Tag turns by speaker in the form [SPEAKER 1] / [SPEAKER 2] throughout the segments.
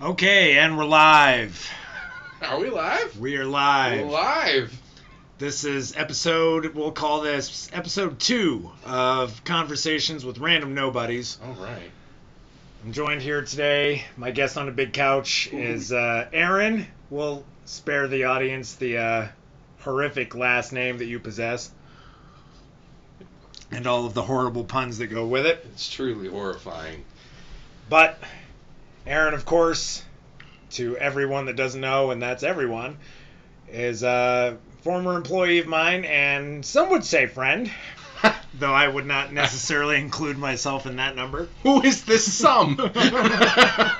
[SPEAKER 1] Okay, and we're live.
[SPEAKER 2] Are we live?
[SPEAKER 1] We are live.
[SPEAKER 2] Live.
[SPEAKER 1] This is episode, we'll call this episode two of Conversations with Random Nobodies.
[SPEAKER 2] All right.
[SPEAKER 1] I'm joined here today. My guest on a big couch is uh, Aaron. We'll spare the audience the uh, horrific last name that you possess and all of the horrible puns that go with it.
[SPEAKER 2] It's truly horrifying.
[SPEAKER 1] But Aaron, of course, to everyone that doesn't know, and that's everyone, is a former employee of mine and some would say friend, though I would not necessarily include myself in that number.
[SPEAKER 2] Who is this sum?
[SPEAKER 1] uh,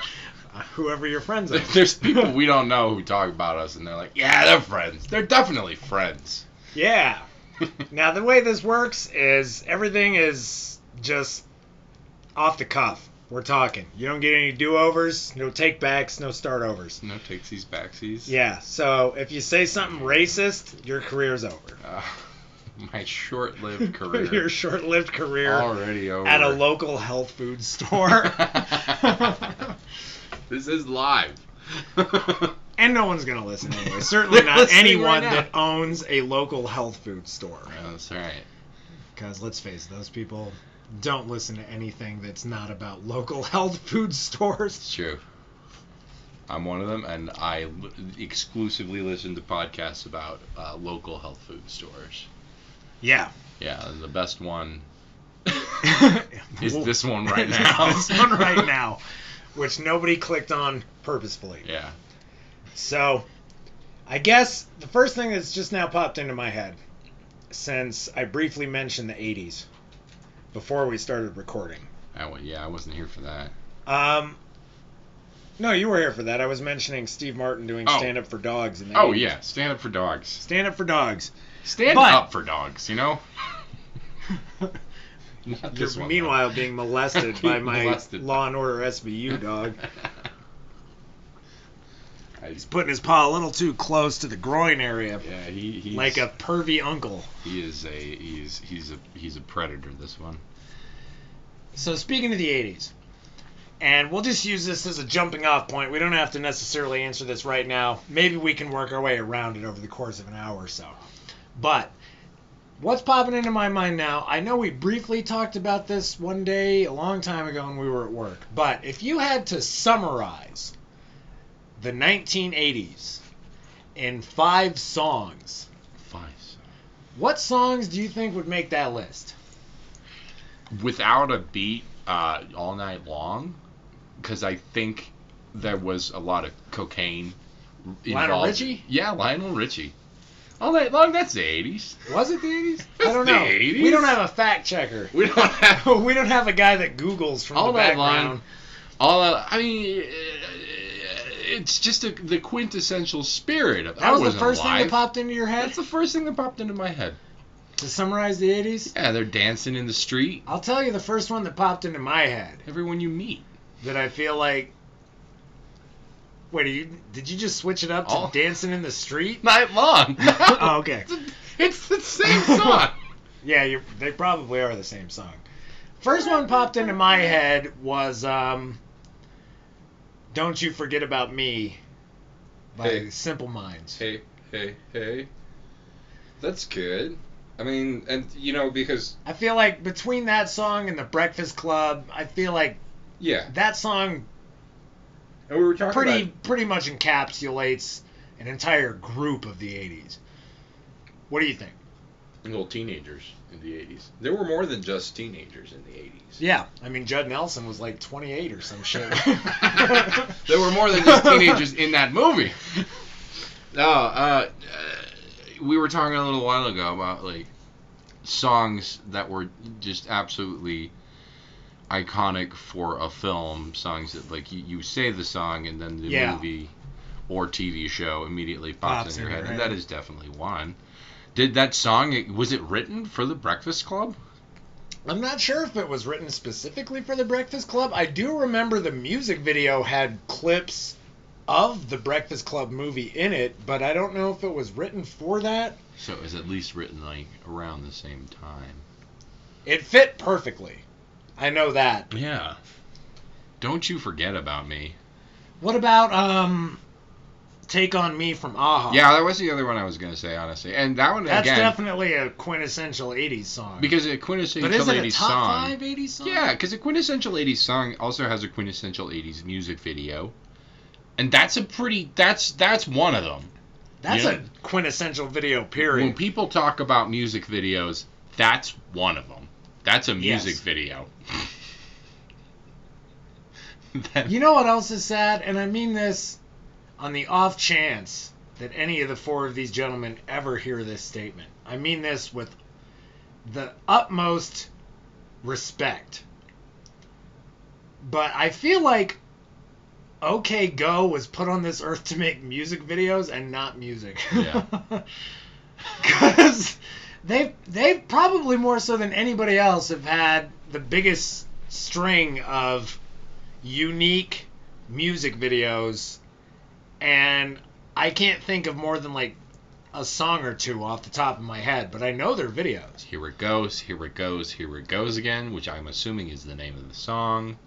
[SPEAKER 1] Whoever your friends are.
[SPEAKER 2] There's people we don't know who talk about us, and they're like, "Yeah, they're friends. They're definitely friends."
[SPEAKER 1] Yeah. Now, the way this works is everything is just off the cuff. We're talking. You don't get any do overs, no take backs, no start overs.
[SPEAKER 2] no takesies, backsies.
[SPEAKER 1] Yeah, so if you say something racist, your career's over.
[SPEAKER 2] Uh, my short-lived career
[SPEAKER 1] Your short lived career
[SPEAKER 2] already over.
[SPEAKER 1] at a local health food store.
[SPEAKER 2] this is live.
[SPEAKER 1] and no one's going to listen anyway. Certainly
[SPEAKER 2] They're
[SPEAKER 1] not
[SPEAKER 2] listening
[SPEAKER 1] anyone
[SPEAKER 2] right now.
[SPEAKER 1] that owns a local health food store.
[SPEAKER 2] That's all right.
[SPEAKER 1] Because let's face it, those people don't listen to anything that's not about local health food stores.
[SPEAKER 2] It's true. I'm one of them, and I l- exclusively listen to podcasts about uh, local health food stores.
[SPEAKER 1] Yeah.
[SPEAKER 2] Yeah, the best one is
[SPEAKER 1] Well,
[SPEAKER 2] this one right now.
[SPEAKER 1] this one right now, which nobody clicked on purposefully.
[SPEAKER 2] yeah.
[SPEAKER 1] So, I guess the first thing that's just now popped into my head, since I briefly mentioned the 80s before we started recording.
[SPEAKER 2] I, wa- yeah, I wasn't here for that.
[SPEAKER 1] Um, no, you were here for that. I was mentioning Steve Martin doing
[SPEAKER 2] Oh.
[SPEAKER 1] stand up for dogs. In the
[SPEAKER 2] Oh, yeah, stand up for dogs.
[SPEAKER 1] Stand up for dogs.
[SPEAKER 2] Stand
[SPEAKER 1] But-
[SPEAKER 2] up for dogs, you know? Not
[SPEAKER 1] You're
[SPEAKER 2] this one.
[SPEAKER 1] meanwhile being molested by
[SPEAKER 2] Being
[SPEAKER 1] my
[SPEAKER 2] molested.
[SPEAKER 1] Law and Order SVU dog.
[SPEAKER 2] I,
[SPEAKER 1] He's putting his paw a little too close to the groin area,
[SPEAKER 2] yeah, he, he's,
[SPEAKER 1] like a pervy uncle.
[SPEAKER 2] he is a he's he's a he's a predator. This one.
[SPEAKER 1] So speaking of the 80s, and we'll just use this as a jumping off point. We don't have to necessarily answer this right now. Maybe we can work our way around it over the course of an hour or so. But what's popping into my mind now, I know we briefly talked about this one day a long time ago when we were at work, but if you had to summarize the 1980s in five songs,
[SPEAKER 2] Five.
[SPEAKER 1] what songs do you think would make that list?
[SPEAKER 2] without a beat uh, all night long because I think there was a lot of cocaine
[SPEAKER 1] Lionel Richie?
[SPEAKER 2] Yeah, Lionel Richie. All night long. That's the eighties.
[SPEAKER 1] Was it the 80s? I don't
[SPEAKER 2] The
[SPEAKER 1] know.
[SPEAKER 2] 80s?
[SPEAKER 1] We don't have a fact checker.
[SPEAKER 2] We don't have
[SPEAKER 1] Oh, we don't have a guy that Googles from
[SPEAKER 2] All
[SPEAKER 1] the
[SPEAKER 2] that
[SPEAKER 1] background.
[SPEAKER 2] all. That, I mean, uh, it's just a, the quintessential spirit of.
[SPEAKER 1] That was the
[SPEAKER 2] wasn't
[SPEAKER 1] first
[SPEAKER 2] alive.
[SPEAKER 1] thing that popped into your head.
[SPEAKER 2] That's the first thing that popped into my head.
[SPEAKER 1] to summarize the 80s,
[SPEAKER 2] Yeah, they're dancing in the street.
[SPEAKER 1] I'll tell you the first one that popped into my head
[SPEAKER 2] Everyone you meet.
[SPEAKER 1] that I feel like. Wait, are you, did you just switch it up to
[SPEAKER 2] All-
[SPEAKER 1] dancing in the street?
[SPEAKER 2] Night long.
[SPEAKER 1] oh, okay.
[SPEAKER 2] It's the same song.
[SPEAKER 1] Yeah, you're, they probably are the same song. First one popped into my head was um, "Don't You Forget About Me" by
[SPEAKER 2] Hey.
[SPEAKER 1] Simple Minds.
[SPEAKER 2] Hey, hey, hey. That's good. I mean, and you know, because
[SPEAKER 1] I feel like between that song and the Breakfast Club, I feel like
[SPEAKER 2] yeah,
[SPEAKER 1] that song
[SPEAKER 2] and we were talking
[SPEAKER 1] pretty
[SPEAKER 2] about
[SPEAKER 1] pretty much encapsulates an entire group of the 80s. What do you think?
[SPEAKER 2] little teenagers in the '80s. There were more than just teenagers in the '80s.
[SPEAKER 1] Yeah, I mean Judd Nelson was like 28 or some shit.
[SPEAKER 2] there were more than just teenagers in that movie. No, uh, uh, we were talking a little while ago about like songs that were just absolutely iconic for a film. Songs that like you, you say the song and then the
[SPEAKER 1] Yeah.
[SPEAKER 2] movie or TV show immediately pops,
[SPEAKER 1] Pops
[SPEAKER 2] in your
[SPEAKER 1] in
[SPEAKER 2] head,
[SPEAKER 1] your
[SPEAKER 2] and
[SPEAKER 1] head.
[SPEAKER 2] that is definitely one. Did that song was it written for the Breakfast Club?
[SPEAKER 1] I'm not sure if it was written specifically for The Breakfast Club. I do remember the music video had clips of the Breakfast Club movie in it, but I don't know if it was written for that.
[SPEAKER 2] So it was at least written like around the same time.
[SPEAKER 1] It fit perfectly. I know that.
[SPEAKER 2] Yeah. Don't you forget about me.
[SPEAKER 1] What about um, Take on Me from Aha?
[SPEAKER 2] Yeah, that was the other one I was gonna say honestly, and that one
[SPEAKER 1] that's
[SPEAKER 2] again
[SPEAKER 1] definitely a quintessential '80s song.
[SPEAKER 2] because a
[SPEAKER 1] but
[SPEAKER 2] quintessential
[SPEAKER 1] is it a
[SPEAKER 2] 80s
[SPEAKER 1] top
[SPEAKER 2] song.
[SPEAKER 1] five '80s song?
[SPEAKER 2] Yeah, because a quintessential 80s song also has a quintessential 80s music video. And that's a pretty that's that's one of them.
[SPEAKER 1] that's
[SPEAKER 2] Yeah.
[SPEAKER 1] a quintessential video. Period.
[SPEAKER 2] When people talk about music videos, that's one of them. That's a
[SPEAKER 1] Yes.
[SPEAKER 2] music video. That-
[SPEAKER 1] You know what else is sad? And I mean this on the off chance that any of the four of these gentlemen ever hear this statement. I mean this with the utmost respect. But I feel like OK Go was put on this earth to make music videos and not music.
[SPEAKER 2] Yeah.
[SPEAKER 1] Because they they probably more so than anybody else have had the biggest string of unique music videos, and I can't think of more than like a song or two off the top of my head, but I know they're videos.
[SPEAKER 2] Here it goes, here it goes, here it goes again, which I'm assuming is the name of the song.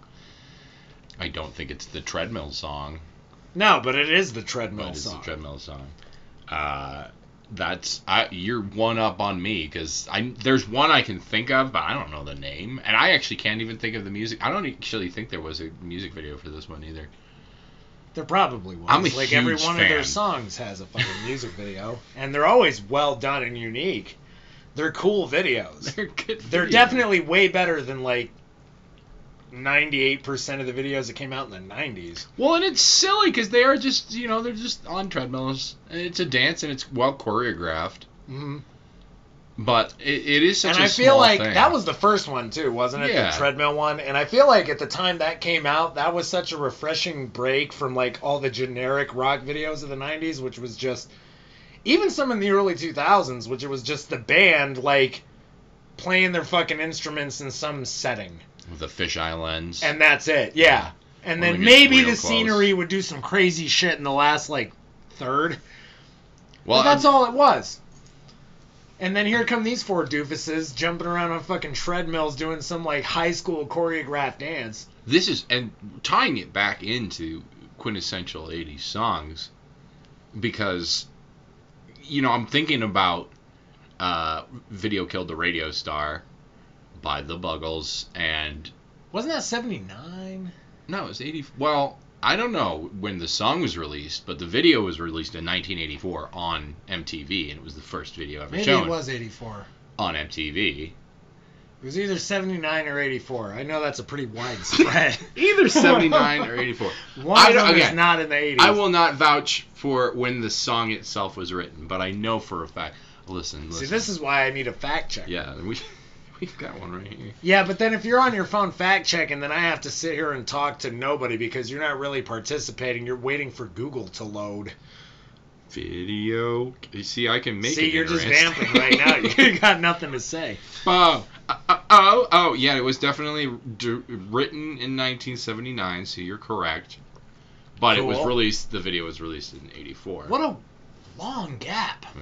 [SPEAKER 2] I don't think it's the treadmill song.
[SPEAKER 1] No, but it is the treadmill
[SPEAKER 2] But it's
[SPEAKER 1] song.
[SPEAKER 2] a treadmill song. Uh, that's I, you're one up on me because I there's one I can think of, but I don't know the name, and I actually can't even think of the music. I don't actually think there was a music video for this one either.
[SPEAKER 1] There probably was.
[SPEAKER 2] I'm a
[SPEAKER 1] like every
[SPEAKER 2] huge
[SPEAKER 1] one of their
[SPEAKER 2] fan.
[SPEAKER 1] songs has a fucking music video, and they're always well done and unique. They're cool videos.
[SPEAKER 2] They're good.
[SPEAKER 1] They're
[SPEAKER 2] videos.
[SPEAKER 1] definitely way better than like 98% of the videos that came out in the 90s.
[SPEAKER 2] well, and it's silly because they are just you know they're just on treadmills. And it's a dance and it's well choreographed,
[SPEAKER 1] Mm-hmm.
[SPEAKER 2] but it, it is such
[SPEAKER 1] And
[SPEAKER 2] a
[SPEAKER 1] I feel
[SPEAKER 2] small
[SPEAKER 1] like
[SPEAKER 2] thing.
[SPEAKER 1] that was the first one too, wasn't it?
[SPEAKER 2] Yeah.
[SPEAKER 1] The treadmill one. And I feel like at the time that came out, that was such a refreshing break from like all the generic rock videos of the 90s, which was just even some in the early 2000s, which it was just the band like playing their fucking instruments in some setting.
[SPEAKER 2] with the fisheye lens.
[SPEAKER 1] And that's it. Yeah. And
[SPEAKER 2] When
[SPEAKER 1] then
[SPEAKER 2] it gets
[SPEAKER 1] maybe the
[SPEAKER 2] real close.
[SPEAKER 1] scenery would do some crazy shit in the last like third.
[SPEAKER 2] well,
[SPEAKER 1] but that's
[SPEAKER 2] I'm-
[SPEAKER 1] all it was. And then here come these four doofuses jumping around on fucking treadmills doing some like high school choreographed dance.
[SPEAKER 2] This is and tying it back into quintessential 80s songs because you know, I'm thinking about uh Video Killed the Radio Star by the Buggles and
[SPEAKER 1] Wasn't that 79?
[SPEAKER 2] no, it was 80 well, I don't know when the song was released, but the video was released in 1984 on MTV and it was the first video ever
[SPEAKER 1] Maybe
[SPEAKER 2] shown
[SPEAKER 1] it was 84.
[SPEAKER 2] on MTV.
[SPEAKER 1] It was either 79 or 84. I know that's a pretty wide spread.
[SPEAKER 2] Either 79 or 84.
[SPEAKER 1] One
[SPEAKER 2] I
[SPEAKER 1] of
[SPEAKER 2] don't-
[SPEAKER 1] them is
[SPEAKER 2] again,
[SPEAKER 1] not in the 80s.
[SPEAKER 2] I will not vouch for when the song itself was written, but I know for a fact. Listen,
[SPEAKER 1] See,
[SPEAKER 2] listen.
[SPEAKER 1] this is why I need a fact check.
[SPEAKER 2] yeah, we we've got one right here.
[SPEAKER 1] Yeah, but then if you're on your phone fact checking, then I have to sit here and talk to nobody because you're not really participating. You're waiting for Google to load.
[SPEAKER 2] Video. You see, I can make
[SPEAKER 1] See,
[SPEAKER 2] it.
[SPEAKER 1] you're just
[SPEAKER 2] interesting.
[SPEAKER 1] vamping right now. You got nothing to say.
[SPEAKER 2] oh, oh, oh, oh, yeah. It was definitely d- written in 1979, so you're correct. But it was
[SPEAKER 1] Cool.
[SPEAKER 2] released. The video was released in '84.
[SPEAKER 1] What a long gap.
[SPEAKER 2] Uh,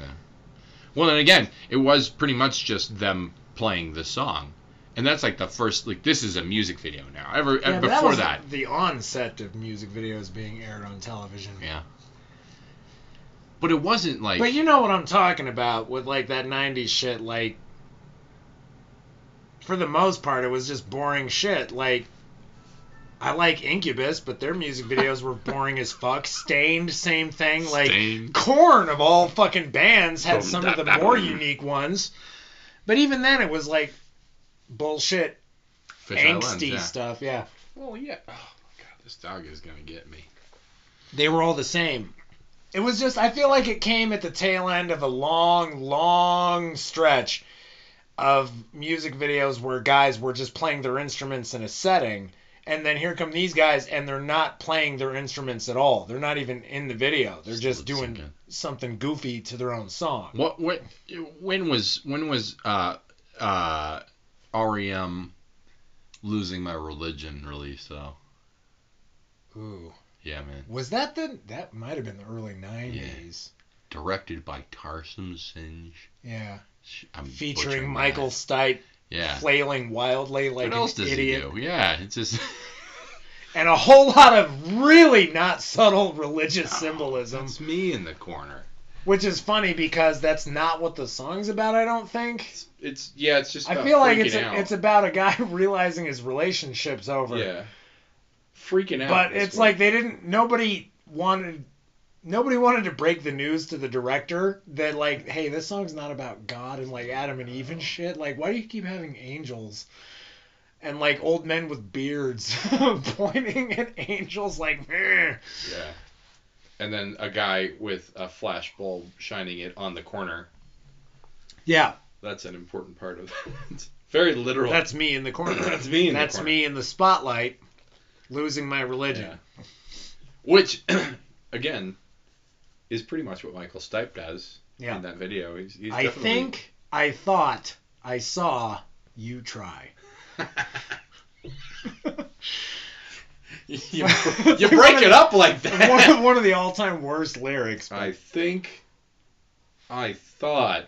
[SPEAKER 2] Well, and again, it was pretty much just them playing the song, and that's like the first. Like this is a music video now. Ever
[SPEAKER 1] Yeah, but
[SPEAKER 2] before
[SPEAKER 1] was
[SPEAKER 2] that.
[SPEAKER 1] the onset of music videos being aired on television.
[SPEAKER 2] Yeah. But it wasn't like
[SPEAKER 1] But you know what I'm talking about with like that '90s shit. Like, for the most part, it was just boring shit. Like, I like Incubus, but their music videos were boring as fuck. Stained, same thing. Like,
[SPEAKER 2] Stained.
[SPEAKER 1] Corn of all fucking bands had
[SPEAKER 2] Boom,
[SPEAKER 1] some
[SPEAKER 2] da,
[SPEAKER 1] of the
[SPEAKER 2] da,
[SPEAKER 1] more
[SPEAKER 2] boom.
[SPEAKER 1] unique ones. But even then, it was like bullshit,
[SPEAKER 2] Fish Eye Lens,
[SPEAKER 1] angsty
[SPEAKER 2] yeah.
[SPEAKER 1] stuff. Yeah.
[SPEAKER 2] Well, yeah. Oh my god, this dog is gonna get me.
[SPEAKER 1] they were all the same. It was just I feel like it came at the tail end of a long, long stretch of music videos where guys were just playing their instruments in a setting, and then here come these guys and they're not playing their instruments at all. They're not even in the video. They're just
[SPEAKER 2] lip
[SPEAKER 1] doing
[SPEAKER 2] syncing.
[SPEAKER 1] something goofy to their own song.
[SPEAKER 2] What? What? When was? When was? Uh, uh, REM, losing my religion release though.
[SPEAKER 1] Ooh.
[SPEAKER 2] Yeah, man.
[SPEAKER 1] Was that the that might have been the early nineties.
[SPEAKER 2] Directed by Tarsim Singe.
[SPEAKER 1] Yeah.
[SPEAKER 2] Sh- I'm
[SPEAKER 1] Featuring
[SPEAKER 2] butchering
[SPEAKER 1] Michael
[SPEAKER 2] that.
[SPEAKER 1] Stipe
[SPEAKER 2] Yeah.
[SPEAKER 1] flailing wildly like
[SPEAKER 2] what else
[SPEAKER 1] an
[SPEAKER 2] does
[SPEAKER 1] idiot.
[SPEAKER 2] he do? Yeah, it's just.
[SPEAKER 1] and a whole lot of really not subtle religious symbolism,
[SPEAKER 3] That's me in the corner.
[SPEAKER 1] which is funny because that's not what the song's about. I don't think.
[SPEAKER 2] It's yeah. It's just.
[SPEAKER 1] I
[SPEAKER 2] about
[SPEAKER 1] feel like
[SPEAKER 2] freaking
[SPEAKER 1] it's
[SPEAKER 2] out.
[SPEAKER 1] a, it's about a guy realizing his relationship's over.
[SPEAKER 2] yeah. Freaking out.
[SPEAKER 1] But
[SPEAKER 2] is
[SPEAKER 1] it's
[SPEAKER 2] what-
[SPEAKER 1] like they didn't. Nobody wanted. Nobody wanted to break the news to the director that like, hey, this song's not about God and like Adam and Eve and shit. Like, why do you keep having angels? And like old men with beards pointing at angels, like, "Meh."
[SPEAKER 2] Yeah. And then a guy with a flash bulb shining it on the corner.
[SPEAKER 1] yeah,
[SPEAKER 2] That's an important part of it. Very literal.
[SPEAKER 1] that's me in the corner.
[SPEAKER 2] That's me in the
[SPEAKER 1] That's
[SPEAKER 2] corner.
[SPEAKER 1] me in the spotlight, losing my religion.
[SPEAKER 2] Which, again, is pretty much what Michael Stipe does
[SPEAKER 1] Yeah.
[SPEAKER 2] in that video. He's, he's
[SPEAKER 1] I
[SPEAKER 2] definitely-
[SPEAKER 1] think I thought I saw you try.
[SPEAKER 2] you, you break it up like
[SPEAKER 1] one, of,
[SPEAKER 2] that.
[SPEAKER 1] one of the all-time worst lyrics. but-
[SPEAKER 2] I think. I thought.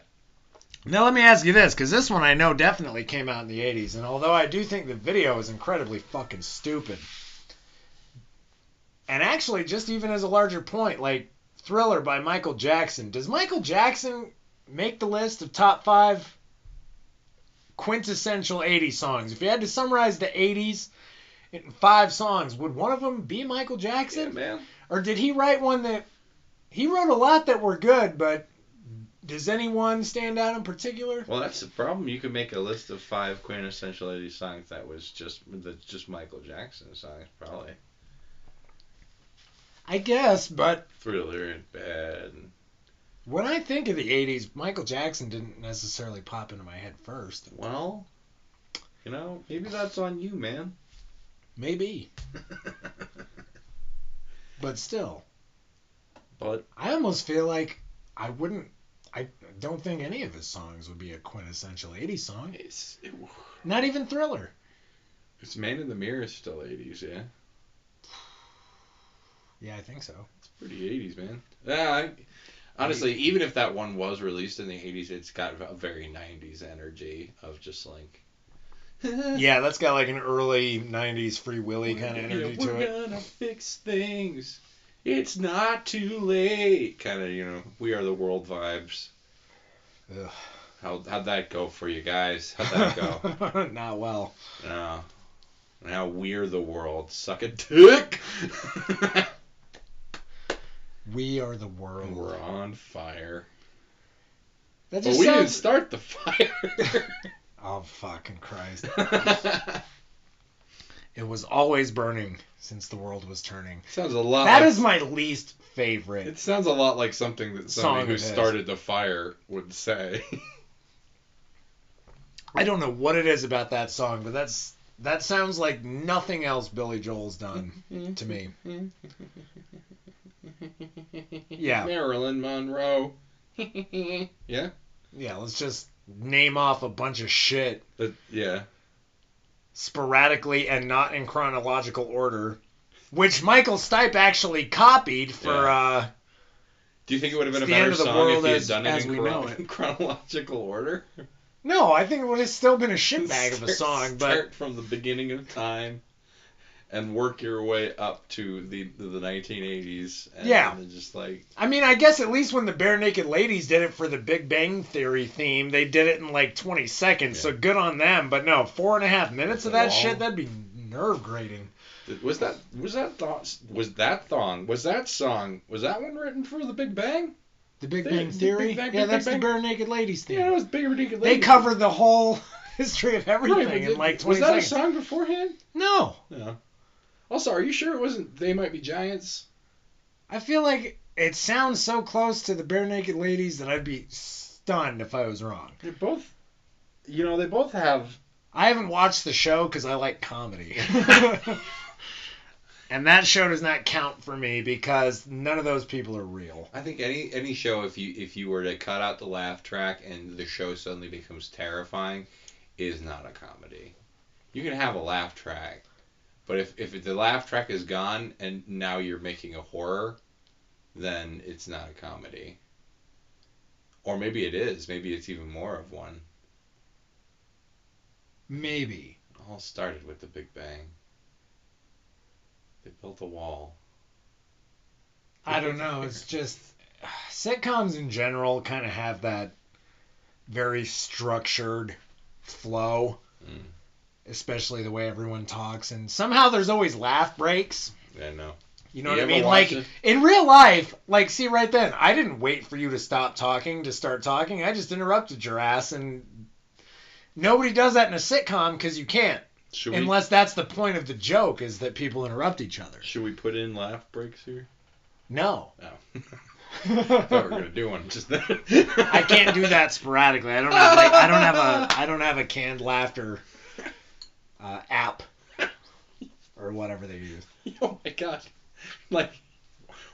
[SPEAKER 1] Now let me ask you this, because this one I know definitely came out in the '80s, and although I do think the video is incredibly fucking stupid, and actually, just even as a larger point, like Thriller by Michael Jackson. Does Michael Jackson make the list of top five quintessential '80s songs? If you had to summarize the '80s in five songs, would one of them be Michael Jackson?
[SPEAKER 2] Yeah, man.
[SPEAKER 1] Or did he write one that he wrote a lot that were good, but does anyone stand out in particular?
[SPEAKER 2] Well, that's the problem. You could make a list of five quintessential 80s songs that was just that's just Michael Jackson songs, probably.
[SPEAKER 1] I guess, but
[SPEAKER 2] Thriller and Bad. And,
[SPEAKER 1] when I think of the 80s, Michael Jackson didn't necessarily pop into my head first.
[SPEAKER 2] well, you know, maybe that's on you, man.
[SPEAKER 1] Maybe, but still.
[SPEAKER 2] but
[SPEAKER 1] I almost feel like I wouldn't. I don't think any of his songs would be a quintessential 80s song.
[SPEAKER 2] it's
[SPEAKER 1] Not even Thriller.
[SPEAKER 2] it's Man in the Mirror is still 80s, yeah.
[SPEAKER 1] Yeah, I think so.
[SPEAKER 2] It's pretty 80s, man. Yeah. I, honestly, even if that one was released in the 80s, it's got a very 90s energy of just like.
[SPEAKER 1] Yeah, that's got like an early 90s Free Willy kind of
[SPEAKER 2] Yeah,
[SPEAKER 1] energy
[SPEAKER 2] we're
[SPEAKER 1] to it.
[SPEAKER 2] gonna fix things. It's not too late. Kind of, you know, we are the world vibes.
[SPEAKER 1] Ugh.
[SPEAKER 2] How how'd that go for you guys? How'd that go?
[SPEAKER 1] Not well.
[SPEAKER 2] No. Now we're the world. Suck a dick.
[SPEAKER 1] We are the world.
[SPEAKER 2] we're on fire.
[SPEAKER 1] That
[SPEAKER 2] But
[SPEAKER 1] just
[SPEAKER 2] we didn't
[SPEAKER 1] sounds.
[SPEAKER 2] start the fire.
[SPEAKER 1] oh fucking Christ! It was always burning since the world was turning.
[SPEAKER 2] sounds a lot.
[SPEAKER 1] That
[SPEAKER 2] like,
[SPEAKER 1] is my least favorite.
[SPEAKER 2] It sounds a lot like something that
[SPEAKER 1] Song
[SPEAKER 2] somebody who
[SPEAKER 1] it is.
[SPEAKER 2] started the fire would say.
[SPEAKER 1] I don't know what it is about that song, but that's that sounds like nothing else Billy Joel's done
[SPEAKER 2] Mm-hmm.
[SPEAKER 1] to me. Mm-hmm.
[SPEAKER 2] Mm-hmm.
[SPEAKER 1] Yeah,
[SPEAKER 2] Marilyn Monroe. yeah.
[SPEAKER 1] yeah. Let's just name off a bunch of shit
[SPEAKER 2] That, yeah.
[SPEAKER 1] sporadically and not in chronological order, which Michael Stipe actually copied for.
[SPEAKER 2] Yeah.
[SPEAKER 1] uh
[SPEAKER 2] Do you think it would have been
[SPEAKER 1] It's
[SPEAKER 2] a
[SPEAKER 1] the end
[SPEAKER 2] better
[SPEAKER 1] of the
[SPEAKER 2] song
[SPEAKER 1] world
[SPEAKER 2] if he had
[SPEAKER 1] as-
[SPEAKER 2] done
[SPEAKER 1] as
[SPEAKER 2] it in
[SPEAKER 1] we
[SPEAKER 2] chron-
[SPEAKER 1] know it.
[SPEAKER 2] chronological order?
[SPEAKER 1] No, I think it would have still been a shitbag of a
[SPEAKER 2] Start-
[SPEAKER 1] song, but
[SPEAKER 2] start from the beginning of time and work your way up to the the 1980s. And
[SPEAKER 1] Yeah.
[SPEAKER 2] then just like
[SPEAKER 1] I mean, I guess at least when the Bare Naked Ladies did it for the Big Bang Theory theme, they did it in like 20 seconds, so
[SPEAKER 2] Yeah.
[SPEAKER 1] good on them. But no, four and a half minutes of that
[SPEAKER 2] Long.
[SPEAKER 1] shit, that'd be nerve grating.
[SPEAKER 2] th- was that was that thought was that thong was that song was that one written for the Big Bang?
[SPEAKER 1] The Big
[SPEAKER 2] They-
[SPEAKER 1] Bang
[SPEAKER 2] the
[SPEAKER 1] Theory?
[SPEAKER 2] Big Bang-
[SPEAKER 1] yeah,
[SPEAKER 2] Big
[SPEAKER 1] that's
[SPEAKER 2] Bang-
[SPEAKER 1] the Bare Naked Ladies theme.
[SPEAKER 2] Yeah, it was big ridiculous.
[SPEAKER 1] they covered the whole history of everything
[SPEAKER 2] but
[SPEAKER 1] in
[SPEAKER 2] did-
[SPEAKER 1] like 20
[SPEAKER 2] Was that
[SPEAKER 1] seconds.
[SPEAKER 2] a song beforehand?
[SPEAKER 1] No,
[SPEAKER 2] No. Also, are you sure it wasn't They Might Be Giants?
[SPEAKER 1] I feel like it sounds so close to the Bare Naked Ladies that I'd be stunned if I was wrong.
[SPEAKER 2] They both, you know, they both have.
[SPEAKER 1] I haven't watched the show because I like comedy. and that show does not count for me because none of those people are real.
[SPEAKER 3] I think any any show if you if you were to cut out the laugh track and the show suddenly becomes terrifying, is not a comedy. You can have a laugh track, but if if the laugh track is gone and now you're making a horror, then it's not a comedy. Or maybe it is. Maybe it's even more of one.
[SPEAKER 1] Maybe.
[SPEAKER 3] It all started with the Big Bang.
[SPEAKER 4] They built a wall.
[SPEAKER 1] I don't know. It's just sitcoms in general kind of have that very structured flow,
[SPEAKER 4] Mm.
[SPEAKER 1] especially the way everyone talks. And somehow there's always laugh breaks.
[SPEAKER 4] I know.
[SPEAKER 1] You know
[SPEAKER 4] You
[SPEAKER 1] what I
[SPEAKER 4] ever
[SPEAKER 1] mean?
[SPEAKER 4] watch
[SPEAKER 1] Like
[SPEAKER 4] it?
[SPEAKER 1] in real life, like see right then, I didn't wait for you to stop talking to start talking. I just interrupted your ass, and nobody does that in a sitcom because you can't,
[SPEAKER 4] Should we
[SPEAKER 1] unless that's the point of the joke is that people interrupt each other.
[SPEAKER 4] should we put in laugh breaks here?
[SPEAKER 1] No,
[SPEAKER 4] No. I thought we were
[SPEAKER 1] I
[SPEAKER 4] gonna do one just then.
[SPEAKER 1] can't do that sporadically. I don't have like, I don't have a I don't have a canned laughter uh, app or whatever they use.
[SPEAKER 4] Oh my god. Like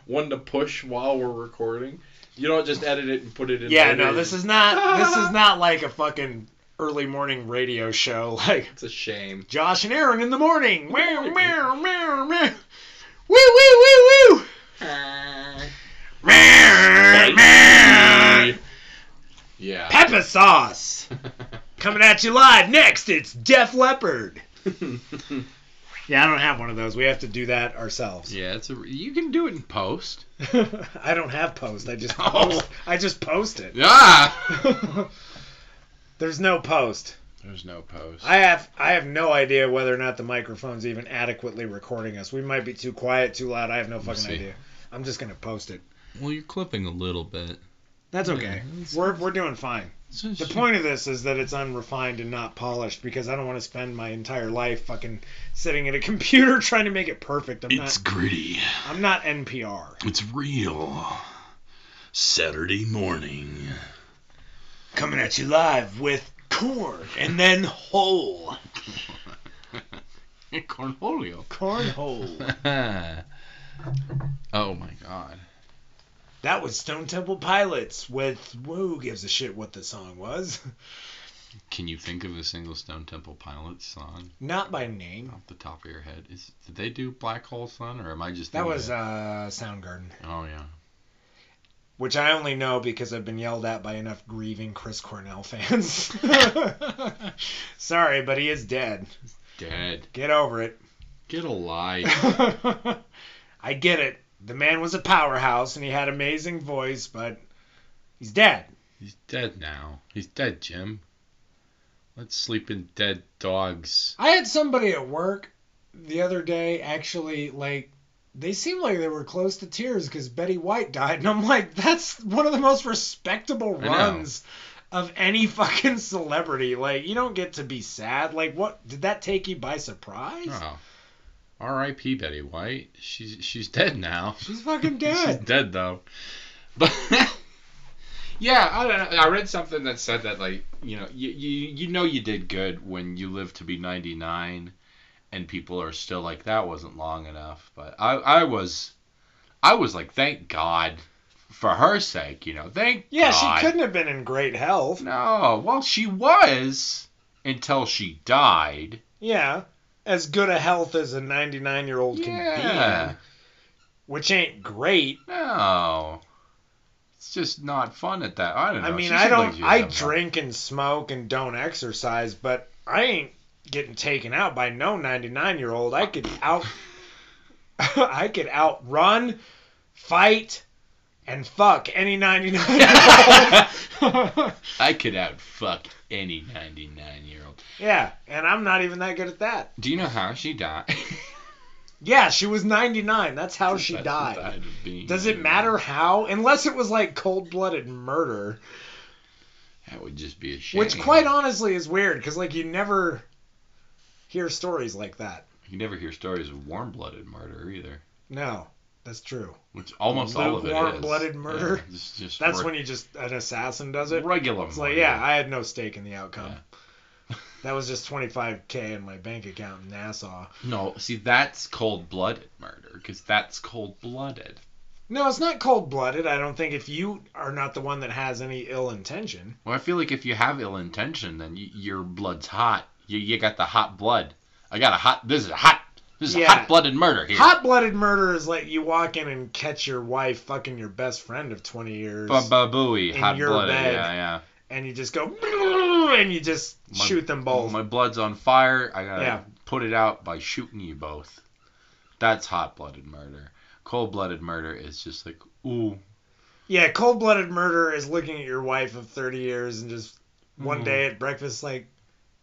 [SPEAKER 4] one to push while we're recording. You don't just edit it and put it in.
[SPEAKER 1] Yeah,
[SPEAKER 4] later.
[SPEAKER 1] no, this is not this is not like a fucking early morning radio show like.
[SPEAKER 4] It's a shame.
[SPEAKER 1] Josh and Aaron in the morning. Meow, meow, meow, meow. Woo, woo, woo, woo. Meow, meow.
[SPEAKER 4] Yeah.
[SPEAKER 1] Pepper sauce. Coming at you live. Next, it's Def Leppard. Yeah, I don't have one of those. We have to do that ourselves.
[SPEAKER 2] Yeah, it's a. You can do it in post.
[SPEAKER 1] I don't have post. I just
[SPEAKER 2] Oh.
[SPEAKER 1] post. I just post it.
[SPEAKER 2] Ah.
[SPEAKER 1] There's no post.
[SPEAKER 2] There's no post.
[SPEAKER 1] I have I have no idea whether or not the microphone's even adequately recording us. We might be too quiet, too loud. I have no
[SPEAKER 2] me
[SPEAKER 1] fucking
[SPEAKER 2] see.
[SPEAKER 1] idea. I'm just gonna post it.
[SPEAKER 2] well, you're clipping a little bit.
[SPEAKER 1] That's okay.
[SPEAKER 2] that's-
[SPEAKER 1] We're we're doing fine. The point of this is that it's unrefined and not polished because I don't want to spend my entire life fucking sitting at a computer trying to make it perfect. I'm
[SPEAKER 5] It's gritty.
[SPEAKER 1] not I'm not NPR.
[SPEAKER 5] It's real. Saturday morning.
[SPEAKER 1] Coming at you live with corn and then hole.
[SPEAKER 2] Cornholio.
[SPEAKER 1] Cornhole.
[SPEAKER 2] oh my god.
[SPEAKER 1] that was Stone Temple Pilots with who gives a shit what the song was.
[SPEAKER 2] Can you think of a single Stone Temple Pilots song
[SPEAKER 1] Not by name.
[SPEAKER 2] off the top of your head? Is did they do Black Hole Sun or am I just
[SPEAKER 1] That
[SPEAKER 2] thinking
[SPEAKER 1] was
[SPEAKER 2] of-
[SPEAKER 1] uh, Soundgarden,
[SPEAKER 2] Oh yeah.
[SPEAKER 1] which I only know because I've been yelled at by enough grieving Chris Cornell fans. Sorry, but he is dead.
[SPEAKER 2] Dead.
[SPEAKER 1] Get over it.
[SPEAKER 2] Get a life.
[SPEAKER 1] I get it. The man was a powerhouse and he had amazing voice, but he's dead.
[SPEAKER 2] He's dead now. He's dead, Jim. Let's sleep in dead dogs.
[SPEAKER 1] I had somebody at work the other day actually like they seemed like they were close to tears because Betty White died, and I'm like, that's one of the most respectable
[SPEAKER 2] I know.
[SPEAKER 1] runs of any fucking celebrity. Like, you don't get to be sad. Like, what did that take you by surprise?
[SPEAKER 2] Oh. R.I.P. Betty White. She's she's dead now.
[SPEAKER 1] She's fucking
[SPEAKER 2] She's
[SPEAKER 1] dead.
[SPEAKER 2] dead though. But yeah, I don't know. I read something that said that like you know you, you you know you did good when you live to be 99, and people are still like that wasn't long enough. But I I was I was like thank God for her sake you know thank
[SPEAKER 1] yeah,
[SPEAKER 2] God.
[SPEAKER 1] she couldn't have been in great health.
[SPEAKER 2] No, well she was until she died.
[SPEAKER 1] Yeah, as good a health as a 99 year old can be.
[SPEAKER 2] Yeah.
[SPEAKER 1] in, Which ain't great.
[SPEAKER 2] No. It's just not fun at that. I don't know.
[SPEAKER 1] I mean,
[SPEAKER 2] She
[SPEAKER 1] I
[SPEAKER 2] seemed like
[SPEAKER 1] don't.
[SPEAKER 2] she was
[SPEAKER 1] I
[SPEAKER 2] having fun.
[SPEAKER 1] drink and smoke and don't exercise, but I ain't getting taken out by no 99 year old. I could out. I could outrun, fight, and fuck any 99 year old.
[SPEAKER 2] I could outfuck any 99 year old.
[SPEAKER 1] yeah, and I'm not even that good at that.
[SPEAKER 2] Do you know how she died?
[SPEAKER 1] Yeah, she was 99. That's how she
[SPEAKER 2] That's
[SPEAKER 1] died.
[SPEAKER 2] the side of being
[SPEAKER 1] Does it
[SPEAKER 2] human.
[SPEAKER 1] matter how? Unless it was like cold blooded murder,
[SPEAKER 2] That would just be a shame.
[SPEAKER 1] which quite honestly is weird because like you never hear stories like that.
[SPEAKER 2] You never hear stories of warm blooded murder either.
[SPEAKER 1] No, that's true.
[SPEAKER 2] Which almost all of it is.
[SPEAKER 1] Lukewarm-blooded
[SPEAKER 2] Yeah,
[SPEAKER 1] murder?
[SPEAKER 2] it's just
[SPEAKER 1] That's when you just an assassin does it.
[SPEAKER 2] regular
[SPEAKER 1] It's
[SPEAKER 2] murder.
[SPEAKER 1] like yeah, I had no stake in the outcome.
[SPEAKER 2] Yeah.
[SPEAKER 1] that was just 25k in my bank account in Nassau.
[SPEAKER 2] No, see, that's cold blooded murder because that's cold blooded.
[SPEAKER 1] No, it's not cold blooded. I don't think if you are not the one that has any ill intention.
[SPEAKER 2] Well, I feel like if you have ill intention, then y your blood's hot. You, you got the hot blood. I got a hot. This is a hot. This is
[SPEAKER 1] Yeah.
[SPEAKER 2] a hot blooded murder here.
[SPEAKER 1] Hot blooded murder is like you walk in and catch your wife fucking your best friend of 20 years.
[SPEAKER 2] Baba booey,
[SPEAKER 1] In
[SPEAKER 2] hot
[SPEAKER 1] your
[SPEAKER 2] blooded.
[SPEAKER 1] bed.
[SPEAKER 2] Yeah, yeah.
[SPEAKER 1] and you just go and you just
[SPEAKER 2] My-
[SPEAKER 1] shoot them both.
[SPEAKER 2] My blood's on fire. I gotta
[SPEAKER 1] Yeah.
[SPEAKER 2] put it out by shooting you both. That's hot blooded murder. Cold blooded murder is just like, ooh.
[SPEAKER 1] Yeah, cold blooded murder is looking at your wife of 30 years and just one
[SPEAKER 2] mm,
[SPEAKER 1] day at breakfast, like,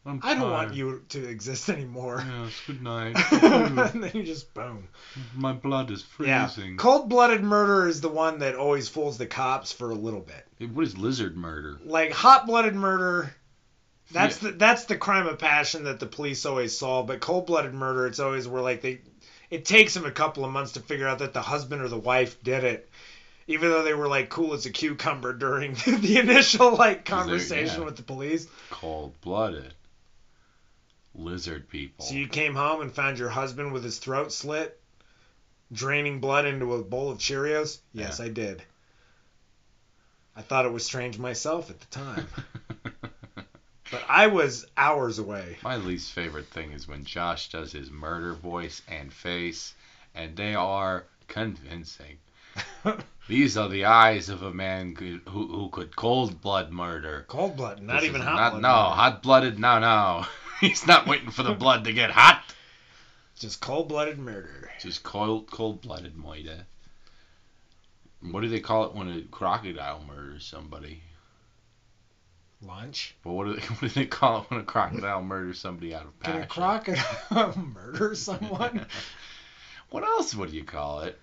[SPEAKER 2] I'm
[SPEAKER 1] I don't want
[SPEAKER 2] tired.
[SPEAKER 1] you to exist anymore.
[SPEAKER 2] Yes, good night. Ooh,
[SPEAKER 1] and then you just boom.
[SPEAKER 2] my blood is
[SPEAKER 1] Yeah.
[SPEAKER 2] freezing.
[SPEAKER 1] Cold blooded murder is the one that always fools the cops for a little bit.
[SPEAKER 2] Hey, What is lizard murder?
[SPEAKER 1] Like hot blooded murder, that's the that's the crime of passion that the police always solve. But cold blooded murder, it's always where like they, it takes them a couple of months to figure out that the husband or the wife did it, even though they were like cool as a cucumber during the initial like conversation
[SPEAKER 2] yeah.
[SPEAKER 1] with the police.
[SPEAKER 2] Cold blooded. Lizard people.
[SPEAKER 1] So you came home and found your husband with his throat slit, draining blood into a bowl of Cheerios? Yes, I did. I thought it was strange myself at the time, but I was hours away.
[SPEAKER 2] My least favorite thing is when Josh does his murder voice and face, and they are convincing. These are the eyes of a man who, who could cold blood murder.
[SPEAKER 1] Cold blood, not
[SPEAKER 2] This
[SPEAKER 1] even
[SPEAKER 2] is
[SPEAKER 1] hot
[SPEAKER 2] not-
[SPEAKER 1] blood.
[SPEAKER 2] No, hot blooded. No, no. He's not waiting for the blood to get hot.
[SPEAKER 1] Just cold blooded murder.
[SPEAKER 2] Just cold, cold blooded murder. What do they call it when a crocodile murders somebody?
[SPEAKER 1] Lunch?
[SPEAKER 2] But what do they, what do they call it when a crocodile murders somebody out of
[SPEAKER 1] Can
[SPEAKER 2] passion?
[SPEAKER 1] a crocodile murder someone?
[SPEAKER 2] what else would you call it?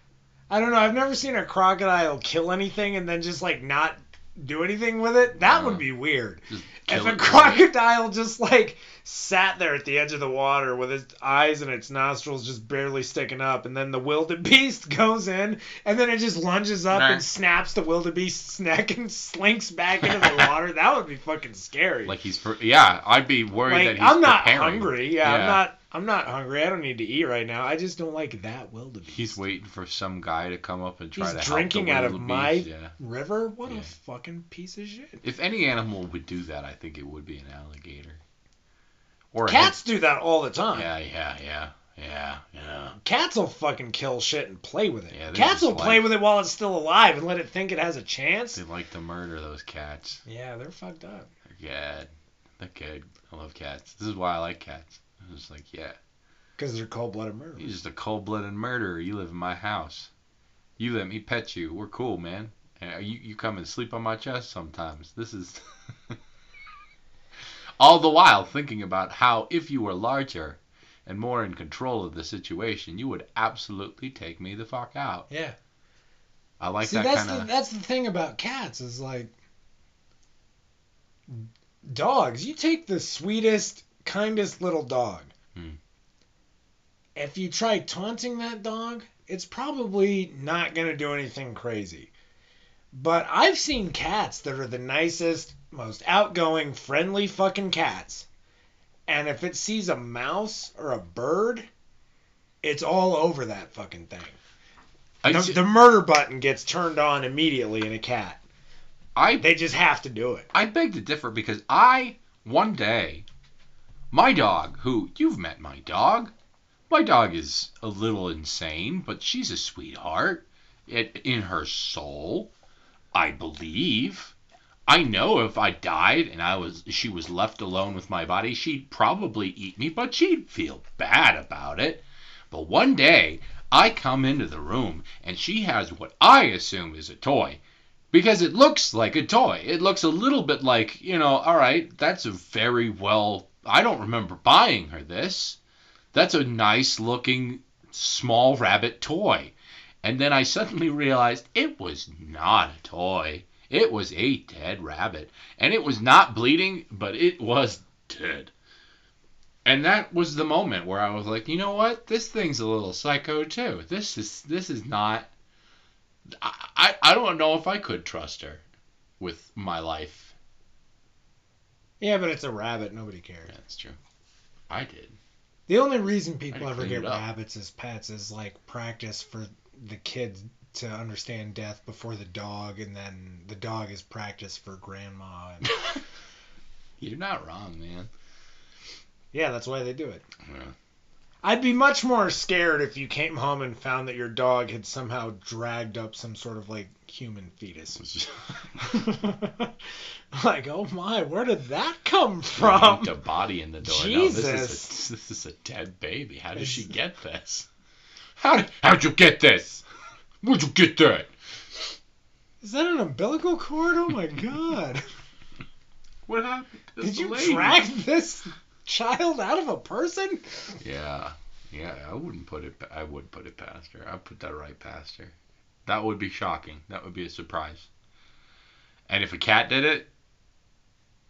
[SPEAKER 1] I don't know. I've never seen a crocodile kill anything and then just like not do anything with it. That
[SPEAKER 2] Uh,
[SPEAKER 1] would be weird.
[SPEAKER 2] just
[SPEAKER 1] If
[SPEAKER 2] kill
[SPEAKER 1] a
[SPEAKER 2] it.
[SPEAKER 1] crocodile just like sat there at the edge of the water with its eyes and its nostrils just barely sticking up, and then the wildebeest goes in, and then it just lunges up
[SPEAKER 2] Nah.
[SPEAKER 1] and snaps the wildebeest's neck and slinks back into the water, that would be fucking scary.
[SPEAKER 2] Like he's, pre- yeah, I'd be worried
[SPEAKER 1] Like,
[SPEAKER 2] that he's
[SPEAKER 1] I'm not
[SPEAKER 2] preparing.
[SPEAKER 1] hungry. Yeah,
[SPEAKER 2] Yeah.
[SPEAKER 1] I'm not. I'm not hungry. I don't need to eat right now. I just don't like that wildebeest.
[SPEAKER 2] He's waiting for some guy to come up and try
[SPEAKER 1] He's
[SPEAKER 2] to
[SPEAKER 1] drinking out
[SPEAKER 2] help the
[SPEAKER 1] of
[SPEAKER 2] wildebeest,
[SPEAKER 1] my-
[SPEAKER 2] Yeah.
[SPEAKER 1] River, what
[SPEAKER 2] Yeah.
[SPEAKER 1] a fucking piece of shit.
[SPEAKER 2] If any animal would do that, I think it would be an alligator. Or a
[SPEAKER 1] Cats do that all the time.
[SPEAKER 2] hip- Yeah, yeah, yeah, yeah, yeah.
[SPEAKER 1] Cats will fucking kill shit and play with it.
[SPEAKER 2] Yeah, they
[SPEAKER 1] Cats
[SPEAKER 2] just
[SPEAKER 1] will play
[SPEAKER 2] like-
[SPEAKER 1] with it while it's still alive and let it think it has a chance.
[SPEAKER 2] They like to murder those cats.
[SPEAKER 1] Yeah, they're fucked up.
[SPEAKER 2] They're good. They're good. I love cats. This is why I like cats. I'm just like, yeah,
[SPEAKER 1] Because they're cold blooded
[SPEAKER 2] you're
[SPEAKER 1] murderers.
[SPEAKER 2] just a cold-blooded murderer. You live in my house. You let me pet you. We're cool, man. Uh, You you come and sleep on my chest sometimes. This is. All the while thinking about how, if you were larger and more in control of the situation, you would absolutely take me the fuck out.
[SPEAKER 1] Yeah.
[SPEAKER 2] I like
[SPEAKER 1] See,
[SPEAKER 2] that
[SPEAKER 1] that's
[SPEAKER 2] kind
[SPEAKER 1] the
[SPEAKER 2] of.
[SPEAKER 1] that's the thing about cats is like dogs. You take the sweetest, kindest little dog.
[SPEAKER 2] Hmm.
[SPEAKER 1] If you try taunting that dog, it's probably not gonna do anything crazy. But I've seen cats that are the nicest, most outgoing, friendly fucking cats. And if it sees a mouse or a bird, it's all over that fucking thing.
[SPEAKER 2] I,
[SPEAKER 1] The,
[SPEAKER 2] ju-
[SPEAKER 1] the murder button gets turned on immediately in a cat.
[SPEAKER 2] I
[SPEAKER 1] They just have to do it.
[SPEAKER 2] I beg to differ because I one day my dog, who you've met my dog, my dog is a little insane, but she's a sweetheart. It, in her soul, I believe. I know if I died and I was she was left alone with my body, she'd probably eat me, but she'd feel bad about it. But one day I come into the room and she has what I assume is a toy because it looks like a toy. It looks a little bit like, you know, all right, that's a very well. I don't remember buying her this. That's a nice looking small rabbit toy. And then I suddenly realized it was not a toy. It was a dead rabbit. And it was not bleeding, but it was dead. And that was the moment where I was like, you know what? This thing's a little psycho too. This is this is not I, I I don't know if I could trust her with my life.
[SPEAKER 1] Yeah, but it's a rabbit. Nobody cares.
[SPEAKER 2] that's true. I did.
[SPEAKER 1] The only reason
[SPEAKER 2] I
[SPEAKER 1] people
[SPEAKER 2] just
[SPEAKER 1] ever
[SPEAKER 2] cleaned
[SPEAKER 1] get
[SPEAKER 2] it up.
[SPEAKER 1] rabbits as pets is like practice for the kids to understand death before the dog, and then the dog is practice for grandma. And,
[SPEAKER 2] You're not wrong, man.
[SPEAKER 1] yeah, that's why they do it.
[SPEAKER 2] Yeah.
[SPEAKER 1] I'd be much more scared if you came home and found that your dog had somehow dragged up some sort of like human fetus. like, oh my, where did that come from?
[SPEAKER 2] a body in the door. No, this is a, this is a dead baby. How did she
[SPEAKER 1] It's-
[SPEAKER 2] get this?
[SPEAKER 6] How did, how'd you get this? Where'd you get that?
[SPEAKER 1] Is that an umbilical cord? Oh my god.
[SPEAKER 6] What happened? to
[SPEAKER 1] Did
[SPEAKER 6] the
[SPEAKER 1] you
[SPEAKER 6] lady?
[SPEAKER 1] drag this child out of a person?
[SPEAKER 6] Yeah, yeah. I wouldn't put it. pa- I would put it past her. I'd put that right past her. That would be shocking. That would be a surprise. And if a cat did it,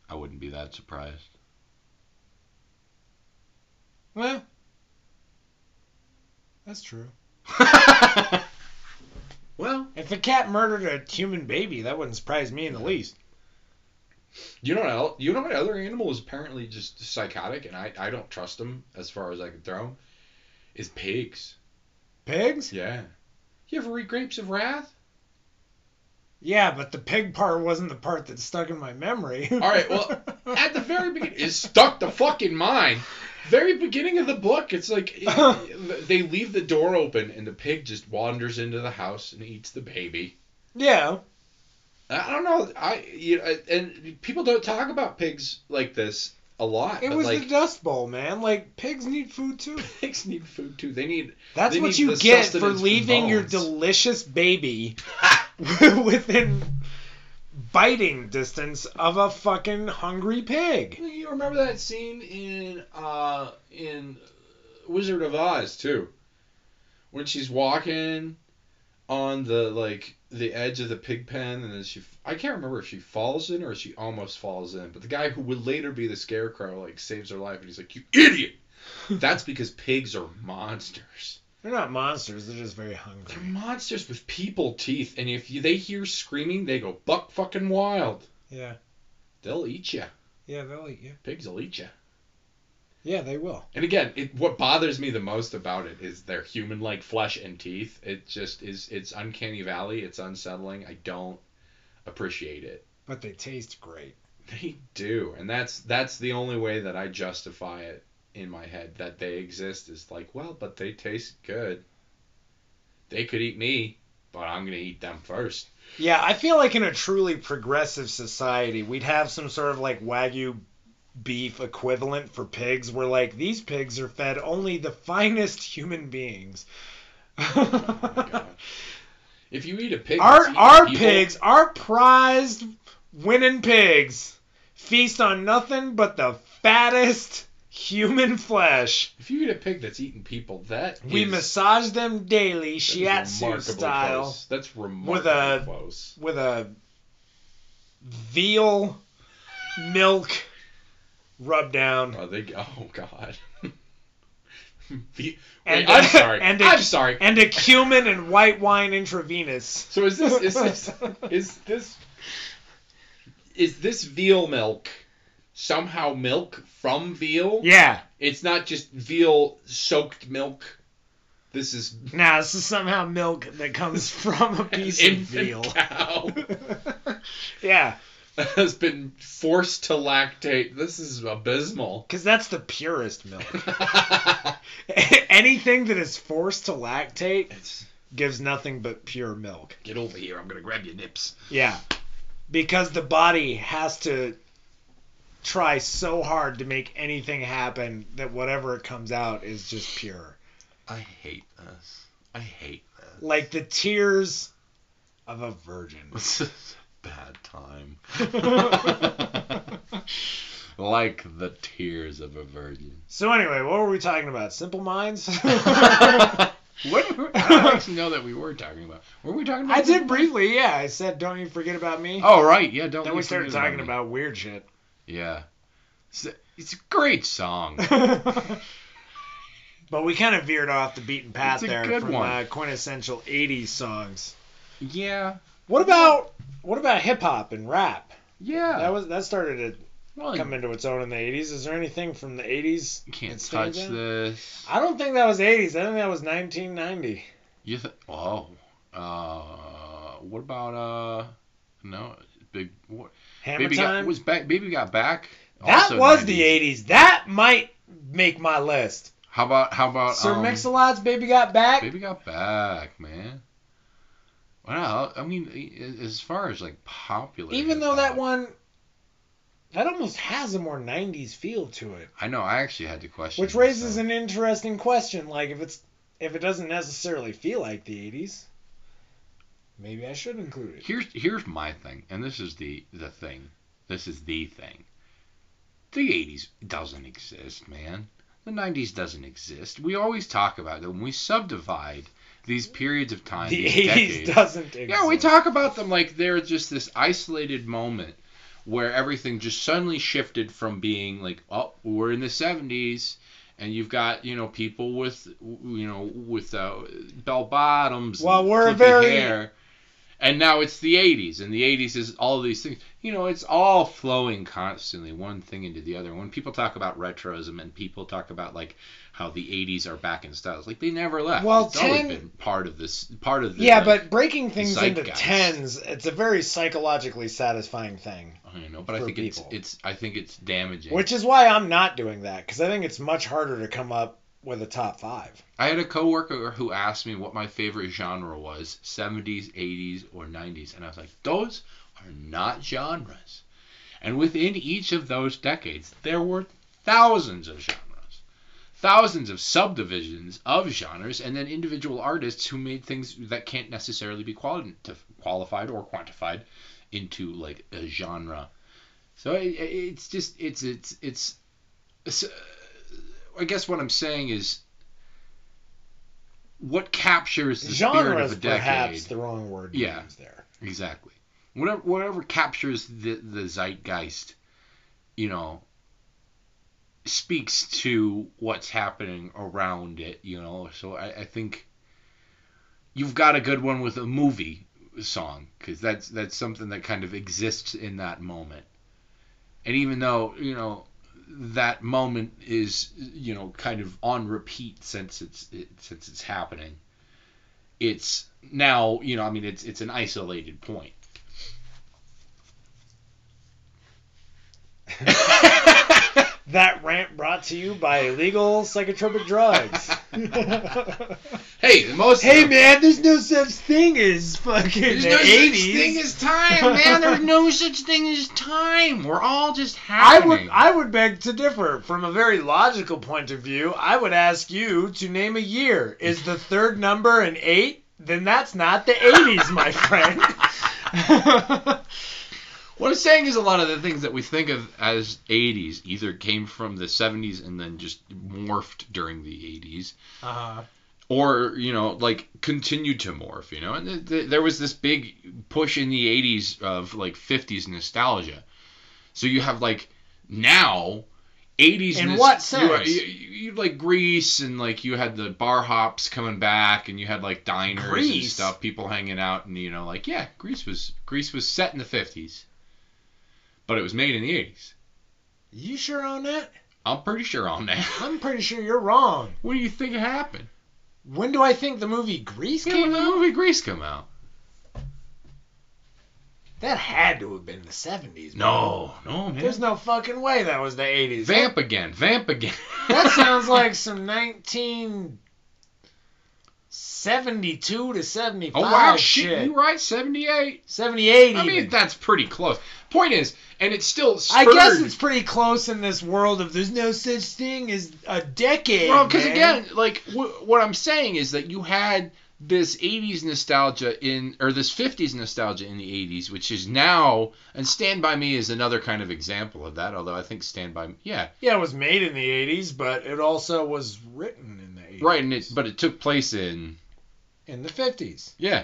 [SPEAKER 6] I wouldn't be that surprised.
[SPEAKER 1] Well, that's true.
[SPEAKER 2] Well,
[SPEAKER 1] If a cat murdered a human baby, that wouldn't surprise me in the least.
[SPEAKER 2] you know what? el- You know what other animal is apparently just psychotic, and I, I don't trust them as far as I can throw them. Is pigs.
[SPEAKER 1] Pigs?
[SPEAKER 2] Yeah. You ever read Grapes of Wrath?
[SPEAKER 1] Yeah, but the pig part wasn't the part that stuck in my memory. All
[SPEAKER 2] right, well, At the very beginning, it stuck the fucking mind. Very beginning of the book, it's like it- they leave the door open and the pig just wanders into the house and eats the baby.
[SPEAKER 1] Yeah.
[SPEAKER 2] I don't know. I you know, and people don't talk about pigs like this a lot.
[SPEAKER 1] It
[SPEAKER 2] but,
[SPEAKER 1] was
[SPEAKER 2] like,
[SPEAKER 1] the Dust Bowl, man. Like, pigs need food too.
[SPEAKER 2] pigs need food too. They need
[SPEAKER 1] That's
[SPEAKER 2] They
[SPEAKER 1] what
[SPEAKER 2] need
[SPEAKER 1] you
[SPEAKER 2] the
[SPEAKER 1] get for
[SPEAKER 2] sustenance for
[SPEAKER 1] leaving your
[SPEAKER 2] bones.
[SPEAKER 1] delicious baby within biting distance of a fucking hungry pig.
[SPEAKER 2] You remember that scene in uh in Wizard of Oz too, when she's walking on the like the edge of the pig pen, and then she I can't remember if she falls in or she almost falls in, but the guy who would later be the Scarecrow like saves her life, and he's like, "You idiot!" That's because pigs are monsters.
[SPEAKER 1] They're not monsters, they're just very
[SPEAKER 2] They're
[SPEAKER 1] hungry.
[SPEAKER 2] monsters with people teeth, and if you, they hear screaming, they go buck fucking wild.
[SPEAKER 1] Yeah.
[SPEAKER 2] They'll eat you.
[SPEAKER 1] Yeah, they'll eat you.
[SPEAKER 2] Pigs will eat you.
[SPEAKER 1] Yeah, they will.
[SPEAKER 2] And again, it, what bothers me the most about it is their human-like flesh and teeth. It just is. It's uncanny valley. It's unsettling. I don't appreciate it.
[SPEAKER 1] But they taste great.
[SPEAKER 2] They do, and that's that's the only way that I justify it in my head that they exist is like, well, but they taste good. They could eat me, but I'm gonna eat them first.
[SPEAKER 1] Yeah, I feel like in a truly progressive society, we'd have some sort of like wagyu beef equivalent for pigs where like these pigs are fed only the finest human beings.
[SPEAKER 2] Oh my God. if you eat a pig,
[SPEAKER 1] our
[SPEAKER 2] that's eating
[SPEAKER 1] our
[SPEAKER 2] people-
[SPEAKER 1] pigs, our prized winning pigs, feast on nothing but the fattest human flesh.
[SPEAKER 2] If you eat a pig that's eating people, that
[SPEAKER 1] We
[SPEAKER 2] is-
[SPEAKER 1] massage them daily,
[SPEAKER 2] that is
[SPEAKER 1] shiatsu
[SPEAKER 2] remarkably
[SPEAKER 1] style,
[SPEAKER 2] Close. That's remarkably
[SPEAKER 1] With a-
[SPEAKER 2] close.
[SPEAKER 1] with a veal milk rub down.
[SPEAKER 2] Oh, they. Oh God. Ve-
[SPEAKER 1] And
[SPEAKER 2] Wait, I'm
[SPEAKER 1] a-
[SPEAKER 2] sorry.
[SPEAKER 1] and a-
[SPEAKER 2] I'm sorry.
[SPEAKER 1] And a cumin and white wine intravenous.
[SPEAKER 2] So is this is this is this is this veal milk somehow milk from veal?
[SPEAKER 1] Yeah.
[SPEAKER 2] It's not just veal soaked milk. This is
[SPEAKER 1] Now this is somehow milk that comes from a piece of
[SPEAKER 2] infant
[SPEAKER 1] veal.
[SPEAKER 2] cow
[SPEAKER 1] yeah.
[SPEAKER 2] has been forced to lactate. This is abysmal.
[SPEAKER 1] Because that's the purest milk. Anything that is forced to lactate
[SPEAKER 2] It's-
[SPEAKER 1] gives nothing but pure milk.
[SPEAKER 6] Get over here. I'm gonna grab your nips.
[SPEAKER 1] Yeah. Because the body has to try so hard to make anything happen that whatever comes out is just pure.
[SPEAKER 6] I hate this. I hate this.
[SPEAKER 1] Like the tears of a virgin.
[SPEAKER 6] This is a bad time. like the tears of a virgin.
[SPEAKER 1] So, anyway, what were we talking about? Simple Minds?
[SPEAKER 6] What? were- I don't actually know that we were talking about. Were we talking about?
[SPEAKER 1] I did briefly, yeah. I said, Don't You Forget About Me.
[SPEAKER 6] Oh right, yeah. Don't.
[SPEAKER 1] then
[SPEAKER 6] you
[SPEAKER 1] we started
[SPEAKER 6] forget
[SPEAKER 1] talking
[SPEAKER 6] me.
[SPEAKER 1] about weird shit.
[SPEAKER 6] Yeah. It's a, it's a great song.
[SPEAKER 1] but we kind of veered off the beaten
[SPEAKER 6] It's
[SPEAKER 1] path
[SPEAKER 6] a
[SPEAKER 1] there
[SPEAKER 6] good
[SPEAKER 1] from
[SPEAKER 6] one.
[SPEAKER 1] Uh, quintessential 80s songs.
[SPEAKER 6] yeah.
[SPEAKER 1] What about what about hip hop and rap?
[SPEAKER 6] Yeah.
[SPEAKER 1] That was that started
[SPEAKER 6] well,
[SPEAKER 1] to
[SPEAKER 6] you
[SPEAKER 1] come into its own in the 80s. Is there anything from the 80s? that
[SPEAKER 6] can't touch
[SPEAKER 1] stands out?
[SPEAKER 6] this.
[SPEAKER 1] I don't think that was 80s. I think that was 1990.
[SPEAKER 6] You th- oh. Uh, what about uh? No, big. What,
[SPEAKER 1] Hammer
[SPEAKER 6] baby
[SPEAKER 1] time.
[SPEAKER 6] got was back. Baby got back.
[SPEAKER 1] that
[SPEAKER 6] also
[SPEAKER 1] was
[SPEAKER 6] 90s.
[SPEAKER 1] the 80s. That might make my list.
[SPEAKER 6] How about how about
[SPEAKER 1] Sir
[SPEAKER 6] um,
[SPEAKER 1] Mix-a-Lot's "Baby Got Back."
[SPEAKER 6] Baby got back, man. Wow, I mean, a- as far as like popular,
[SPEAKER 1] Even though that
[SPEAKER 6] hip-hop,
[SPEAKER 1] one, that almost has a more 90s feel to it.
[SPEAKER 6] I know, I actually had to question.
[SPEAKER 1] Which raises
[SPEAKER 6] myself.
[SPEAKER 1] an interesting question. Like, if it's if it doesn't necessarily feel like the 80s, maybe I should include it.
[SPEAKER 2] Here's here's my thing, and this is the the thing. This is the thing. The '80s doesn't exist, man. The '90s doesn't exist. We always talk about them. We subdivide these periods of time.
[SPEAKER 1] The
[SPEAKER 2] these
[SPEAKER 1] 80s
[SPEAKER 2] decades.
[SPEAKER 1] doesn't exist.
[SPEAKER 2] Yeah, we talk about them like they're just this isolated moment where everything just suddenly shifted from being like, oh, we're in the 70s, and you've got you know people with you know with uh, bell bottoms,
[SPEAKER 1] Well,
[SPEAKER 2] and
[SPEAKER 1] we're
[SPEAKER 2] flippy
[SPEAKER 1] very-
[SPEAKER 2] hair, and now it's the 80s, and the 80s is all these things. You know, it's all flowing constantly, one thing into the other. When people talk about retroism and people talk about like how the 80s are back in style, it's like they never left.
[SPEAKER 1] Well,
[SPEAKER 2] it's always
[SPEAKER 1] 10
[SPEAKER 2] been part of this, part of the
[SPEAKER 1] Yeah,
[SPEAKER 2] like,
[SPEAKER 1] but breaking things into
[SPEAKER 2] zeitgeist.
[SPEAKER 1] tens, it's a very psychologically satisfying thing.
[SPEAKER 2] I don't know, but I
[SPEAKER 1] for
[SPEAKER 2] think
[SPEAKER 1] people.
[SPEAKER 2] it's it's I think it's damaging.
[SPEAKER 1] Which is why I'm not doing that because I think it's much harder to come up with a top five.
[SPEAKER 2] I had a coworker who asked me what my favorite genre was, 70s, 80s, or 90s, and I was like, those are not genres. And within each of those decades, there were thousands of genres. Thousands of subdivisions of genres, and then individual artists who made things that can't necessarily be quali- qualified or quantified into like a genre. So it, it's just it's it's it's. it's uh, I guess what I'm saying is, what captures the spirit
[SPEAKER 1] Genre is
[SPEAKER 2] of a decade?
[SPEAKER 1] perhaps the wrong word to
[SPEAKER 2] Yeah.
[SPEAKER 1] use there.
[SPEAKER 2] Exactly. Whatever whatever captures the the zeitgeist, you know, speaks to what's happening around it, you know. So I, I think you've got a good one with a movie song because that's that's something that kind of exists in that moment. And even though you know that moment is you know kind of on repeat since it's it, since it's happening, it's now you know I mean it's it's an isolated point.
[SPEAKER 1] That rant brought to you by illegal psychotropic drugs.
[SPEAKER 2] hey, the most
[SPEAKER 1] hey man, there's no such thing as fucking
[SPEAKER 2] There's
[SPEAKER 1] the
[SPEAKER 2] no
[SPEAKER 1] 80s.
[SPEAKER 2] such thing as time, man. There's no such thing as time. We're all just
[SPEAKER 1] I
[SPEAKER 2] happening.
[SPEAKER 1] would I would beg to differ. From a very logical point of view, I would ask you to name a year. Is the third number an eight? Then that's not the eighties, my friend.
[SPEAKER 2] What I'm saying is a lot of the things that we think of as 80s either came from the 70s and then just morphed during the 80s,
[SPEAKER 1] uh,
[SPEAKER 2] or you know like continued to morph. You know, and th- th- there was this big push in the 80s of like 50s nostalgia. So you have like now 80s.
[SPEAKER 1] In
[SPEAKER 2] nos-
[SPEAKER 1] what
[SPEAKER 2] You,
[SPEAKER 1] sense?
[SPEAKER 2] you, you like Greece and like you had the bar hops coming back and you had like diners and
[SPEAKER 1] Grease?
[SPEAKER 2] stuff, people hanging out and you know like yeah, Greece was Greece was set in the 50s, but it was made in the 80s.
[SPEAKER 1] you sure on that?
[SPEAKER 2] I'm pretty sure on that.
[SPEAKER 1] I'm pretty sure you're wrong.
[SPEAKER 2] what do you think happened?
[SPEAKER 1] When do I think the movie Grease
[SPEAKER 2] Yeah,
[SPEAKER 1] came
[SPEAKER 2] when the
[SPEAKER 1] out?
[SPEAKER 2] movie Greece come out?
[SPEAKER 1] That had to have been the seventies.
[SPEAKER 2] No, no man.
[SPEAKER 1] There's no fucking way that was the eighties.
[SPEAKER 2] Vamp again, vamp again.
[SPEAKER 1] That sounds like some 1972 to 75
[SPEAKER 2] Oh wow, shit,
[SPEAKER 1] shit.
[SPEAKER 2] you right, 78.
[SPEAKER 1] 78
[SPEAKER 2] I
[SPEAKER 1] even.
[SPEAKER 2] mean, that's pretty close. Point is, and it's still
[SPEAKER 1] I guess
[SPEAKER 2] spurred-
[SPEAKER 1] it's pretty close in this world of there's no such thing as a decade.
[SPEAKER 2] Well, because
[SPEAKER 1] man.
[SPEAKER 2] again, like w- what I'm saying is that you had this 80s nostalgia in, or this 50s nostalgia in the 80s, which is now, and Stand By Me is another kind of example of that, although I think Stand By Me, yeah,
[SPEAKER 1] yeah, it was made in the 80s, but it also was written in the 80s.
[SPEAKER 2] right, and it, but it took place in,
[SPEAKER 1] in the 50s.
[SPEAKER 2] yeah.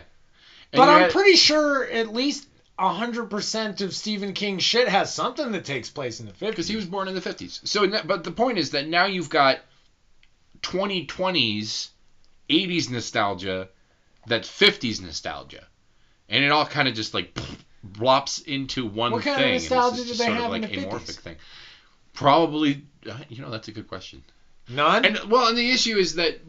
[SPEAKER 2] And
[SPEAKER 1] But
[SPEAKER 2] you
[SPEAKER 1] I'm
[SPEAKER 2] had-
[SPEAKER 1] pretty sure at least 100% of Stephen King shit has something that takes place in the 50s.
[SPEAKER 2] because he was born in the 50s. So, n- but the point is that now you've got 2020s, 80s nostalgia, that's 50s nostalgia, and it all kind of just like blops into one
[SPEAKER 1] What
[SPEAKER 2] thing.
[SPEAKER 1] kind of
[SPEAKER 2] and it's
[SPEAKER 1] nostalgia
[SPEAKER 2] just
[SPEAKER 1] did they
[SPEAKER 2] sort
[SPEAKER 1] have
[SPEAKER 2] of
[SPEAKER 1] in
[SPEAKER 2] like
[SPEAKER 1] the 50s?
[SPEAKER 2] amorphic thing. Probably, uh, you know, that's a good question.
[SPEAKER 1] None?
[SPEAKER 2] And well, and the issue is that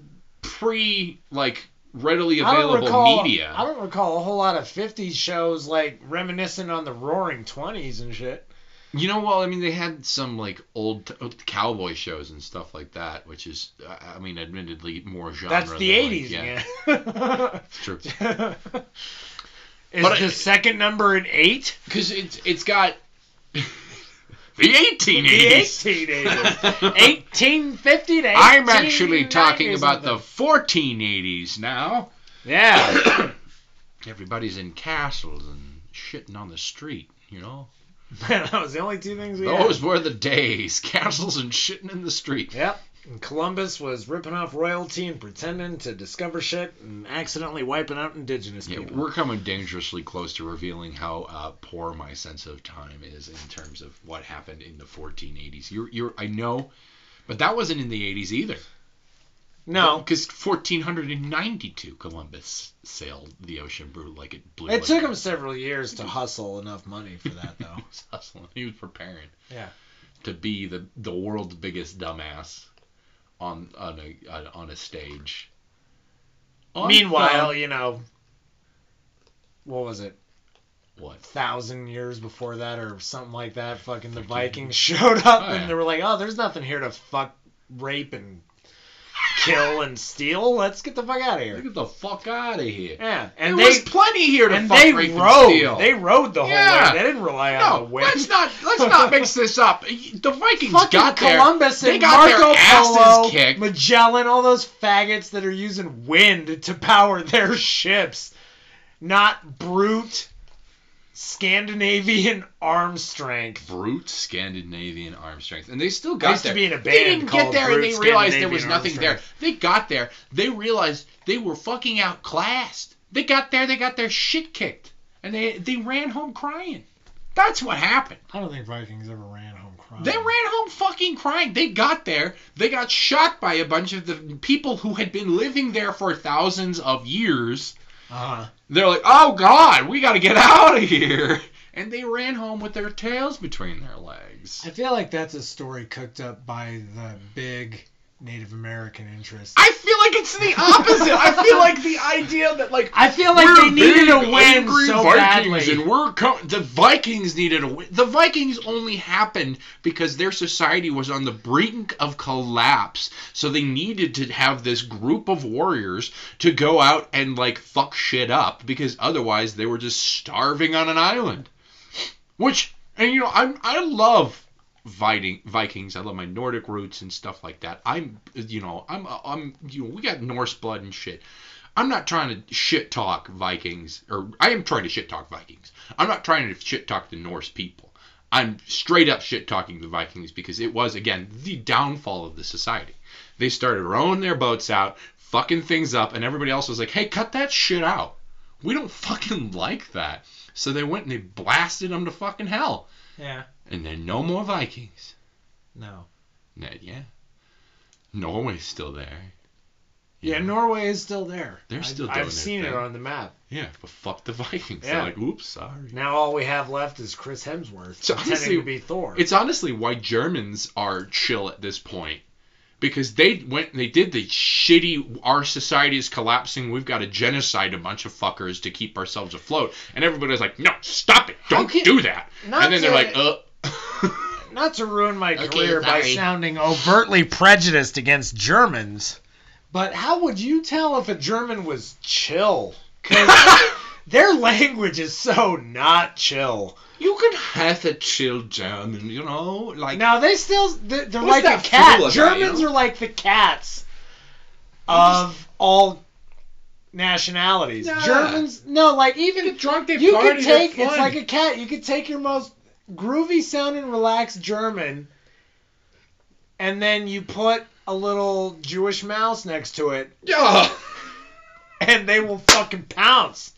[SPEAKER 2] pre like readily
[SPEAKER 1] I don't
[SPEAKER 2] available
[SPEAKER 1] recall,
[SPEAKER 2] media.
[SPEAKER 1] I don't recall a whole lot of 50s shows like reminiscent on the roaring 20s and shit.
[SPEAKER 2] You know, well, I mean, they had some like old t- cowboy shows and stuff like that, which is, I I mean, admittedly more genre.
[SPEAKER 1] That's the
[SPEAKER 2] than, like,
[SPEAKER 1] 80s,
[SPEAKER 2] yeah,
[SPEAKER 1] man.
[SPEAKER 2] True.
[SPEAKER 1] Is
[SPEAKER 2] But I-
[SPEAKER 1] the second number an eight?
[SPEAKER 2] Because it's it's got The
[SPEAKER 1] The
[SPEAKER 2] 1880s.
[SPEAKER 1] 1880s. 1850 to
[SPEAKER 2] I'm actually talking
[SPEAKER 1] 1890 or
[SPEAKER 2] about the
[SPEAKER 1] something.
[SPEAKER 2] 1480s now.
[SPEAKER 1] Yeah.
[SPEAKER 2] Everybody's in castles and shitting on the street, you know?
[SPEAKER 1] Man, that was the only two things we
[SPEAKER 2] Those
[SPEAKER 1] had.
[SPEAKER 2] were the days. Castles and shitting in the street.
[SPEAKER 1] Yep. And Columbus was ripping off royalty and pretending to discover shit and accidentally wiping out indigenous
[SPEAKER 2] Yeah,
[SPEAKER 1] people.
[SPEAKER 2] we're coming dangerously close to revealing how uh, poor my sense of time is in terms of what happened in the 1480s. You're, you're, I know, but that wasn't in the 80s either.
[SPEAKER 1] No.
[SPEAKER 2] because 1492 Columbus sailed the ocean blue like it blew.
[SPEAKER 1] It
[SPEAKER 2] like
[SPEAKER 1] took him several years to hustle enough money for that, though.
[SPEAKER 2] he was hustling. He was preparing.
[SPEAKER 1] Yeah.
[SPEAKER 2] To be the the world's biggest dumbass on on a on- on a stage. On
[SPEAKER 1] Meanwhile,
[SPEAKER 2] film-
[SPEAKER 1] you know, what was it?
[SPEAKER 2] what?
[SPEAKER 1] Thousand years before that, or something like that. Fucking the Vikings showed up
[SPEAKER 2] Oh,
[SPEAKER 1] and
[SPEAKER 2] yeah.
[SPEAKER 1] they were like, "Oh, there's nothing here to fuck, rape, and kill and steal. Let's get the fuck out of here."
[SPEAKER 2] Get the fuck out of here!
[SPEAKER 1] Yeah,
[SPEAKER 2] And
[SPEAKER 1] and
[SPEAKER 2] there was
[SPEAKER 1] they
[SPEAKER 2] plenty here to
[SPEAKER 1] and
[SPEAKER 2] fuck
[SPEAKER 1] they
[SPEAKER 2] rape and steal.
[SPEAKER 1] rode. They rode the whole
[SPEAKER 2] Yeah.
[SPEAKER 1] way. They didn't rely on the
[SPEAKER 2] no,
[SPEAKER 1] wind.
[SPEAKER 2] let's not let's not mix this up. The Vikings
[SPEAKER 1] Fucking
[SPEAKER 2] got there.
[SPEAKER 1] Columbus
[SPEAKER 2] They
[SPEAKER 1] and
[SPEAKER 2] got their
[SPEAKER 1] Marco
[SPEAKER 2] asses
[SPEAKER 1] Polo,
[SPEAKER 2] kicked.
[SPEAKER 1] Magellan, all those faggots that are using wind to power their ships, not brute Scandinavian arm strength.
[SPEAKER 2] brute Scandinavian arm strength, and they still
[SPEAKER 1] I
[SPEAKER 2] got
[SPEAKER 1] used to
[SPEAKER 2] there.
[SPEAKER 1] be in a
[SPEAKER 2] they
[SPEAKER 1] band
[SPEAKER 2] didn't get
[SPEAKER 1] called
[SPEAKER 2] there, and
[SPEAKER 1] Brute
[SPEAKER 2] they realized there
[SPEAKER 1] Scandinavian
[SPEAKER 2] was
[SPEAKER 1] arm
[SPEAKER 2] nothing there.
[SPEAKER 1] strength.
[SPEAKER 2] They got there. They realized they were fucking outclassed. They got there. They got their shit kicked, and they they ran home crying. That's what happened.
[SPEAKER 1] I don't think Vikings ever ran home crying.
[SPEAKER 2] They ran home fucking crying. They got there. They got shot by a bunch of the people who had been living there for thousands of years.
[SPEAKER 1] Uh-huh.
[SPEAKER 2] They're like, oh god, we got to get out of here. And they ran home with their tails between their legs.
[SPEAKER 1] I feel like that's a story cooked up by the big Native American interest.
[SPEAKER 2] I feel like it's the opposite. I feel like the idea that like
[SPEAKER 1] I feel like they needed a win so badly.
[SPEAKER 2] and we're co- the Vikings needed a win. The Vikings only happened because their society was on the brink of collapse, so they needed to have this group of warriors to go out and like fuck shit up because otherwise they were just starving on an island. Which and you know I I love Viking Vikings. I love my Nordic roots and stuff like that. I'm you know I'm I'm you know we got Norse blood and shit. I'm not trying to shit talk Vikings, or I am trying to shit talk Vikings. I'm not trying to shit talk the Norse people. I'm straight up shit talking the Vikings because it was again the downfall of the society. They started rowing their boats out, fucking things up, and everybody else was like, "Hey, cut that shit out. We don't fucking like that." So they went and they blasted them to fucking hell,
[SPEAKER 1] yeah.
[SPEAKER 2] and then no more Vikings.
[SPEAKER 1] No.
[SPEAKER 2] Nah, Yeah, Norway's still there. You
[SPEAKER 1] Yeah,
[SPEAKER 2] know?
[SPEAKER 1] Norway is still there.
[SPEAKER 2] They're
[SPEAKER 1] I've-
[SPEAKER 2] still
[SPEAKER 1] I've,
[SPEAKER 2] doing their
[SPEAKER 1] seen
[SPEAKER 2] thing.
[SPEAKER 1] it on the map.
[SPEAKER 2] Yeah, but fuck the Vikings.
[SPEAKER 1] Yeah.
[SPEAKER 2] They're like, oops, sorry.
[SPEAKER 1] Now all we have left is Chris Hemsworth
[SPEAKER 2] So
[SPEAKER 1] pretending
[SPEAKER 2] honestly,
[SPEAKER 1] to be Thor.
[SPEAKER 2] It's honestly why Germans are chill at this point. Because they went and they did the shitty our society is collapsing, we've got to genocide a bunch of fuckers to keep ourselves afloat. And everybody's like, No, stop it, don't
[SPEAKER 1] Okay,
[SPEAKER 2] do that.
[SPEAKER 1] not
[SPEAKER 2] And then
[SPEAKER 1] to-
[SPEAKER 2] they're like, uh
[SPEAKER 1] not to ruin my
[SPEAKER 2] Okay,
[SPEAKER 1] career by
[SPEAKER 2] sorry.
[SPEAKER 1] sounding overtly prejudiced against Germans, but how would you tell if a German was chill? 'Cause their language is so not chill.
[SPEAKER 2] You can have a chill German, you know? Like
[SPEAKER 1] Now they still they're, they're
[SPEAKER 4] What's
[SPEAKER 1] like the
[SPEAKER 4] that
[SPEAKER 1] cat.
[SPEAKER 4] fool about,
[SPEAKER 1] Germans
[SPEAKER 4] you know?
[SPEAKER 1] are like the cats of all nationalities.
[SPEAKER 2] Nah.
[SPEAKER 1] Germans, no, like even
[SPEAKER 2] get drunk, they
[SPEAKER 1] you
[SPEAKER 2] party,
[SPEAKER 1] could
[SPEAKER 2] they're
[SPEAKER 1] take it's
[SPEAKER 2] fun.
[SPEAKER 1] like a cat. You could take your most groovy sounding, relaxed German, and then you put a little Jewish mouse next to it,
[SPEAKER 4] Yeah.
[SPEAKER 1] and they will fucking pounce.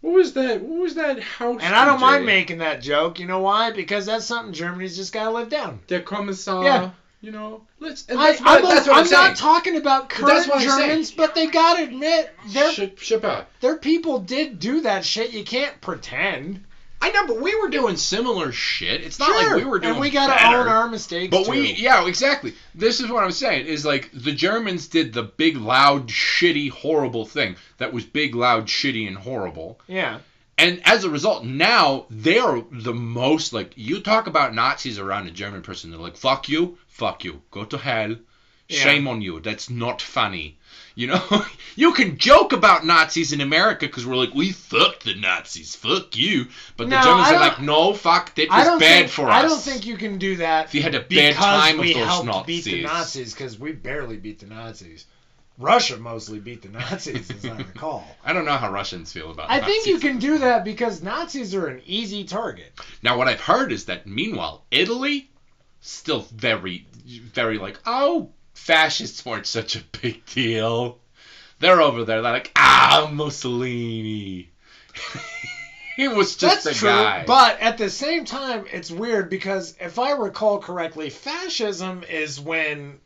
[SPEAKER 4] What was that? What was that house?
[SPEAKER 1] And I don't
[SPEAKER 4] DJ?
[SPEAKER 1] mind making that joke. You know why? Because that's something Germany's just gotta live down.
[SPEAKER 4] The commissar.
[SPEAKER 1] Yeah.
[SPEAKER 4] You know. Let's. And
[SPEAKER 1] I,
[SPEAKER 4] that's what,
[SPEAKER 1] am
[SPEAKER 4] that's what I'm, saying.
[SPEAKER 1] not talking about current
[SPEAKER 4] that's what I'm saying.
[SPEAKER 1] Germans, but they gotta admit their
[SPEAKER 4] Ship, ship out.
[SPEAKER 1] their people did do that shit. You can't pretend.
[SPEAKER 2] I know, but we were doing similar shit. It's not
[SPEAKER 1] Sure.
[SPEAKER 2] like we were doing
[SPEAKER 1] and we gotta
[SPEAKER 2] better.
[SPEAKER 1] own our mistakes.
[SPEAKER 2] But
[SPEAKER 1] too.
[SPEAKER 2] we, yeah, exactly. This is what I'm saying is like the Germans did the big, loud, shitty, horrible thing that was big, loud, shitty, and horrible.
[SPEAKER 1] yeah,
[SPEAKER 2] And as a result, now they are the most like you talk about Nazis around a German person. They're like, "Fuck you, fuck you, go to hell."
[SPEAKER 1] Yeah.
[SPEAKER 2] Shame on you. That's not funny. You know, you can joke about Nazis in America because we're like, we fucked the Nazis, fuck you. But
[SPEAKER 1] No,
[SPEAKER 2] the Germans
[SPEAKER 1] I
[SPEAKER 2] are
[SPEAKER 1] don't-
[SPEAKER 2] like, no, fuck, that
[SPEAKER 1] I
[SPEAKER 2] was
[SPEAKER 1] don't
[SPEAKER 2] bad
[SPEAKER 1] think,
[SPEAKER 2] for us.
[SPEAKER 1] I don't think you can do that
[SPEAKER 2] If you had a bad
[SPEAKER 1] because
[SPEAKER 2] time
[SPEAKER 1] we
[SPEAKER 2] with those
[SPEAKER 1] helped
[SPEAKER 2] Nazis.
[SPEAKER 1] beat the Nazis because we barely beat the Nazis. Russia mostly beat the Nazis, as I recall.
[SPEAKER 2] I don't know how Russians feel about
[SPEAKER 1] I
[SPEAKER 2] Nazis.
[SPEAKER 1] think you can do that because Nazis are an easy target.
[SPEAKER 2] Now, what I've heard is that meanwhile, Italy, still very, very like, oh, fascists weren't such a big deal. They're over there. They're like, ah, Mussolini. he was just
[SPEAKER 1] That's
[SPEAKER 2] a
[SPEAKER 1] true,
[SPEAKER 2] guy.
[SPEAKER 1] but at the same time, it's weird because if I recall correctly, fascism is when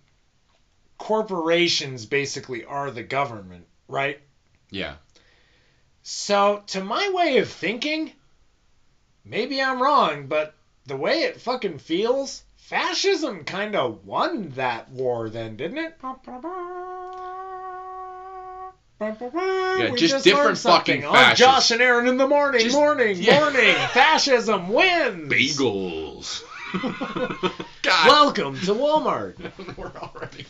[SPEAKER 1] corporations basically are the government, right?
[SPEAKER 2] yeah.
[SPEAKER 1] So, to my way of thinking, maybe I'm wrong, but the way it fucking feels, fascism kind of won that war then, didn't it? Yeah,
[SPEAKER 2] just different fucking
[SPEAKER 1] I'm Josh
[SPEAKER 2] fascists.
[SPEAKER 1] and Aaron in the morning,
[SPEAKER 2] Just-
[SPEAKER 1] morning,
[SPEAKER 2] yeah.
[SPEAKER 1] morning. Fascism wins.
[SPEAKER 5] Bagels.
[SPEAKER 2] God.
[SPEAKER 1] Welcome to Walmart.
[SPEAKER 2] we're already.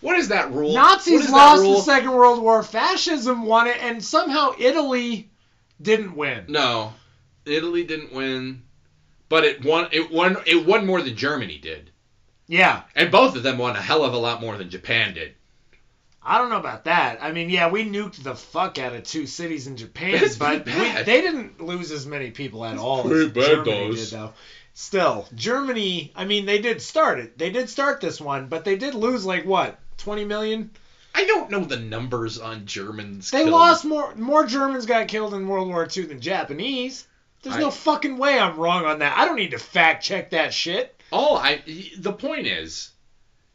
[SPEAKER 2] What is that rule? What
[SPEAKER 1] Nazis
[SPEAKER 2] is that
[SPEAKER 1] lost the
[SPEAKER 2] rule?
[SPEAKER 1] Second World War. Fascism won it, and somehow Italy didn't win.
[SPEAKER 2] No, Italy didn't win, but it won. It won. It won more than Germany did,
[SPEAKER 1] Yeah,
[SPEAKER 2] and both of them won a hell of a lot more than Japan did.
[SPEAKER 1] I don't know about that. I mean, yeah, we nuked the fuck out of two cities in Japan,
[SPEAKER 2] That's
[SPEAKER 1] but
[SPEAKER 2] pretty
[SPEAKER 1] we,
[SPEAKER 2] bad.
[SPEAKER 1] they didn't lose as many people at all as
[SPEAKER 4] pretty bad,
[SPEAKER 1] Germany
[SPEAKER 4] those.
[SPEAKER 1] did, though. Still, Germany. I mean, they did start it. They did start this one, but they did lose like what, 20 million?
[SPEAKER 2] I don't know the numbers on Germans.
[SPEAKER 1] They
[SPEAKER 2] killed.
[SPEAKER 1] lost more. More Germans got killed in World War II than Japanese. There's no
[SPEAKER 2] I-
[SPEAKER 1] fucking way I'm wrong on that. I don't need to fact check that shit.
[SPEAKER 2] All I. The point is,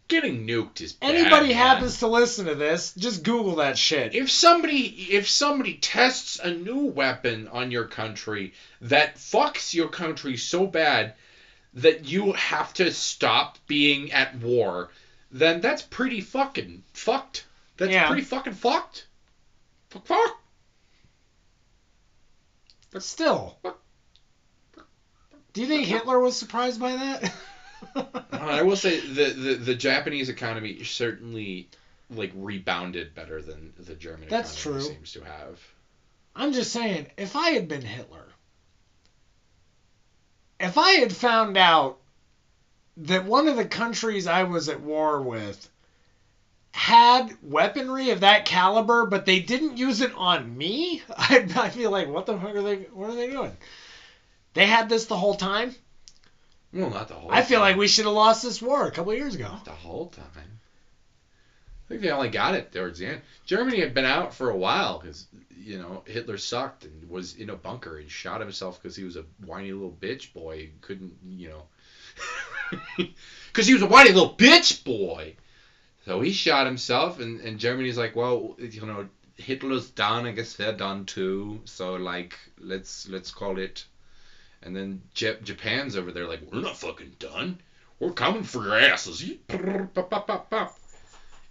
[SPEAKER 2] getting nuked is. Bad,
[SPEAKER 1] Anybody
[SPEAKER 2] man.
[SPEAKER 1] happens to listen to this, just Google that shit.
[SPEAKER 2] If somebody if somebody tests a new weapon on your country that fucks your country so bad that you have to stop being at war, then that's pretty fucking fucked. That's
[SPEAKER 1] Yeah.
[SPEAKER 2] pretty fucking fucked. Fuck fuck.
[SPEAKER 1] But still. Do you think Hitler was surprised by that?
[SPEAKER 2] Uh, I will say the, the the Japanese economy certainly like rebounded better than the German
[SPEAKER 1] That's
[SPEAKER 2] economy
[SPEAKER 1] true.
[SPEAKER 2] seems to have.
[SPEAKER 1] I'm just saying, if I had been Hitler, if I had found out that one of the countries I was at war with had weaponry of that caliber, but they didn't use it on me, I'd, I'd be like, what the fuck are they? What are they doing? They had this the whole time.
[SPEAKER 2] Well, not the whole.
[SPEAKER 1] I feel
[SPEAKER 2] time.
[SPEAKER 1] like we should have lost this war a couple of years ago.
[SPEAKER 2] the whole time. I think they only got it towards the end. Germany had been out for a while because you know Hitler sucked and was in a bunker and shot himself because he was a whiny little bitch boy. Who couldn't you know? Because he was a whiny little bitch boy. So he shot himself, and, and Germany's like, well, you know, Hitler's done. I guess they're done too. So like, let's let's call it. And then Ja- Japan's over there like, we're not fucking done. We're coming for your asses. You- pop, pop, pop, pop.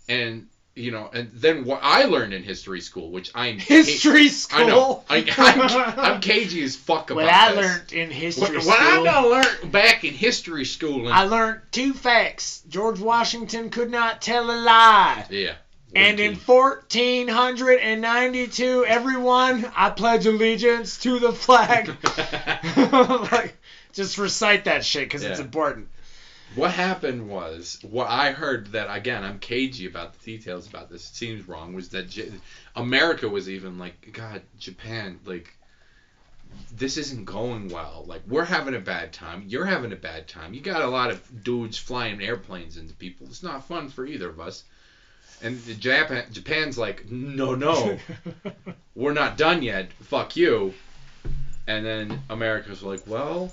[SPEAKER 2] And you know, and then what I learned in history school, which I'm ca-
[SPEAKER 1] History school.
[SPEAKER 2] I know. I, I'm, I'm cagey as fuck about
[SPEAKER 1] what I
[SPEAKER 2] this.
[SPEAKER 1] learned in history
[SPEAKER 2] What,
[SPEAKER 1] school.
[SPEAKER 2] what I done learned back in history school. And,
[SPEAKER 1] I learned two facts. George Washington could not tell a lie.
[SPEAKER 2] yeah.
[SPEAKER 1] And in 1492, everyone, I pledge allegiance to the flag. like, just recite that shit because it's
[SPEAKER 2] Yeah.
[SPEAKER 1] important.
[SPEAKER 2] What happened was, what I heard that again, I'm cagey about the details about this. It seems wrong. Was that J- America was even like, God, Japan, like, this isn't going well. Like, we're having a bad time. You're having a bad time. You got a lot of dudes flying airplanes into people. It's not fun for either of us. And the Japan, Japan's like, no, no, we're not done yet. Fuck you. And then America's like, well,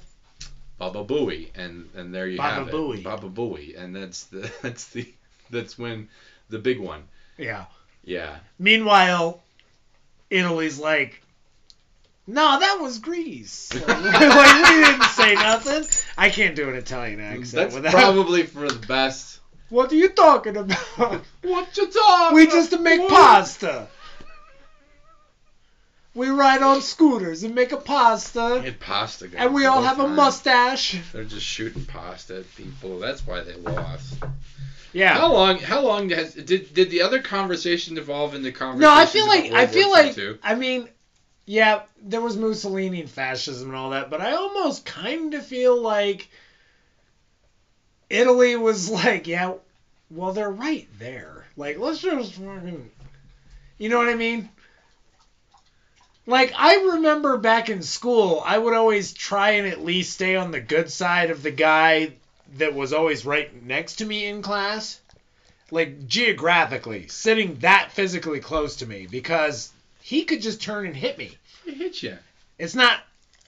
[SPEAKER 2] Baba Booey, and and there you
[SPEAKER 1] Baba
[SPEAKER 2] have it.
[SPEAKER 1] Booey.
[SPEAKER 2] Baba Booey, and that's the that's the that's when the big one.
[SPEAKER 1] yeah.
[SPEAKER 2] Yeah.
[SPEAKER 1] Meanwhile, Italy's like, no, that was Greece. like, we didn't say nothing. I can't do an Italian accent
[SPEAKER 2] That's
[SPEAKER 1] without.
[SPEAKER 2] probably for the best.
[SPEAKER 1] What are you talking about?
[SPEAKER 2] What you talking?
[SPEAKER 1] we just make
[SPEAKER 2] about?
[SPEAKER 1] pasta. We ride on scooters and make a pasta,
[SPEAKER 2] They had pasta. going
[SPEAKER 1] and we all
[SPEAKER 2] the
[SPEAKER 1] have a
[SPEAKER 2] time.
[SPEAKER 1] mustache.
[SPEAKER 2] They're just shooting pasta at people. That's why they lost.
[SPEAKER 1] Yeah.
[SPEAKER 2] How long? How long has did did the other conversation evolve into conversation?
[SPEAKER 1] No, I feel like I feel like I mean, yeah, there was Mussolini and fascism and all that, but I almost kind of feel like Italy was like, yeah, well they're right there. Like let's just fucking, you know what I mean? Like I remember back in school, I would always try and at least stay on the good side of the guy that was always right next to me in class like geographically, sitting that physically close to me because he could just turn and hit me.
[SPEAKER 2] It hit you.
[SPEAKER 1] It's not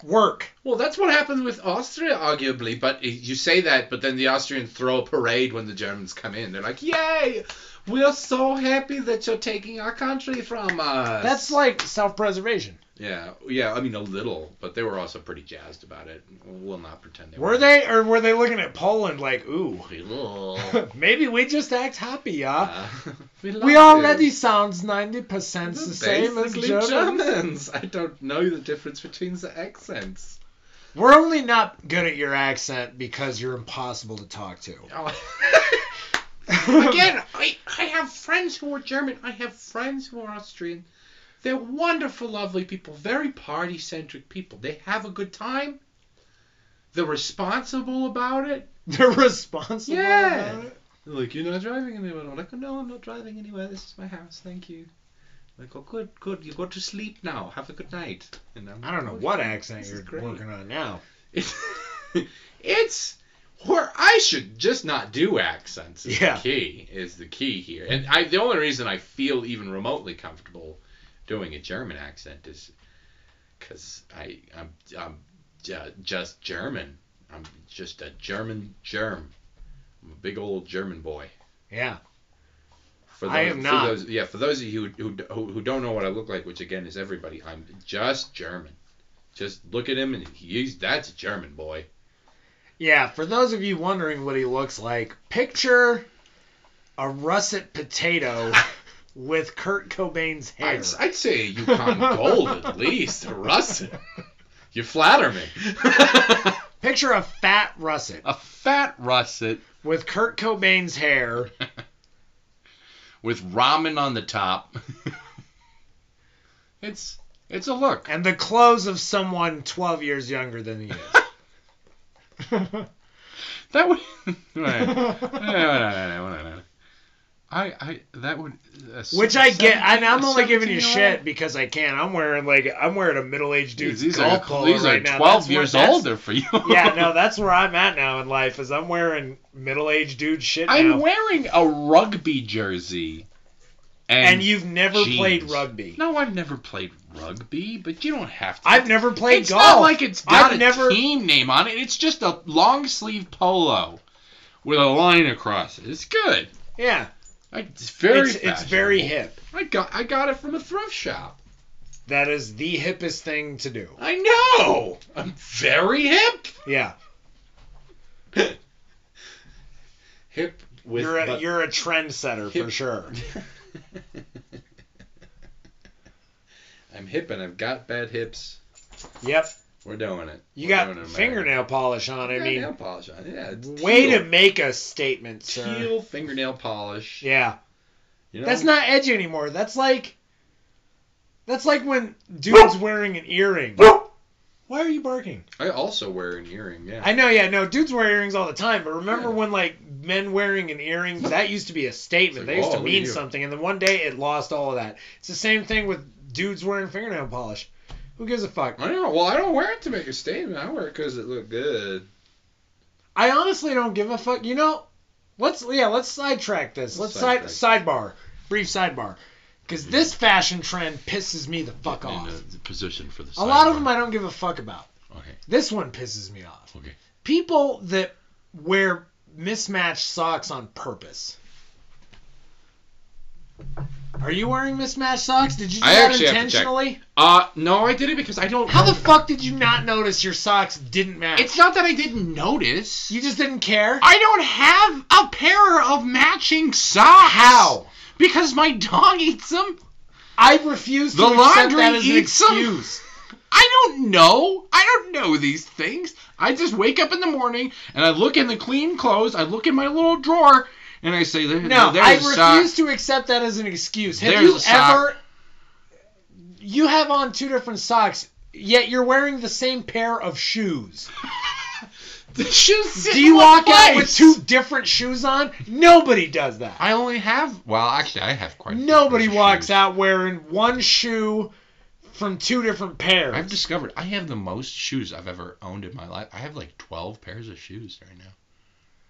[SPEAKER 1] work.
[SPEAKER 2] Well, that's what happened with Austria, arguably. But you say that, but then the Austrians throw a parade when the Germans come in. They're like, "Yay! We're so happy that you're taking our country from us."
[SPEAKER 1] That's like self-preservation.
[SPEAKER 2] yeah, yeah. I mean, a little, but they were also pretty jazzed about it. We'll not pretend they
[SPEAKER 1] Were they or were they looking at Poland like, ooh,
[SPEAKER 2] Little.
[SPEAKER 1] maybe we just act happy, yeah?
[SPEAKER 2] Uh,
[SPEAKER 1] we
[SPEAKER 2] love
[SPEAKER 1] already
[SPEAKER 2] you.
[SPEAKER 1] sounds ninety percent the same as
[SPEAKER 2] Basically
[SPEAKER 1] Germans.
[SPEAKER 2] Germans. I don't know the difference between the accents.
[SPEAKER 1] We're only not good at your accent because you're impossible to talk to.
[SPEAKER 2] Again, I, I have friends who are German. I have friends who are Austrian. They're wonderful, lovely people, very party centric people. They have a good time. They're responsible about it.
[SPEAKER 1] they're responsible.
[SPEAKER 2] Yeah.
[SPEAKER 1] about it.
[SPEAKER 2] They're like, you're not driving anywhere. I'm like, no, I'm not driving anywhere. This is my house. Thank you. Like, oh, good, good. You go to sleep now. Have a good night. And I'm
[SPEAKER 1] I don't know
[SPEAKER 2] like,
[SPEAKER 1] what
[SPEAKER 2] "Okay,
[SPEAKER 1] accent
[SPEAKER 2] this is
[SPEAKER 1] you're
[SPEAKER 2] great."
[SPEAKER 1] working on now.
[SPEAKER 2] It's, it's where I should just not do accents. Is
[SPEAKER 1] Yeah.
[SPEAKER 2] The key is the key here, and I the only reason I feel even remotely comfortable doing a German accent is because I I'm I'm uh, just German. I'm just a German germ. I'm a big old German boy.
[SPEAKER 1] Yeah.
[SPEAKER 2] For
[SPEAKER 1] I am not.
[SPEAKER 2] For those, yeah, for those of you who, who who don't know what I look like, which again is everybody, I'm just German. Just look at him and he's that's a German boy.
[SPEAKER 1] Yeah, for those of you wondering what he looks like, picture a russet potato with Kurt Cobain's hair.
[SPEAKER 2] I'd, I'd say a Yukon Gold at least, a russet. You flatter me.
[SPEAKER 1] Picture a fat russet
[SPEAKER 7] A fat russet
[SPEAKER 1] with Kurt Cobain's hair.
[SPEAKER 7] with ramen on the top. it's it's a look.
[SPEAKER 1] and the clothes of someone 12 years younger than you.
[SPEAKER 7] That would. I I that would. a se-
[SPEAKER 1] Which I get,
[SPEAKER 7] seventeen-
[SPEAKER 1] and I'm
[SPEAKER 7] a
[SPEAKER 1] only giving you
[SPEAKER 7] 17-year-old?
[SPEAKER 1] shit because I can. I'm wearing like I'm wearing a middle-aged dude's
[SPEAKER 7] These are
[SPEAKER 1] golf polo
[SPEAKER 7] these
[SPEAKER 1] right
[SPEAKER 7] are
[SPEAKER 1] now.
[SPEAKER 7] twelve
[SPEAKER 1] That's where-
[SPEAKER 7] years
[SPEAKER 1] that's-
[SPEAKER 7] older for you.
[SPEAKER 1] Yeah, no, that's where I'm at now in life. Is I'm wearing middle-aged dude shit now.
[SPEAKER 7] I'm wearing a rugby jersey.
[SPEAKER 1] and, you've never
[SPEAKER 7] jeans.
[SPEAKER 1] played rugby.
[SPEAKER 7] No, I've never played rugby, but you don't have to.
[SPEAKER 1] I've never played
[SPEAKER 7] it's
[SPEAKER 1] golf.
[SPEAKER 7] not like it's got
[SPEAKER 1] I've
[SPEAKER 7] a
[SPEAKER 1] never-
[SPEAKER 7] team name on it. It's just a long sleeve polo with a line across it. It's good.
[SPEAKER 1] yeah,
[SPEAKER 7] I- It's very.
[SPEAKER 1] it's, it's very
[SPEAKER 7] fashionable.
[SPEAKER 1] hip.
[SPEAKER 2] I got I got it from a thrift shop.
[SPEAKER 1] That is the hippest thing to do.
[SPEAKER 2] I know. I'm very hip.
[SPEAKER 1] Yeah,
[SPEAKER 2] Hip with
[SPEAKER 1] you're a,
[SPEAKER 2] but-
[SPEAKER 1] you're a trendsetter for
[SPEAKER 2] Hip-
[SPEAKER 1] sure.
[SPEAKER 2] I'm hip and I've got bad hips.
[SPEAKER 1] Yep,
[SPEAKER 2] We're doing it.
[SPEAKER 1] you
[SPEAKER 2] We're
[SPEAKER 1] got
[SPEAKER 2] doing it, man.
[SPEAKER 1] fingernail polish on. I
[SPEAKER 2] Yeah, nail
[SPEAKER 1] mean,
[SPEAKER 2] polish on. it. Yeah. it's
[SPEAKER 1] way
[SPEAKER 2] teal.
[SPEAKER 1] to make a statement, sir.
[SPEAKER 2] teal fingernail polish.
[SPEAKER 1] Yeah,
[SPEAKER 2] You know?
[SPEAKER 1] that's not edgy anymore. That's like. That's like when dude's wearing an earring. Why are you barking?
[SPEAKER 2] I also wear an earring. Yeah.
[SPEAKER 1] I know, yeah, no, dudes wear earrings all the time, but remember
[SPEAKER 2] Yeah.
[SPEAKER 1] when like men wearing an earring that used to be a statement.
[SPEAKER 2] It's like,
[SPEAKER 1] they used
[SPEAKER 2] "Oh,
[SPEAKER 1] to
[SPEAKER 2] look at
[SPEAKER 1] mean
[SPEAKER 2] you."
[SPEAKER 1] something, and then one day it lost all of that. It's the same thing with dudes wearing fingernail polish. Who gives a fuck?
[SPEAKER 2] I know. Well, I don't wear it to make a statement. I wear it because it looked good.
[SPEAKER 1] I honestly don't give a fuck. You know, let's yeah, let's sidetrack this. Let's
[SPEAKER 2] Let's
[SPEAKER 1] side sidebar,
[SPEAKER 2] sidetrack
[SPEAKER 1] brief sidebar, because this fashion trend pisses me the fuck
[SPEAKER 7] In
[SPEAKER 1] off.
[SPEAKER 7] the position for the
[SPEAKER 1] A lot of
[SPEAKER 7] sidebar.
[SPEAKER 1] them I don't give a fuck about.
[SPEAKER 7] Okay.
[SPEAKER 1] This one pisses me off.
[SPEAKER 7] Okay.
[SPEAKER 1] People that wear mismatched socks on purpose. Are you wearing mismatched socks? Did you do
[SPEAKER 2] I
[SPEAKER 1] that
[SPEAKER 2] actually have to check.
[SPEAKER 1] intentionally?
[SPEAKER 2] Uh, no, I did it because I don't.
[SPEAKER 1] How
[SPEAKER 2] know-
[SPEAKER 1] the fuck did you not notice your socks didn't match?
[SPEAKER 7] It's not that I didn't notice.
[SPEAKER 1] you just didn't care?
[SPEAKER 7] I don't have a pair of matching socks.
[SPEAKER 1] How?
[SPEAKER 7] Because my dog eats them.
[SPEAKER 1] I refuse to
[SPEAKER 7] The
[SPEAKER 1] accept
[SPEAKER 7] laundry
[SPEAKER 1] that as an
[SPEAKER 7] eats 'em?
[SPEAKER 1] excuse.
[SPEAKER 7] I don't know. I don't know these things. I just wake up in the morning and I look in the clean clothes. I look in my little drawer
[SPEAKER 2] And I say, there, uh,
[SPEAKER 1] No,
[SPEAKER 2] there's
[SPEAKER 1] I
[SPEAKER 2] a sock.
[SPEAKER 1] refuse to accept that as an excuse. Have
[SPEAKER 2] There's
[SPEAKER 1] you
[SPEAKER 2] a sock.
[SPEAKER 1] ever? You have on two different socks, yet you're wearing the same pair of shoes.
[SPEAKER 2] The shoes
[SPEAKER 1] Do you walk out with two different shoes on? Nobody does that.
[SPEAKER 2] I only have. Well, actually, I have quite. a few
[SPEAKER 1] Nobody
[SPEAKER 2] pairs of
[SPEAKER 1] walks
[SPEAKER 2] shoes.
[SPEAKER 1] out wearing one shoe from two different pairs.
[SPEAKER 2] I've discovered I have the most shoes I've ever owned in my life. I have like twelve pairs of shoes right now.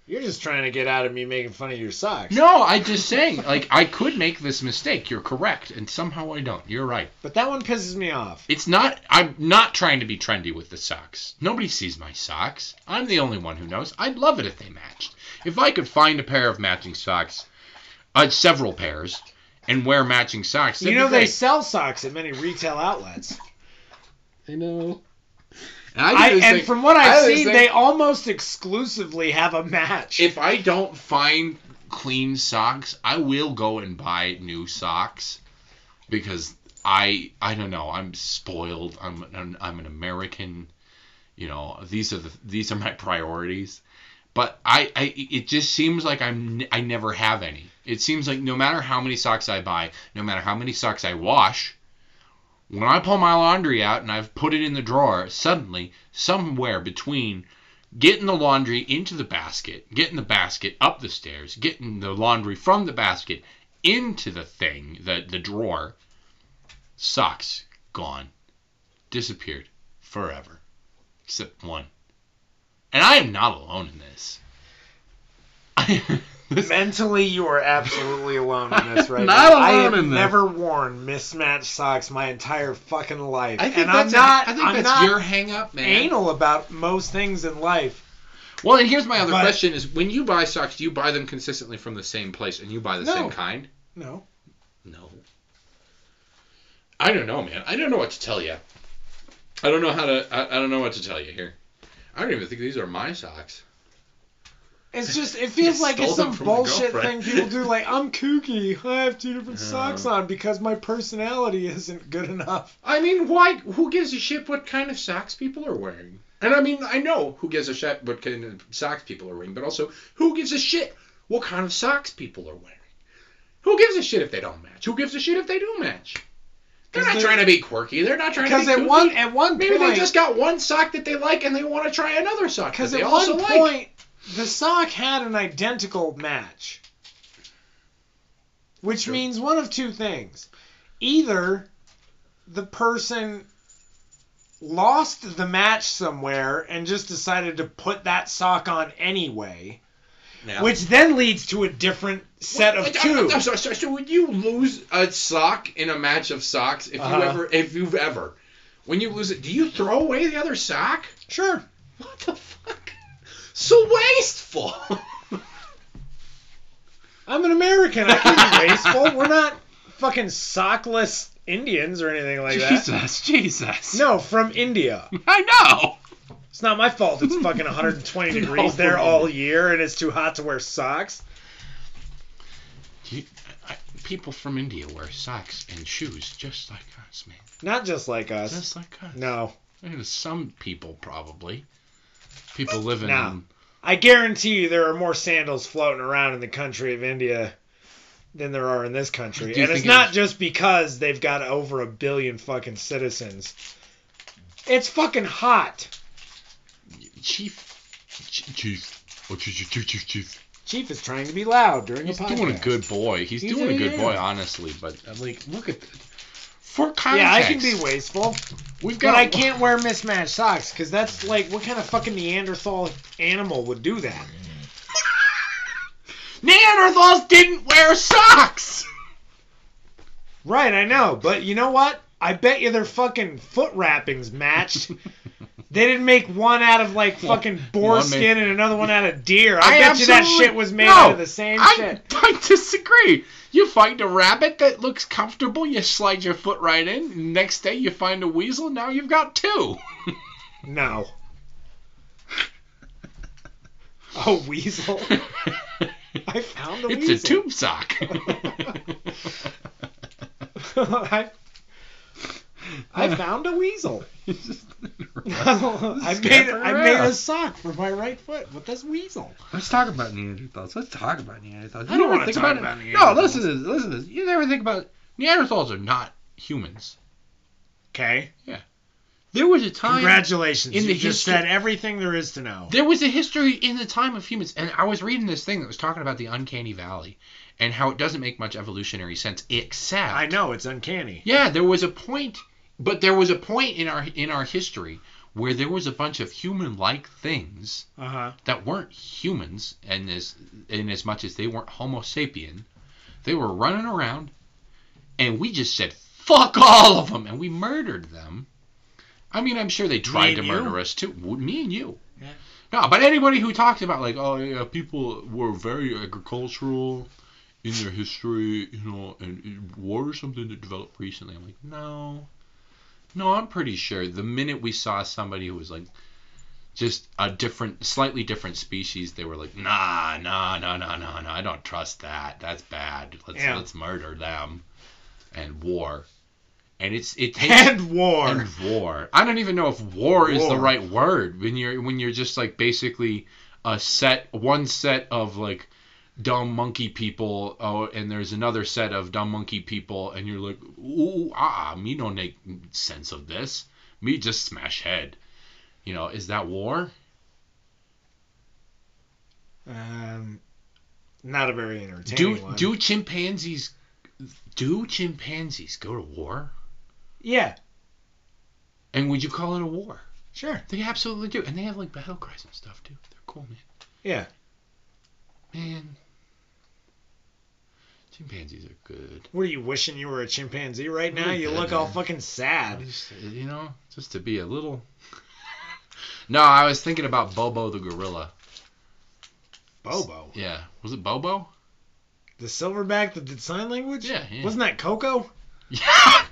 [SPEAKER 1] You're just trying to get out of me making fun of your socks.
[SPEAKER 2] No, I just saying. Like I could make this mistake. You're correct, and somehow I don't. You're right.
[SPEAKER 1] But that one pisses me off.
[SPEAKER 2] It's not. I'm not trying to be trendy with the socks. Nobody sees my socks. I'm the only one who knows. I'd love it if they matched. If I could find a pair of matching socks, uh, several pairs, and wear matching socks,
[SPEAKER 1] You know they sell socks at many retail outlets.
[SPEAKER 2] they. I know.
[SPEAKER 1] I,
[SPEAKER 2] do
[SPEAKER 1] and
[SPEAKER 2] this thing-
[SPEAKER 1] from what
[SPEAKER 2] I
[SPEAKER 1] I've
[SPEAKER 2] do this
[SPEAKER 1] seen,
[SPEAKER 2] thing-
[SPEAKER 1] they almost exclusively have a match.
[SPEAKER 2] if I don't find clean socks, I will go and buy new socks because I I don't know, I'm spoiled. I'm an, I'm an American. You know, these are the these are my priorities. But I, I it just seems like I'm I never have any. It seems like no matter how many socks I buy, no matter how many socks I wash, when I pull my laundry out and I've put it in the drawer, suddenly somewhere between getting the laundry into the basket, getting the basket up the stairs, getting the laundry from the basket into the thing, the, the drawer. Socks gone. Disappeared forever. Except one. And I am not alone in this. I, this
[SPEAKER 1] Mentally, you are absolutely alone in this right
[SPEAKER 2] Not
[SPEAKER 1] now. I
[SPEAKER 2] alone
[SPEAKER 1] have
[SPEAKER 2] in this.
[SPEAKER 1] never worn mismatched socks my entire fucking life,
[SPEAKER 2] I think
[SPEAKER 1] and I'm
[SPEAKER 2] that's, a-
[SPEAKER 1] not.
[SPEAKER 2] I think
[SPEAKER 1] am
[SPEAKER 2] that's
[SPEAKER 1] not
[SPEAKER 2] your hang up, man.
[SPEAKER 1] anal about most things in life.
[SPEAKER 2] Well, and here's my other
[SPEAKER 1] But-
[SPEAKER 2] question is when you buy socks, do you buy them consistently from the same place and you buy the
[SPEAKER 1] No.
[SPEAKER 2] same kind?
[SPEAKER 1] No,
[SPEAKER 2] No. I don't know, man. I don't know what to tell you.
[SPEAKER 4] I don't know how to. I, I don't know what to tell you here. I don't even think these are my socks.
[SPEAKER 1] it's just it feels
[SPEAKER 2] You
[SPEAKER 1] like it's
[SPEAKER 2] stole
[SPEAKER 1] some
[SPEAKER 2] them from my
[SPEAKER 1] bullshit thing
[SPEAKER 2] girlfriend.
[SPEAKER 1] people do. Like I'm kooky. I have two different
[SPEAKER 4] Yeah.
[SPEAKER 1] socks on because my personality isn't good enough.
[SPEAKER 2] I mean, why? Who gives a shit what kind of socks people are wearing? And I mean, I know who gives a shit what kind of socks people are wearing, but also who gives a shit what kind of socks people are wearing? Who gives a shit if they don't match? Who gives a shit if they do match? They're
[SPEAKER 1] 'Cause
[SPEAKER 2] not
[SPEAKER 1] they-
[SPEAKER 2] trying to be quirky. They're not trying to be
[SPEAKER 1] Because at
[SPEAKER 2] kooky.
[SPEAKER 1] one at one
[SPEAKER 2] Maybe
[SPEAKER 1] point,
[SPEAKER 2] they just got one sock that they like and they want to try another sock that
[SPEAKER 1] Because
[SPEAKER 2] they
[SPEAKER 1] at
[SPEAKER 2] also
[SPEAKER 1] one
[SPEAKER 2] like.
[SPEAKER 1] point, the sock had an identical match. Which
[SPEAKER 2] True.
[SPEAKER 1] means one of two things. Either the person lost the match somewhere and just decided to put that sock on anyway,
[SPEAKER 2] Yeah.
[SPEAKER 1] which then leads to a different set
[SPEAKER 2] Wait,
[SPEAKER 1] of
[SPEAKER 2] I- I-
[SPEAKER 1] two.
[SPEAKER 2] I'm sorry, sorry, so would you lose a sock in a match of socks if
[SPEAKER 1] Uh-huh.
[SPEAKER 2] you ever, if you've ever, when you lose it, do you throw away the other sock?
[SPEAKER 1] Sure.
[SPEAKER 2] What the fuck? So wasteful.
[SPEAKER 1] I'm an American. I can be wasteful. We're not fucking sockless Indians or anything like that.
[SPEAKER 5] Jesus, Jesus.
[SPEAKER 1] No, from India.
[SPEAKER 5] I know.
[SPEAKER 1] It's not my fault. It's fucking 120 degrees there all year, and it's too hot to wear socks.
[SPEAKER 2] People from India wear socks and shoes just like us, man.
[SPEAKER 1] Not just like us.
[SPEAKER 2] Just like us.
[SPEAKER 1] no,
[SPEAKER 2] Some people probably. People living
[SPEAKER 1] No.
[SPEAKER 2] in.
[SPEAKER 1] I guarantee you there are more sandals floating around in the country of India than there are in this country,
[SPEAKER 2] I do
[SPEAKER 1] and it's
[SPEAKER 2] think it
[SPEAKER 1] not
[SPEAKER 2] is-
[SPEAKER 1] just because they've got over a billion fucking citizens. It's fucking hot.
[SPEAKER 2] Chief.
[SPEAKER 5] Chief, chief, oh, chief, chief, chief, chief, chief.
[SPEAKER 1] Chief is trying to be loud during
[SPEAKER 2] He's
[SPEAKER 1] a podcast.
[SPEAKER 2] doing a good boy. He's,
[SPEAKER 1] He's
[SPEAKER 2] doing a
[SPEAKER 1] doing
[SPEAKER 2] good
[SPEAKER 1] it.
[SPEAKER 2] boy, honestly. But uh, like, look at th- for context.
[SPEAKER 1] Yeah, I can be wasteful,
[SPEAKER 2] We've got.
[SPEAKER 1] but I can't wear mismatched socks because that's like what kind of fucking Neanderthal animal would do that?
[SPEAKER 2] Neanderthals didn't wear socks.
[SPEAKER 1] Right, I know, but you know what? I bet you their fucking foot wrappings matched. they didn't make one out of like fucking boar
[SPEAKER 2] One made-
[SPEAKER 1] skin and another one out of deer. I,
[SPEAKER 2] I
[SPEAKER 1] bet you that
[SPEAKER 2] absolutely-
[SPEAKER 1] shit was made
[SPEAKER 2] No,
[SPEAKER 1] out of the same
[SPEAKER 2] I,
[SPEAKER 1] shit.
[SPEAKER 2] I disagree. You find a rabbit that looks comfortable, you slide your foot right in. Next day, you find a weasel. Now you've got two.
[SPEAKER 1] No. Oh, weasel. I found a
[SPEAKER 2] it's
[SPEAKER 1] weasel.
[SPEAKER 2] a tube sock.
[SPEAKER 1] I, I found a weasel. I
[SPEAKER 5] I
[SPEAKER 1] made I made a sock for my right foot with this weasel.
[SPEAKER 5] Let's talk about Neanderthals. Let's talk about Neanderthals.
[SPEAKER 1] I don't
[SPEAKER 5] You never
[SPEAKER 1] wanna
[SPEAKER 5] think
[SPEAKER 1] talk about
[SPEAKER 5] it.
[SPEAKER 1] Neanderthals.
[SPEAKER 5] No, listen to this. Listen to this. You never think about.
[SPEAKER 2] Neanderthals are not humans.
[SPEAKER 1] Okay.
[SPEAKER 2] There was a time.
[SPEAKER 1] Congratulations.
[SPEAKER 2] Oh, In
[SPEAKER 1] you
[SPEAKER 2] the
[SPEAKER 1] just
[SPEAKER 2] history-
[SPEAKER 1] said everything there is to know.
[SPEAKER 2] There was a history in the time of humans, and I was reading this thing that was talking about the uncanny valley and how it doesn't make much evolutionary sense, except
[SPEAKER 1] I know it's uncanny.
[SPEAKER 2] Yeah, there was a point, but there was a point in our in our history where there was a bunch of human-like things
[SPEAKER 1] Uh huh.
[SPEAKER 2] that weren't humans, and as in as much as they weren't Homo sapien, they were running around, and we just said fuck all of them, and we murdered them. I mean, I'm sure they tried to
[SPEAKER 1] and
[SPEAKER 2] murder
[SPEAKER 1] you?
[SPEAKER 2] us too. W- Me and you.
[SPEAKER 1] Yeah.
[SPEAKER 2] No, but anybody who talks about like, oh yeah, people were very agricultural in their history, you know, and war is something that developed recently. I'm like, no, no, I'm pretty sure the minute we saw somebody who was like just a different, slightly different species, they were like, nah, nah, nah, nah, nah, nah, I don't trust that. That's bad. Let's
[SPEAKER 1] Yeah.
[SPEAKER 2] let's murder them and war. And it's it takes
[SPEAKER 1] And war.
[SPEAKER 2] and war. I don't even know if war, is the
[SPEAKER 1] War.
[SPEAKER 2] right word when you're when you're just like basically a set one set of like dumb monkey people oh and there's another set of dumb monkey people and you're like ooh ah me don't make sense of this me just smash head you know is that war
[SPEAKER 1] um, not a very entertaining
[SPEAKER 2] do
[SPEAKER 1] one.
[SPEAKER 2] do chimpanzees do chimpanzees go to war
[SPEAKER 1] yeah.
[SPEAKER 2] and would you call it a war
[SPEAKER 1] Sure.
[SPEAKER 2] they absolutely do and they have like battle cries and stuff too they're cool man
[SPEAKER 1] Yeah.
[SPEAKER 2] Man. Chimpanzees are good.
[SPEAKER 1] What are you wishing you were a chimpanzee right now?
[SPEAKER 2] Really
[SPEAKER 1] You
[SPEAKER 2] good,
[SPEAKER 1] look all
[SPEAKER 2] man.
[SPEAKER 1] fucking sad.
[SPEAKER 2] Just, uh, you know, just to be a little. no, I was thinking about Bobo the gorilla.
[SPEAKER 1] Bobo.
[SPEAKER 2] Yeah. Was it Bobo?
[SPEAKER 1] The silverback that did sign language?
[SPEAKER 2] Yeah, yeah.
[SPEAKER 1] Wasn't that Coco?
[SPEAKER 2] Yeah.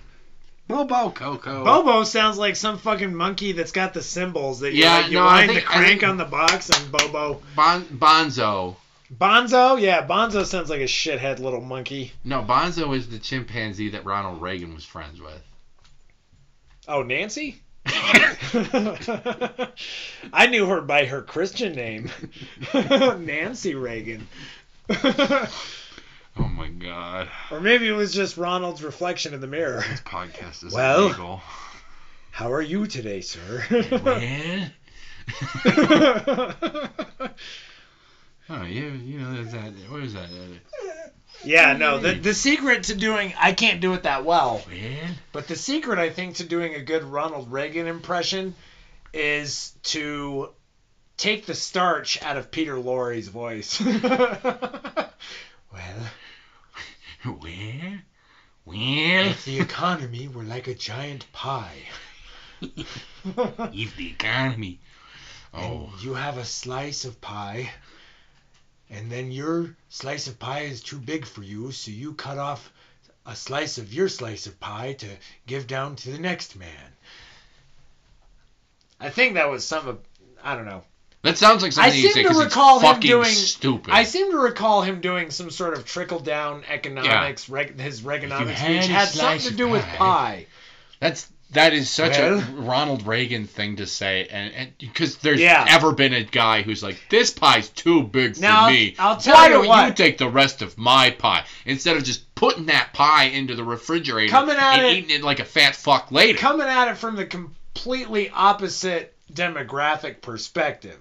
[SPEAKER 2] Bobo Coco.
[SPEAKER 1] Bobo sounds like some fucking monkey that's got the symbols that you,
[SPEAKER 2] Yeah,
[SPEAKER 1] like, you
[SPEAKER 2] no, I
[SPEAKER 1] wind
[SPEAKER 2] think-
[SPEAKER 1] the
[SPEAKER 2] I
[SPEAKER 1] crank
[SPEAKER 2] think-
[SPEAKER 1] on the box and Bobo.
[SPEAKER 2] Bon- Bonzo.
[SPEAKER 1] Bonzo? Yeah, Bonzo sounds like a shithead little monkey.
[SPEAKER 2] No, Bonzo is the chimpanzee that Ronald Reagan was friends with.
[SPEAKER 1] Oh, Nancy? I knew her by her Christian name Nancy Reagan.
[SPEAKER 2] oh my god.
[SPEAKER 1] or maybe it was just Ronald's reflection in the mirror.
[SPEAKER 2] This podcast is
[SPEAKER 1] Well.
[SPEAKER 2] illegal.
[SPEAKER 1] How are you today, sir?
[SPEAKER 2] Man. oh, you, you know, there's that. What is that?
[SPEAKER 1] yeah, no, the, the secret to doing, I can't do it that well,
[SPEAKER 2] Man.
[SPEAKER 1] but the secret, I think, to doing a good Ronald Reagan impression is to take the starch out of Peter Lorre's voice. well,
[SPEAKER 2] Well, well,
[SPEAKER 1] if the economy were like a giant pie.
[SPEAKER 2] if the economy.
[SPEAKER 1] Oh.
[SPEAKER 2] Oh,
[SPEAKER 1] You have a slice of pie, and then your slice of pie is too big for you, so you cut off a slice of your slice of pie to give down to the next man. I think that was some of. I don't know.
[SPEAKER 2] that sounds like something
[SPEAKER 1] I
[SPEAKER 2] you
[SPEAKER 1] seem
[SPEAKER 2] say
[SPEAKER 1] to
[SPEAKER 2] because it's
[SPEAKER 1] recall him
[SPEAKER 2] fucking
[SPEAKER 1] doing-
[SPEAKER 2] stupid.
[SPEAKER 1] I seem to recall him doing some sort of trickle down economics, reg, his Reaganomics
[SPEAKER 2] had
[SPEAKER 1] speech
[SPEAKER 2] a
[SPEAKER 1] had
[SPEAKER 2] slice
[SPEAKER 1] something to
[SPEAKER 2] of
[SPEAKER 1] do with
[SPEAKER 2] pie-
[SPEAKER 1] pie.
[SPEAKER 2] That's that is such
[SPEAKER 1] Well?
[SPEAKER 2] a Ronald Reagan thing to say, and and because there's
[SPEAKER 1] Yeah.
[SPEAKER 2] ever been a guy who's like, this pie's too big for
[SPEAKER 1] Now, I'll-
[SPEAKER 2] me.
[SPEAKER 1] I'll tell
[SPEAKER 2] Why
[SPEAKER 1] you
[SPEAKER 2] don't you
[SPEAKER 1] what."
[SPEAKER 2] take the rest of my pie instead of just putting that pie into the refrigerator
[SPEAKER 1] Coming at
[SPEAKER 2] and
[SPEAKER 1] it-
[SPEAKER 2] eating it like a fat fuck later?
[SPEAKER 1] coming at it from the completely opposite demographic perspective.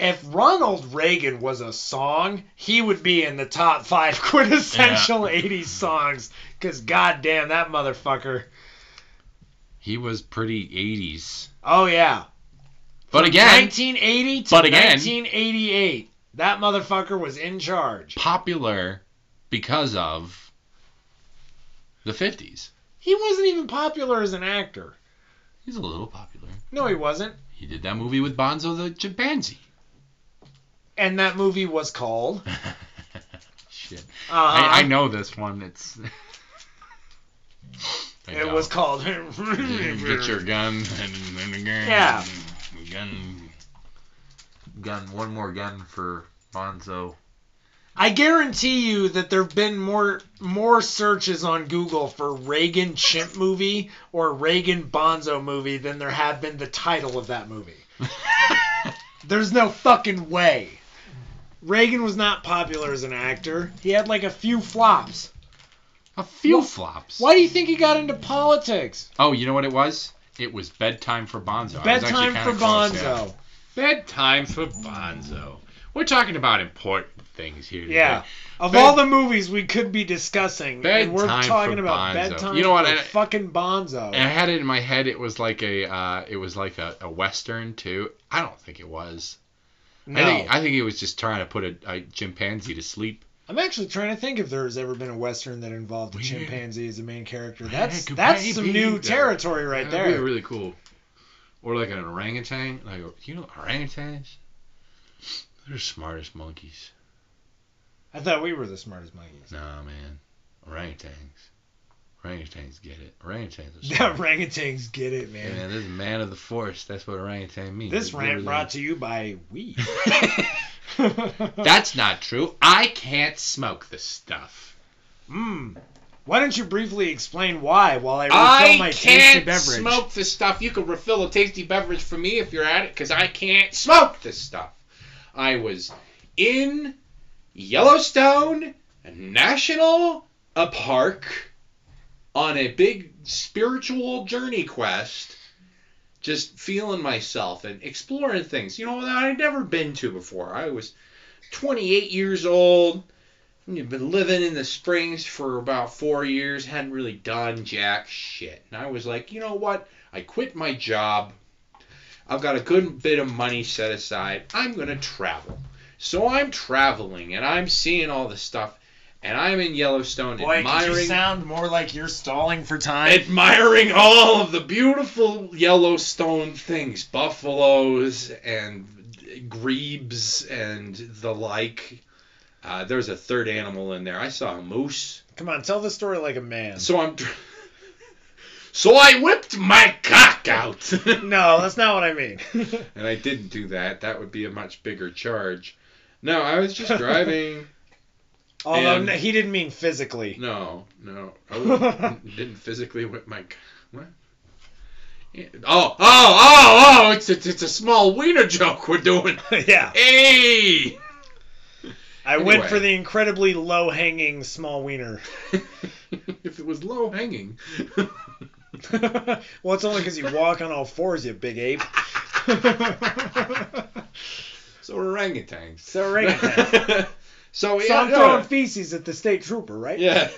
[SPEAKER 1] If Ronald Reagan was a song, he would be in the top five quintessential 80s songs. Because, goddamn, that motherfucker.
[SPEAKER 2] he was pretty 80s,
[SPEAKER 1] Oh, yeah.
[SPEAKER 2] but again,
[SPEAKER 1] 1980 to
[SPEAKER 2] But again-
[SPEAKER 1] 1988. That motherfucker was in charge.
[SPEAKER 2] popular because of the 50s.
[SPEAKER 1] He wasn't even popular as an actor.
[SPEAKER 2] He's a little popular.
[SPEAKER 1] No, he wasn't.
[SPEAKER 2] He did that movie with Bonzo the chimpanzee.
[SPEAKER 1] And that movie was called.
[SPEAKER 2] Shit.
[SPEAKER 1] Uh,
[SPEAKER 2] I, I know this one. It's. I
[SPEAKER 1] It
[SPEAKER 2] know.
[SPEAKER 1] was called.
[SPEAKER 2] Get your gun and, and a gun.
[SPEAKER 1] Yeah.
[SPEAKER 2] Gun. Gun. One more gun for Bonzo.
[SPEAKER 1] I guarantee you that there've been more more searches on Google for Reagan chimp movie or Reagan Bonzo movie than there have been the title of that movie. There's no fucking way. Reagan was not popular as an actor. He had like a few flops.
[SPEAKER 8] A few
[SPEAKER 1] Wha-
[SPEAKER 8] flops.
[SPEAKER 1] Why do you think he got into politics?
[SPEAKER 8] Oh, you know what it was? It was bedtime for Bonzo. I was actually
[SPEAKER 1] Bedtime
[SPEAKER 8] kinda
[SPEAKER 1] for
[SPEAKER 8] close,
[SPEAKER 1] Bonzo.
[SPEAKER 8] yeah. Bedtime for Bonzo. We're talking about important things here. Today.
[SPEAKER 1] Yeah. Of
[SPEAKER 8] Bed-
[SPEAKER 1] all the movies we could be discussing, and we're
[SPEAKER 8] Bedtime
[SPEAKER 1] talking
[SPEAKER 8] for
[SPEAKER 1] about
[SPEAKER 8] Bonzo.
[SPEAKER 1] bedtime
[SPEAKER 8] You know what,
[SPEAKER 1] for
[SPEAKER 8] and I-
[SPEAKER 1] fucking Bonzo.
[SPEAKER 8] And I had it in my head. It was like a, uh, it was like a, a western too. I don't think it was.
[SPEAKER 1] no.
[SPEAKER 8] I think I think he was just trying to put a, a chimpanzee to sleep.
[SPEAKER 1] I'm actually trying to think if there's ever been a western that involved a
[SPEAKER 8] Weird.
[SPEAKER 1] chimpanzee as a main character. That's
[SPEAKER 8] could
[SPEAKER 1] that's some
[SPEAKER 8] maybe
[SPEAKER 1] new
[SPEAKER 8] that-
[SPEAKER 1] territory right
[SPEAKER 8] That'd be
[SPEAKER 1] there.
[SPEAKER 8] really cool. Or like an orangutan. Like you know orangutans. They're the smartest monkeys.
[SPEAKER 1] I thought we were the smartest monkeys.
[SPEAKER 8] Nah, man. Orangutans. Orangutans get it. Orangutans are
[SPEAKER 1] The
[SPEAKER 8] smart.
[SPEAKER 1] orangutans get it,
[SPEAKER 8] Yeah,
[SPEAKER 1] man.
[SPEAKER 8] man, this is man of the forest. That's what orangutan means.
[SPEAKER 1] This
[SPEAKER 8] It
[SPEAKER 1] rant
[SPEAKER 8] literally-
[SPEAKER 1] brought to you by weed.
[SPEAKER 8] That's not true. I can't smoke this stuff.
[SPEAKER 1] Mm. Why don't you briefly explain why while I refill my
[SPEAKER 8] I
[SPEAKER 1] tasty
[SPEAKER 8] can't
[SPEAKER 1] beverage?
[SPEAKER 8] smoke this stuff. You can refill a tasty beverage for me if you're at it, because I can't smoke this stuff. I was in
[SPEAKER 2] Yellowstone National a Park on a big spiritual journey quest, just feeling myself and exploring things, you know, that I'd never been to before. I was 28 years old. You've been living in the Springs for about four years, hadn't really done jack shit. And I was like, you know what? I quit my job. I've got a good bit of money set aside. I'm going to travel. So I'm traveling and I'm seeing all this stuff. And I'm in Yellowstone
[SPEAKER 1] Boy,
[SPEAKER 2] admiring.
[SPEAKER 1] could you sound more like you're stalling for time?
[SPEAKER 2] admiring all of the beautiful Yellowstone things buffaloes and grebes and the like. Uh, there's a third animal in there. I saw a moose.
[SPEAKER 1] Come on, tell the story like a man.
[SPEAKER 2] So I'm. dr- So I whipped my cock out.
[SPEAKER 1] no, that's not what I mean.
[SPEAKER 2] And I didn't do that. That would be a much bigger charge. No, I was just driving.
[SPEAKER 1] Although
[SPEAKER 2] And-
[SPEAKER 1] no, he didn't mean physically.
[SPEAKER 2] No, no. I wouldn't- didn't physically whip my. c- What? Yeah, Oh, oh, oh, oh! It's a, it's a small wiener joke we're doing.
[SPEAKER 1] yeah,
[SPEAKER 2] Hey!
[SPEAKER 1] I went
[SPEAKER 2] Anyway.
[SPEAKER 1] for the incredibly low hanging small wiener.
[SPEAKER 2] if it was low hanging.
[SPEAKER 1] well, it's only because you walk on all fours, you big ape.
[SPEAKER 2] so orangutans.
[SPEAKER 1] So orangutans.
[SPEAKER 2] so yeah,
[SPEAKER 1] so I'm
[SPEAKER 2] no.
[SPEAKER 1] throwing feces at the state trooper, right?
[SPEAKER 2] Yeah.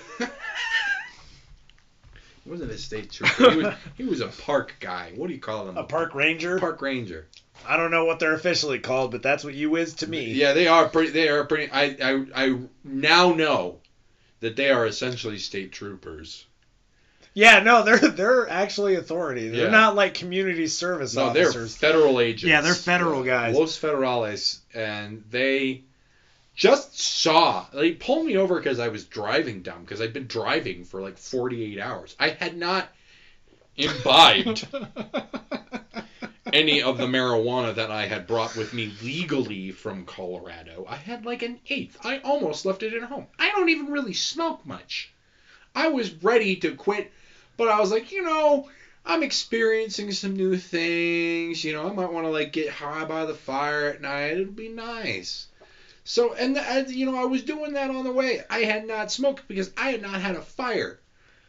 [SPEAKER 2] He wasn't a state trooper. He was, he was a park guy. What do you call him?
[SPEAKER 1] A park ranger.
[SPEAKER 2] park ranger.
[SPEAKER 1] I don't know what they're officially called, but that's what you is to me.
[SPEAKER 2] Yeah, they are pretty. They are pretty. I, I, I now know that they are essentially state troopers.
[SPEAKER 1] Yeah, no, they're they're actually authority. They're
[SPEAKER 2] Yeah.
[SPEAKER 1] not like community service
[SPEAKER 2] No, they're
[SPEAKER 1] officers.
[SPEAKER 2] federal agents.
[SPEAKER 1] Yeah, they're federal guys.
[SPEAKER 2] Los Federales, and they just saw. They pulled me over because I was driving dumb. Because I'd been driving for like 48 hours. I had not imbibed any of the marijuana that I had brought with me legally from Colorado. I had like an eighth. I almost left it at home. I don't even really smoke much. I was ready to quit, but I was like, you know, I'm experiencing some new things. You know, I might want to like get high by the fire at night. It'll be nice. So, and the, I, you know, I was doing that on the way. I had not smoked because I had not had a fire.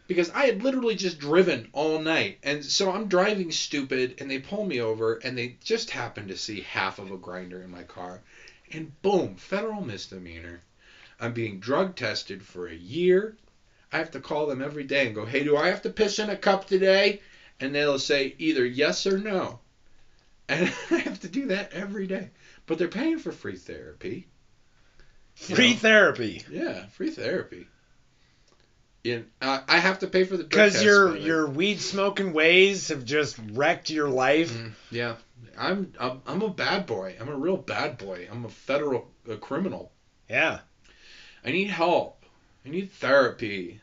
[SPEAKER 2] Because I had literally just driven all night. And so I'm driving stupid, and they pull me over, and they just happen to see half of a grinder in my car. And boom, federal misdemeanor. I'm being drug tested for a year. I have to call them every day and go, hey, do I have to piss in a cup today? And they'll say either yes or no. And I have to do that every day. But they're paying for free therapy.
[SPEAKER 1] Free
[SPEAKER 2] you know.
[SPEAKER 1] therapy.
[SPEAKER 2] Yeah, free therapy. And uh, I have to pay for the drug
[SPEAKER 1] Because
[SPEAKER 2] test,
[SPEAKER 1] your
[SPEAKER 2] by the way.
[SPEAKER 1] your weed smoking ways have just wrecked your life.
[SPEAKER 2] Mm, yeah, I'm, I'm I'm a bad boy. I'm a real bad boy. I'm a federal a criminal.
[SPEAKER 1] Yeah.
[SPEAKER 2] I need help. I need therapy.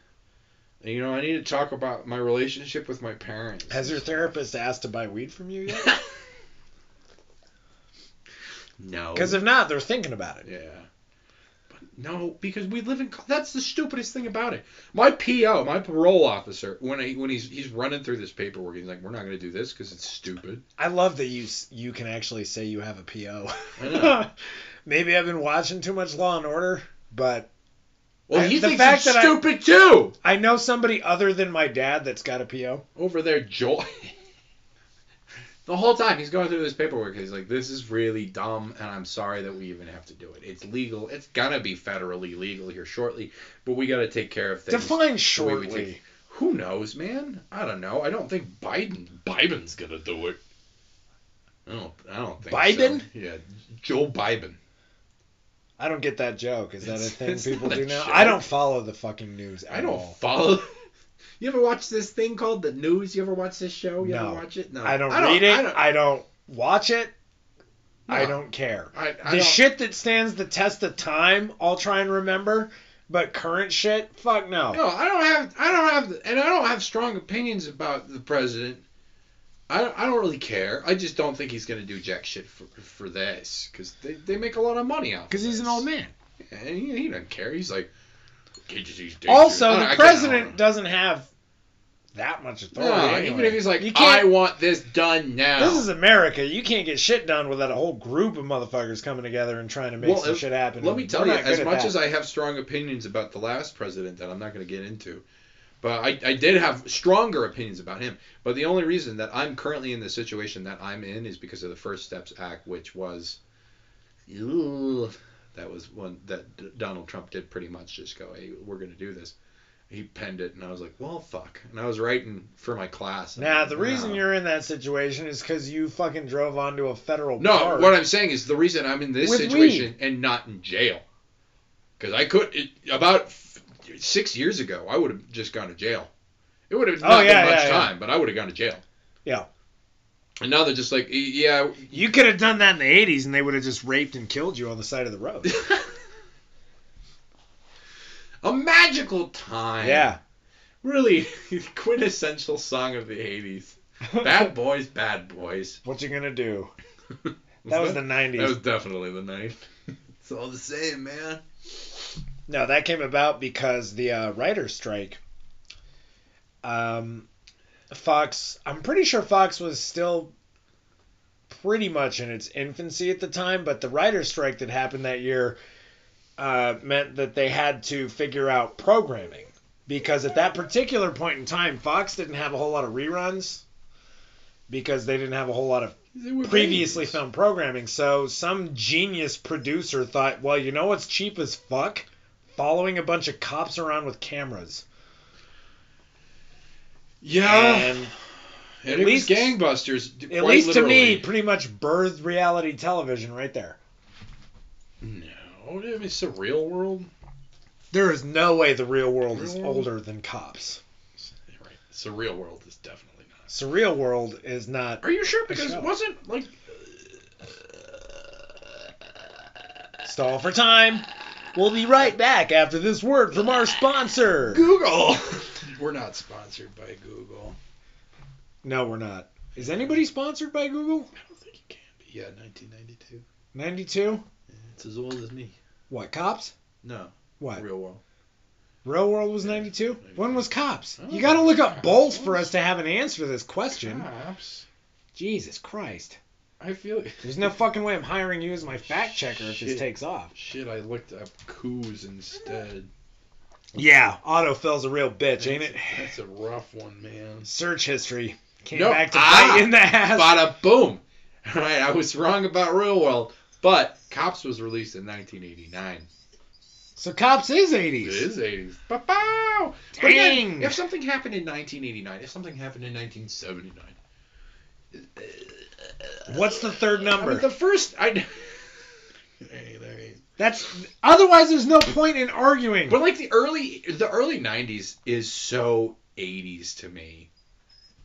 [SPEAKER 2] And, you know, I need to talk about my relationship with my parents.
[SPEAKER 1] Has your therapist asked to buy weed from you yet?
[SPEAKER 2] no.
[SPEAKER 1] Because if not, they're thinking about it.
[SPEAKER 2] Yeah. No, because we live in. co- That's the stupidest thing about it. My PO, my parole officer, when he, when he's he's running through this paperwork, he's like, "We're not going to do this because it's stupid."
[SPEAKER 1] I love that you s- you can actually say you have a PO.
[SPEAKER 2] I know.
[SPEAKER 1] Maybe I've been watching too much Law and Order, but
[SPEAKER 2] Well,
[SPEAKER 1] I-
[SPEAKER 2] he
[SPEAKER 1] the
[SPEAKER 2] thinks
[SPEAKER 1] fact
[SPEAKER 2] it's
[SPEAKER 1] that I-
[SPEAKER 2] stupid too.
[SPEAKER 1] I know somebody other than my dad that's got a PO.
[SPEAKER 2] Over there, Joel. the whole time he's going through this paperwork, he's like, "This is really dumb, and I'm sorry that we even have to do it. It's legal. It's gonna be federally legal here shortly, but we got to take care of things."
[SPEAKER 1] Define
[SPEAKER 2] the way we
[SPEAKER 1] shortly.
[SPEAKER 2] take- Who knows, man? I don't know. I don't think Biden Biden's gonna do it. I don't. I don't think so.
[SPEAKER 1] Biden?
[SPEAKER 2] Yeah, Joe Biden.
[SPEAKER 1] I don't get that joke. Is that a
[SPEAKER 2] It's-
[SPEAKER 1] thing
[SPEAKER 2] it's
[SPEAKER 1] people
[SPEAKER 2] not a
[SPEAKER 1] do now?
[SPEAKER 2] joke.
[SPEAKER 1] I don't follow the fucking news. At
[SPEAKER 2] I don't
[SPEAKER 1] All.
[SPEAKER 2] follow. You ever watch this thing called the news? You ever watch this show? You
[SPEAKER 1] No.
[SPEAKER 2] ever watch it? No.
[SPEAKER 1] I don't read it. I don't, watch it. I
[SPEAKER 2] No.
[SPEAKER 1] don't care.
[SPEAKER 2] I, I
[SPEAKER 1] the
[SPEAKER 2] don't-
[SPEAKER 1] shit that stands the test of time, I'll try and remember. But current shit, fuck no.
[SPEAKER 2] No, I don't have. I don't have, and I don't have strong opinions about the president. I don't, I don't really care. I just don't think he's going to do jack shit for, for this because they, they make a lot of money off.
[SPEAKER 1] Because he's an old man.
[SPEAKER 2] man. And he, he doesn't care. He's like, "Cages, he's dangerous." I
[SPEAKER 1] Also,
[SPEAKER 2] don't- I
[SPEAKER 1] the
[SPEAKER 2] can't- I don't
[SPEAKER 1] president
[SPEAKER 2] know.
[SPEAKER 1] doesn't have that much authority.
[SPEAKER 2] No,
[SPEAKER 1] anyway.
[SPEAKER 2] even if he's like,
[SPEAKER 1] you
[SPEAKER 2] "I
[SPEAKER 1] can't.
[SPEAKER 2] want this done now."
[SPEAKER 1] this is America. You can't get shit done without a whole group of motherfuckers coming together and trying to make
[SPEAKER 2] Well,
[SPEAKER 1] some
[SPEAKER 2] if-
[SPEAKER 1] shit happen.
[SPEAKER 2] Let me
[SPEAKER 1] and
[SPEAKER 2] tell
[SPEAKER 1] we're
[SPEAKER 2] you,
[SPEAKER 1] not good
[SPEAKER 2] as
[SPEAKER 1] at
[SPEAKER 2] much
[SPEAKER 1] that.
[SPEAKER 2] as I have strong opinions about the last president that I'm not going to get into, but I, I did have stronger opinions about him. But the only reason that I'm currently in the situation that I'm in is because of the First Steps Act, which was. Ew, that was one that D- Donald Trump did pretty much just go, hey, we're going to do this. He penned it, and I was like, well, fuck. And I was writing for my class. and I'm
[SPEAKER 1] Now,
[SPEAKER 2] like,
[SPEAKER 1] the reason
[SPEAKER 2] "No."
[SPEAKER 1] you're in that situation is because you fucking drove onto a federal
[SPEAKER 2] No,
[SPEAKER 1] park.
[SPEAKER 2] what I'm saying is the reason I'm in this
[SPEAKER 1] With
[SPEAKER 2] situation and not in jail. Because I could, it, about f- six years ago, I would have just gone to jail. It would have
[SPEAKER 1] Oh,
[SPEAKER 2] not
[SPEAKER 1] yeah,
[SPEAKER 2] been much
[SPEAKER 1] yeah, yeah.
[SPEAKER 2] time, but I would have gone to jail.
[SPEAKER 1] Yeah.
[SPEAKER 2] And now they're just like, "Y- yeah.
[SPEAKER 1] you could have done that in the '80s, and they would have just raped and killed you on the side of the road.
[SPEAKER 2] A magical time.
[SPEAKER 1] yeah,
[SPEAKER 2] Really quintessential song of the 80s. Bad boys, bad boys.
[SPEAKER 1] what you gonna do? That was the '90s.
[SPEAKER 2] That was definitely the night. it's all the same, man.
[SPEAKER 1] No, that came about because the uh, writer strike. Um, Fox, I'm pretty sure Fox was still pretty much in its infancy at the time, but the writer strike that happened that year uh, meant that they had to figure out programming because at that particular point in time, Fox didn't have a whole lot of reruns because they didn't have a whole lot of
[SPEAKER 2] They were
[SPEAKER 1] previously
[SPEAKER 2] babies.
[SPEAKER 1] filmed programming. So some genius producer thought, well, you know what's cheap as fuck? Following a bunch of cops around with cameras.
[SPEAKER 2] Yeah.
[SPEAKER 1] And
[SPEAKER 2] And
[SPEAKER 1] At
[SPEAKER 2] it
[SPEAKER 1] least-
[SPEAKER 2] was gangbusters. d-
[SPEAKER 1] at
[SPEAKER 2] quite
[SPEAKER 1] least to me,
[SPEAKER 2] literally.
[SPEAKER 1] pretty much birthed reality television right there.
[SPEAKER 2] No, I mean, it's the real world.
[SPEAKER 1] There is no way the real world is
[SPEAKER 2] Real world?
[SPEAKER 1] older than cops.
[SPEAKER 2] You're Right. It's the real world is definitely not.
[SPEAKER 1] Surreal world is not.
[SPEAKER 2] Are you sure?
[SPEAKER 1] Because
[SPEAKER 2] Because
[SPEAKER 1] it
[SPEAKER 2] it wasn't like.
[SPEAKER 1] Stall for time. We'll be right back after this word from our sponsor.
[SPEAKER 2] Google. We're not sponsored by Google.
[SPEAKER 1] No, we're not. Is anybody sponsored by Google?
[SPEAKER 2] I don't think you can be. Yeah, 1992.
[SPEAKER 1] 92?
[SPEAKER 2] It's as old as me.
[SPEAKER 1] What, cops?
[SPEAKER 2] No.
[SPEAKER 1] What?
[SPEAKER 2] Real world.
[SPEAKER 1] Real World was
[SPEAKER 2] Yeah,
[SPEAKER 1] 92?
[SPEAKER 2] 92.
[SPEAKER 1] When was Cops?
[SPEAKER 2] Oh,
[SPEAKER 1] You gotta look up
[SPEAKER 2] Cops.
[SPEAKER 1] both for us to have an answer to this question.
[SPEAKER 2] Perhaps.
[SPEAKER 1] Jesus Christ.
[SPEAKER 2] I feel.
[SPEAKER 1] There's no fucking way I'm hiring you as my fact checker if this
[SPEAKER 2] Shit.
[SPEAKER 1] takes off.
[SPEAKER 2] Shit, I looked up coups instead.
[SPEAKER 1] Yeah, autofill's a real bitch, ain't it?
[SPEAKER 2] That's a rough one, man.
[SPEAKER 1] Search history. Came
[SPEAKER 2] No,
[SPEAKER 1] back to
[SPEAKER 2] ah,
[SPEAKER 1] bite you in the ass.
[SPEAKER 2] Bada boom. All right, I was wrong about Real World, but Cops was released in 1989.
[SPEAKER 1] So Cops is 80s.
[SPEAKER 2] It is 80s. Ba-bow! But
[SPEAKER 1] Dang.
[SPEAKER 2] again, if something happened in 1989, if something happened in 1979,
[SPEAKER 1] What's the third
[SPEAKER 2] I
[SPEAKER 1] number?
[SPEAKER 2] mean, the first I. Hey, there he is.
[SPEAKER 1] That's otherwise there's no point in arguing.
[SPEAKER 2] But like the early, the early 90s is so 80s to me.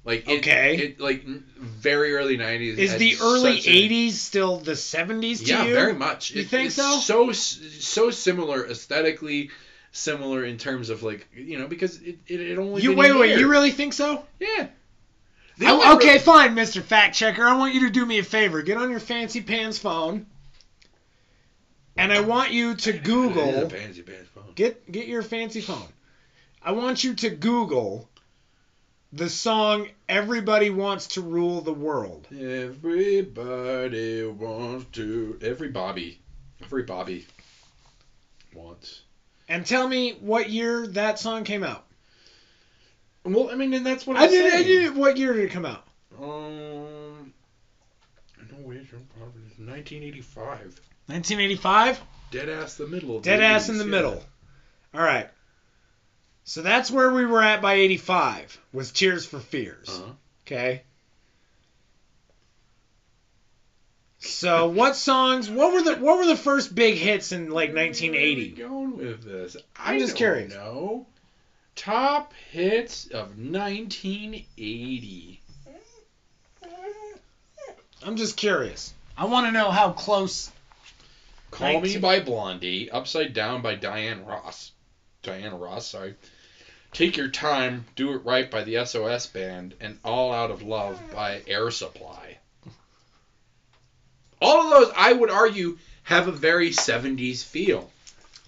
[SPEAKER 2] Like it,
[SPEAKER 1] Okay.
[SPEAKER 2] it, like n- very early 90s
[SPEAKER 1] is
[SPEAKER 2] had
[SPEAKER 1] the early
[SPEAKER 2] such an-
[SPEAKER 1] 80s still the 70s to
[SPEAKER 2] Yeah,
[SPEAKER 1] you?
[SPEAKER 2] very much.
[SPEAKER 1] You think
[SPEAKER 2] it's
[SPEAKER 1] so?
[SPEAKER 2] So s- so similar aesthetically, similar in terms of like you know because it it, it only
[SPEAKER 1] You
[SPEAKER 2] been
[SPEAKER 1] wait,
[SPEAKER 2] a
[SPEAKER 1] wait,
[SPEAKER 2] year.
[SPEAKER 1] you really think so?
[SPEAKER 2] yeah. The
[SPEAKER 1] I-
[SPEAKER 2] only
[SPEAKER 1] okay,
[SPEAKER 2] real-
[SPEAKER 1] fine, Mr. Fact Checker. I want you to do me a favor. Get on your fancy pants phone and I want you to
[SPEAKER 4] It is a
[SPEAKER 1] Google.
[SPEAKER 4] pansy pants phone.
[SPEAKER 1] Get get your fancy phone. I want you to Google the song "Everybody Wants to Rule the World."
[SPEAKER 4] Everybody wants to. Every Bobby. Every Bobby wants.
[SPEAKER 1] And tell me what year that song came out.
[SPEAKER 4] Well, I mean, and that's what
[SPEAKER 1] I
[SPEAKER 4] I'm
[SPEAKER 1] did. I
[SPEAKER 4] saying.
[SPEAKER 1] did. What year did it come out?
[SPEAKER 4] Um, no way, Joe Poverty. 1985.
[SPEAKER 1] 1985.
[SPEAKER 4] Dead ass the middle. Of
[SPEAKER 1] Dead
[SPEAKER 4] the
[SPEAKER 1] ass
[SPEAKER 4] 80s,
[SPEAKER 1] in the
[SPEAKER 4] yeah.
[SPEAKER 1] middle. All right. So that's where we were at by 85 was Tears for Fears.
[SPEAKER 4] Uh-huh.
[SPEAKER 1] Okay. So what songs? What were the what were the first big hits in like
[SPEAKER 4] Where
[SPEAKER 1] 1980?
[SPEAKER 4] are we going with this?
[SPEAKER 1] I'm
[SPEAKER 4] I
[SPEAKER 1] just
[SPEAKER 4] don't
[SPEAKER 1] curious.
[SPEAKER 4] know. Top hits of 1980.
[SPEAKER 1] I'm just curious. I want to know how close.
[SPEAKER 4] Call Me
[SPEAKER 1] 19
[SPEAKER 4] by Blondie. Upside Down by Diane Ross. Diana Ross, sorry. Take Your Time, Do It Right by the SOS Band, and All Out of Love by Air Supply. All of those, I would argue, have a very 70s feel.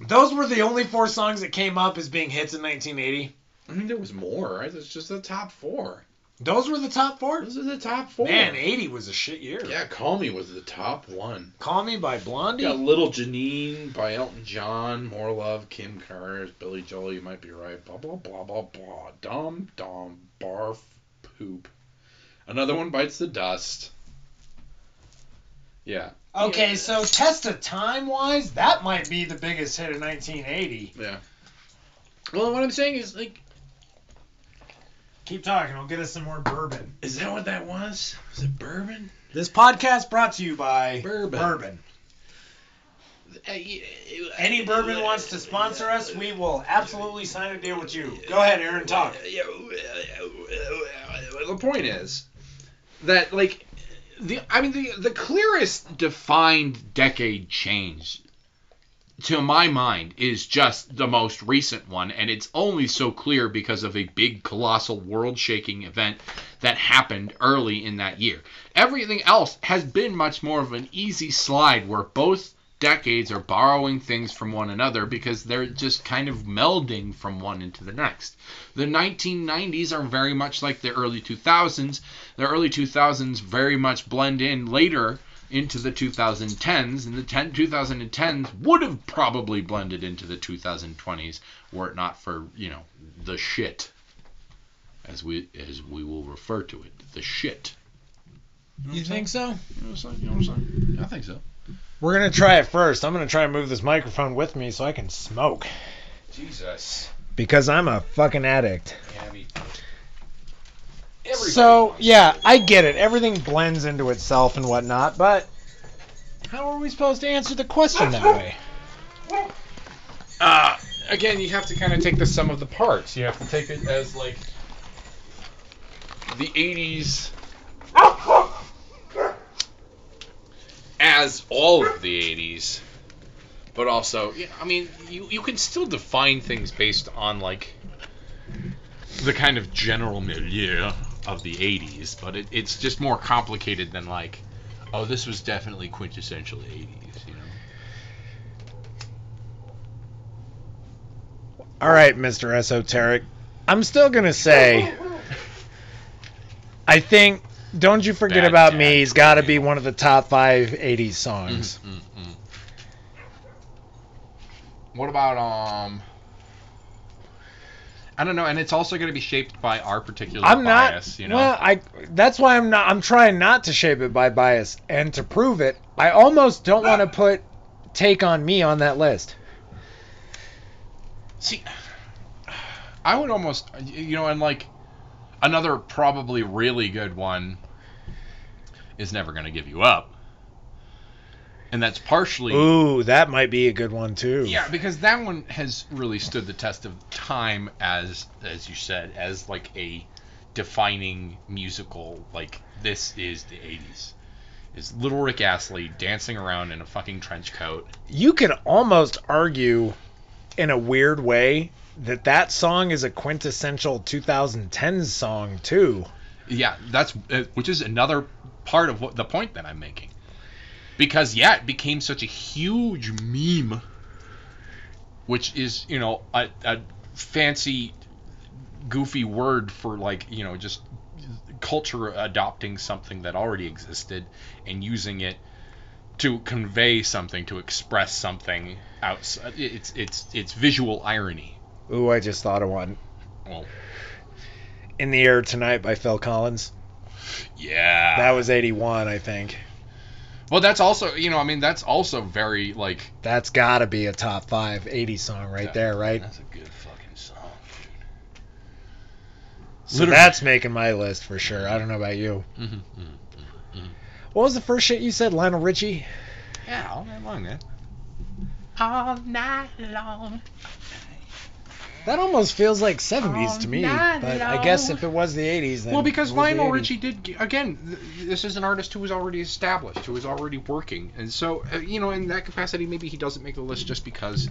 [SPEAKER 1] Those were the only four songs that came up as being hits in 1980.
[SPEAKER 4] I mean, there was more. Right? It's just the top four.
[SPEAKER 1] Those were the top four.
[SPEAKER 4] Those are the top four.
[SPEAKER 1] Man, 80 was a shit year.
[SPEAKER 4] yeah, Call Me was the top one.
[SPEAKER 1] Call Me by Blondie.
[SPEAKER 4] Yeah, Little Janine by Elton John, More Love, Kim Carnes, Billy Joel, You Might Be Right, blah, blah, blah, blah, blah. Dum, dum, barf, poop. Another one bites the dust. Yeah,
[SPEAKER 1] Okay, so test of time wise, that might be the biggest hit of 1980.
[SPEAKER 4] yeah. Well, what I'm saying is, like,
[SPEAKER 1] Keep talking, I'll get us some more bourbon.
[SPEAKER 4] is that what that was? Was it bourbon?
[SPEAKER 1] This podcast brought to you by
[SPEAKER 4] Bourbon.
[SPEAKER 1] bourbon.
[SPEAKER 4] uh,
[SPEAKER 1] Any bourbon wants to sponsor us, we will absolutely sign a deal with you. Go ahead, Aaron, talk.
[SPEAKER 4] Yeah, The point is that like
[SPEAKER 2] The I mean the the clearest defined decade change to my mind is just the most recent one and it's only so clear because of a big colossal world-shaking event that happened early in that year. Everything else has been much more of an easy slide where both decades are borrowing things from one another because they're just kind of melding from one into the next. The 1990s are very much like the early 2000s. The early 2000s very much blend in later into the 2010s, and the 10, 2010s would have probably blended into the 2020s were it not for you know the shit, as we as we will refer to it, the shit.
[SPEAKER 1] You think so?
[SPEAKER 2] You know what I'm saying? You know what I'm saying? I think so.
[SPEAKER 1] We're gonna try it first. I'm gonna try and move this microphone with me so I can smoke.
[SPEAKER 4] Jesus.
[SPEAKER 1] Because I'm a fucking addict.
[SPEAKER 4] Yeah, me
[SPEAKER 1] So yeah, I get it. Everything blends into itself and whatnot, but how are we supposed to answer the question that way?
[SPEAKER 4] Uh, again, you have to kind of take the sum of the parts. You have to take it as like the '80s as all of the '80s, but also, yeah, I mean, you you can still define things based on like
[SPEAKER 2] The kind of general milieu of the 80s, but it, it's just more complicated than like, oh, this was definitely quintessential 80s. You know.
[SPEAKER 1] All right, Mr. Esoteric. I'm still going to say I think Don't You Forget
[SPEAKER 2] Bad
[SPEAKER 1] About
[SPEAKER 2] Dad.
[SPEAKER 1] Me has got to be one of the top 5 80s songs.
[SPEAKER 2] Mm, mm, mm. What about um? I don't know, and it's also going to be shaped by our particular
[SPEAKER 1] I'm not
[SPEAKER 2] bias, you know.
[SPEAKER 1] Well, I that's why I'm not I'm trying not to shape it by bias and to prove it, I almost don't want to put Take on Me on that list.
[SPEAKER 2] See, I would almost, you know, and like another probably really good one is never going to give you up, and that's partially
[SPEAKER 1] Ooh, that might be a good one too.
[SPEAKER 2] Yeah, because that one has really stood the test of time as as you said, as like a defining musical like this is the 80s. Is Little Rick Astley dancing around in a fucking trench coat.
[SPEAKER 1] you could almost argue in a weird way that that song is a quintessential 2010 song too
[SPEAKER 2] Yeah, that's uh, which is another part of what the point that I'm making. because yeah, it became such a huge meme, which is you know a, a fancy, goofy word for like you know just culture adopting something that already existed and using it to convey something to express something outside it's it's it's visual irony
[SPEAKER 1] Ooh, I just thought of one.
[SPEAKER 2] well
[SPEAKER 1] In the Air Tonight by Phil Collins.
[SPEAKER 2] yeah
[SPEAKER 1] That was 81, I think.
[SPEAKER 2] well that's also you know i mean that's also very like
[SPEAKER 1] That's got to be a top five 80s song right there, right?
[SPEAKER 2] that's a good fucking song
[SPEAKER 1] So that's making my list for sure. I don't know about you.
[SPEAKER 2] mm-hmm,
[SPEAKER 1] What was the first shit you said, Lionel Richie?
[SPEAKER 2] yeah all night long man
[SPEAKER 5] All night long.
[SPEAKER 1] That almost feels like 70s
[SPEAKER 5] Oh,
[SPEAKER 1] to me.
[SPEAKER 5] not
[SPEAKER 1] But
[SPEAKER 5] no.
[SPEAKER 1] I guess if it was the 80s, then.
[SPEAKER 2] Well, because
[SPEAKER 1] it was the
[SPEAKER 2] Lionel
[SPEAKER 1] 80s.
[SPEAKER 2] Richie did g- again. th- This is an artist who was already established, who was already working, and so uh, you know, in that capacity, maybe he doesn't make the list just because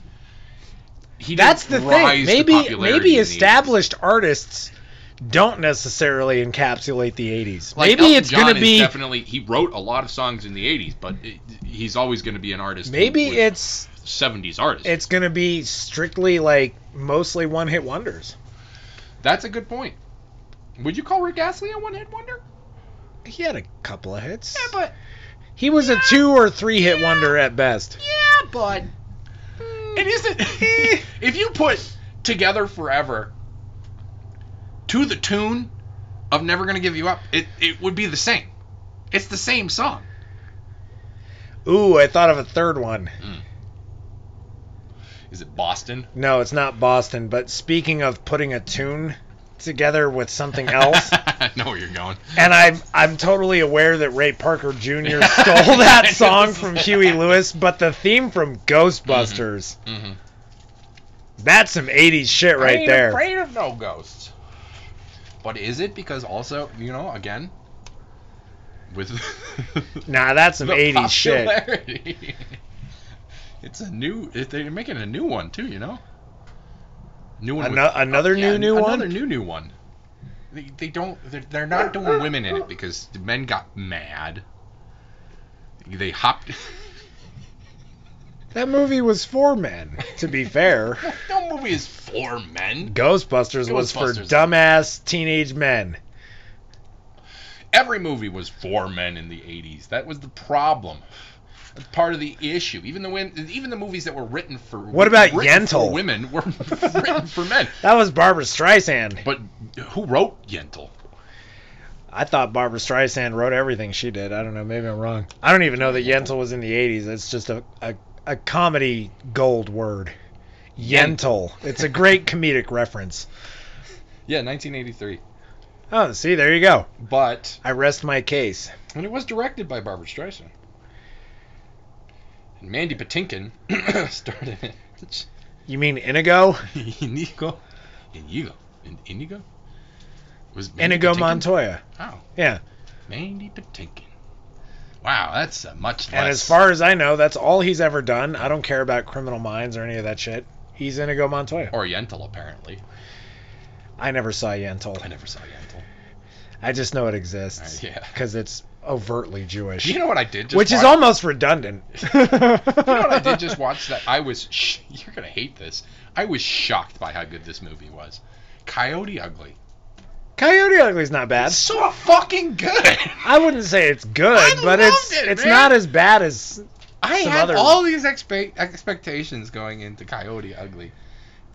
[SPEAKER 2] he.
[SPEAKER 1] That's the
[SPEAKER 2] didn't
[SPEAKER 1] thing.
[SPEAKER 2] rise to
[SPEAKER 1] Maybe
[SPEAKER 2] popularity in
[SPEAKER 1] maybe
[SPEAKER 2] the 80s.
[SPEAKER 1] established artists don't necessarily encapsulate the 80s.
[SPEAKER 2] Like
[SPEAKER 1] maybe
[SPEAKER 2] Elton
[SPEAKER 1] it's
[SPEAKER 2] John
[SPEAKER 1] going to
[SPEAKER 2] is
[SPEAKER 1] be
[SPEAKER 2] definitely. He wrote a lot of songs in the '80s, but it, he's always going to be an artist. who
[SPEAKER 1] maybe
[SPEAKER 2] was
[SPEAKER 1] it's
[SPEAKER 2] '70s artist.
[SPEAKER 1] it's going to be strictly like mostly one-hit wonders.
[SPEAKER 2] That's a good point. Would you call Rick Astley a one-hit wonder?
[SPEAKER 1] He had a couple of hits.
[SPEAKER 2] Yeah, but
[SPEAKER 1] he was a two or three hit wonder at best.
[SPEAKER 2] Yeah, but it isn't. if you put together forever to the tune of "Never Gonna Give You Up," it it would be the same. It's the same song.
[SPEAKER 1] Ooh, I thought of a third one.
[SPEAKER 2] Is it Boston?
[SPEAKER 1] No, it's not Boston, but speaking of putting a tune together with something else,
[SPEAKER 2] I know where you're going.
[SPEAKER 1] and I'm I'm totally aware that Ray Parker Jr. stole that song from Huey Lewis, but the theme from Ghostbusters.
[SPEAKER 2] Mhm.
[SPEAKER 1] That's some 80s shit right
[SPEAKER 2] Mm-hmm. I ain't
[SPEAKER 1] there.
[SPEAKER 2] Afraid of no ghosts. But is it because also you know again with
[SPEAKER 1] Nah, that's some
[SPEAKER 2] the
[SPEAKER 1] 80s shit.
[SPEAKER 2] popularity. It's a new. it- They're making a new one too. You know, new one. with-
[SPEAKER 1] Ano- another
[SPEAKER 2] yeah,
[SPEAKER 1] new new
[SPEAKER 2] another
[SPEAKER 1] one.
[SPEAKER 2] new new one. They, they don't. They're, they're not doing women in it because the men got mad. They hopped.
[SPEAKER 1] That movie was for men. To be fair,
[SPEAKER 2] no movie is for men.
[SPEAKER 1] Ghostbusters, was for
[SPEAKER 2] Ghostbusters.
[SPEAKER 1] dumbass teenage men.
[SPEAKER 2] Every movie was for men in the '80s. That was the problem. That's part of the issue. Even the women, even the movies that were written for
[SPEAKER 1] What about
[SPEAKER 2] written for
[SPEAKER 1] Yentl?
[SPEAKER 2] women were written for men.
[SPEAKER 1] That was Barbara Streisand.
[SPEAKER 2] But who wrote Yentl?
[SPEAKER 1] I thought Barbara Streisand wrote everything she did. I don't know. Maybe I'm wrong. I don't even know that Yentl was in the 80s. It's just a, a, a comedy gold word. Yentl. It's a great comedic reference.
[SPEAKER 2] Yeah, 1983.
[SPEAKER 1] Oh, see, there you go.
[SPEAKER 2] But
[SPEAKER 1] I rest my case.
[SPEAKER 2] and it was directed by Barbara Streisand. And Mandy Patinkin started it.
[SPEAKER 1] You mean Inigo?
[SPEAKER 2] Inigo, Inigo, In- Inigo. Was Mandy
[SPEAKER 1] Inigo
[SPEAKER 2] Patinkin?
[SPEAKER 1] Montoya.
[SPEAKER 2] Wow,
[SPEAKER 1] Yeah.
[SPEAKER 2] Mandy Patinkin. Wow, that's a much less.
[SPEAKER 1] And as far as I know, that's all he's ever done. I don't care about Criminal Minds or any of that shit. He's Inigo Montoya.
[SPEAKER 2] Oriental, apparently.
[SPEAKER 1] I never saw
[SPEAKER 2] I
[SPEAKER 1] Yentl.
[SPEAKER 2] never saw Oriental.
[SPEAKER 1] I just know it exists.
[SPEAKER 2] Uh, yeah.
[SPEAKER 1] Because it's overtly Jewish.
[SPEAKER 2] You know what I did? Just
[SPEAKER 1] Which is
[SPEAKER 2] watch?
[SPEAKER 1] almost redundant. you know
[SPEAKER 2] You know what I did just watch that? I was. Sh- you're gonna hate this. I was shocked by how good this movie was. Coyote Ugly.
[SPEAKER 1] Coyote Ugly's not bad.
[SPEAKER 2] so fucking good.
[SPEAKER 1] I wouldn't say it's good,
[SPEAKER 2] I
[SPEAKER 1] but
[SPEAKER 2] loved
[SPEAKER 1] it's
[SPEAKER 2] it,
[SPEAKER 1] it's
[SPEAKER 2] man.
[SPEAKER 1] not as bad as
[SPEAKER 2] I
[SPEAKER 1] Some
[SPEAKER 2] had
[SPEAKER 1] other-
[SPEAKER 2] all these expe- expectations going into Coyote Ugly,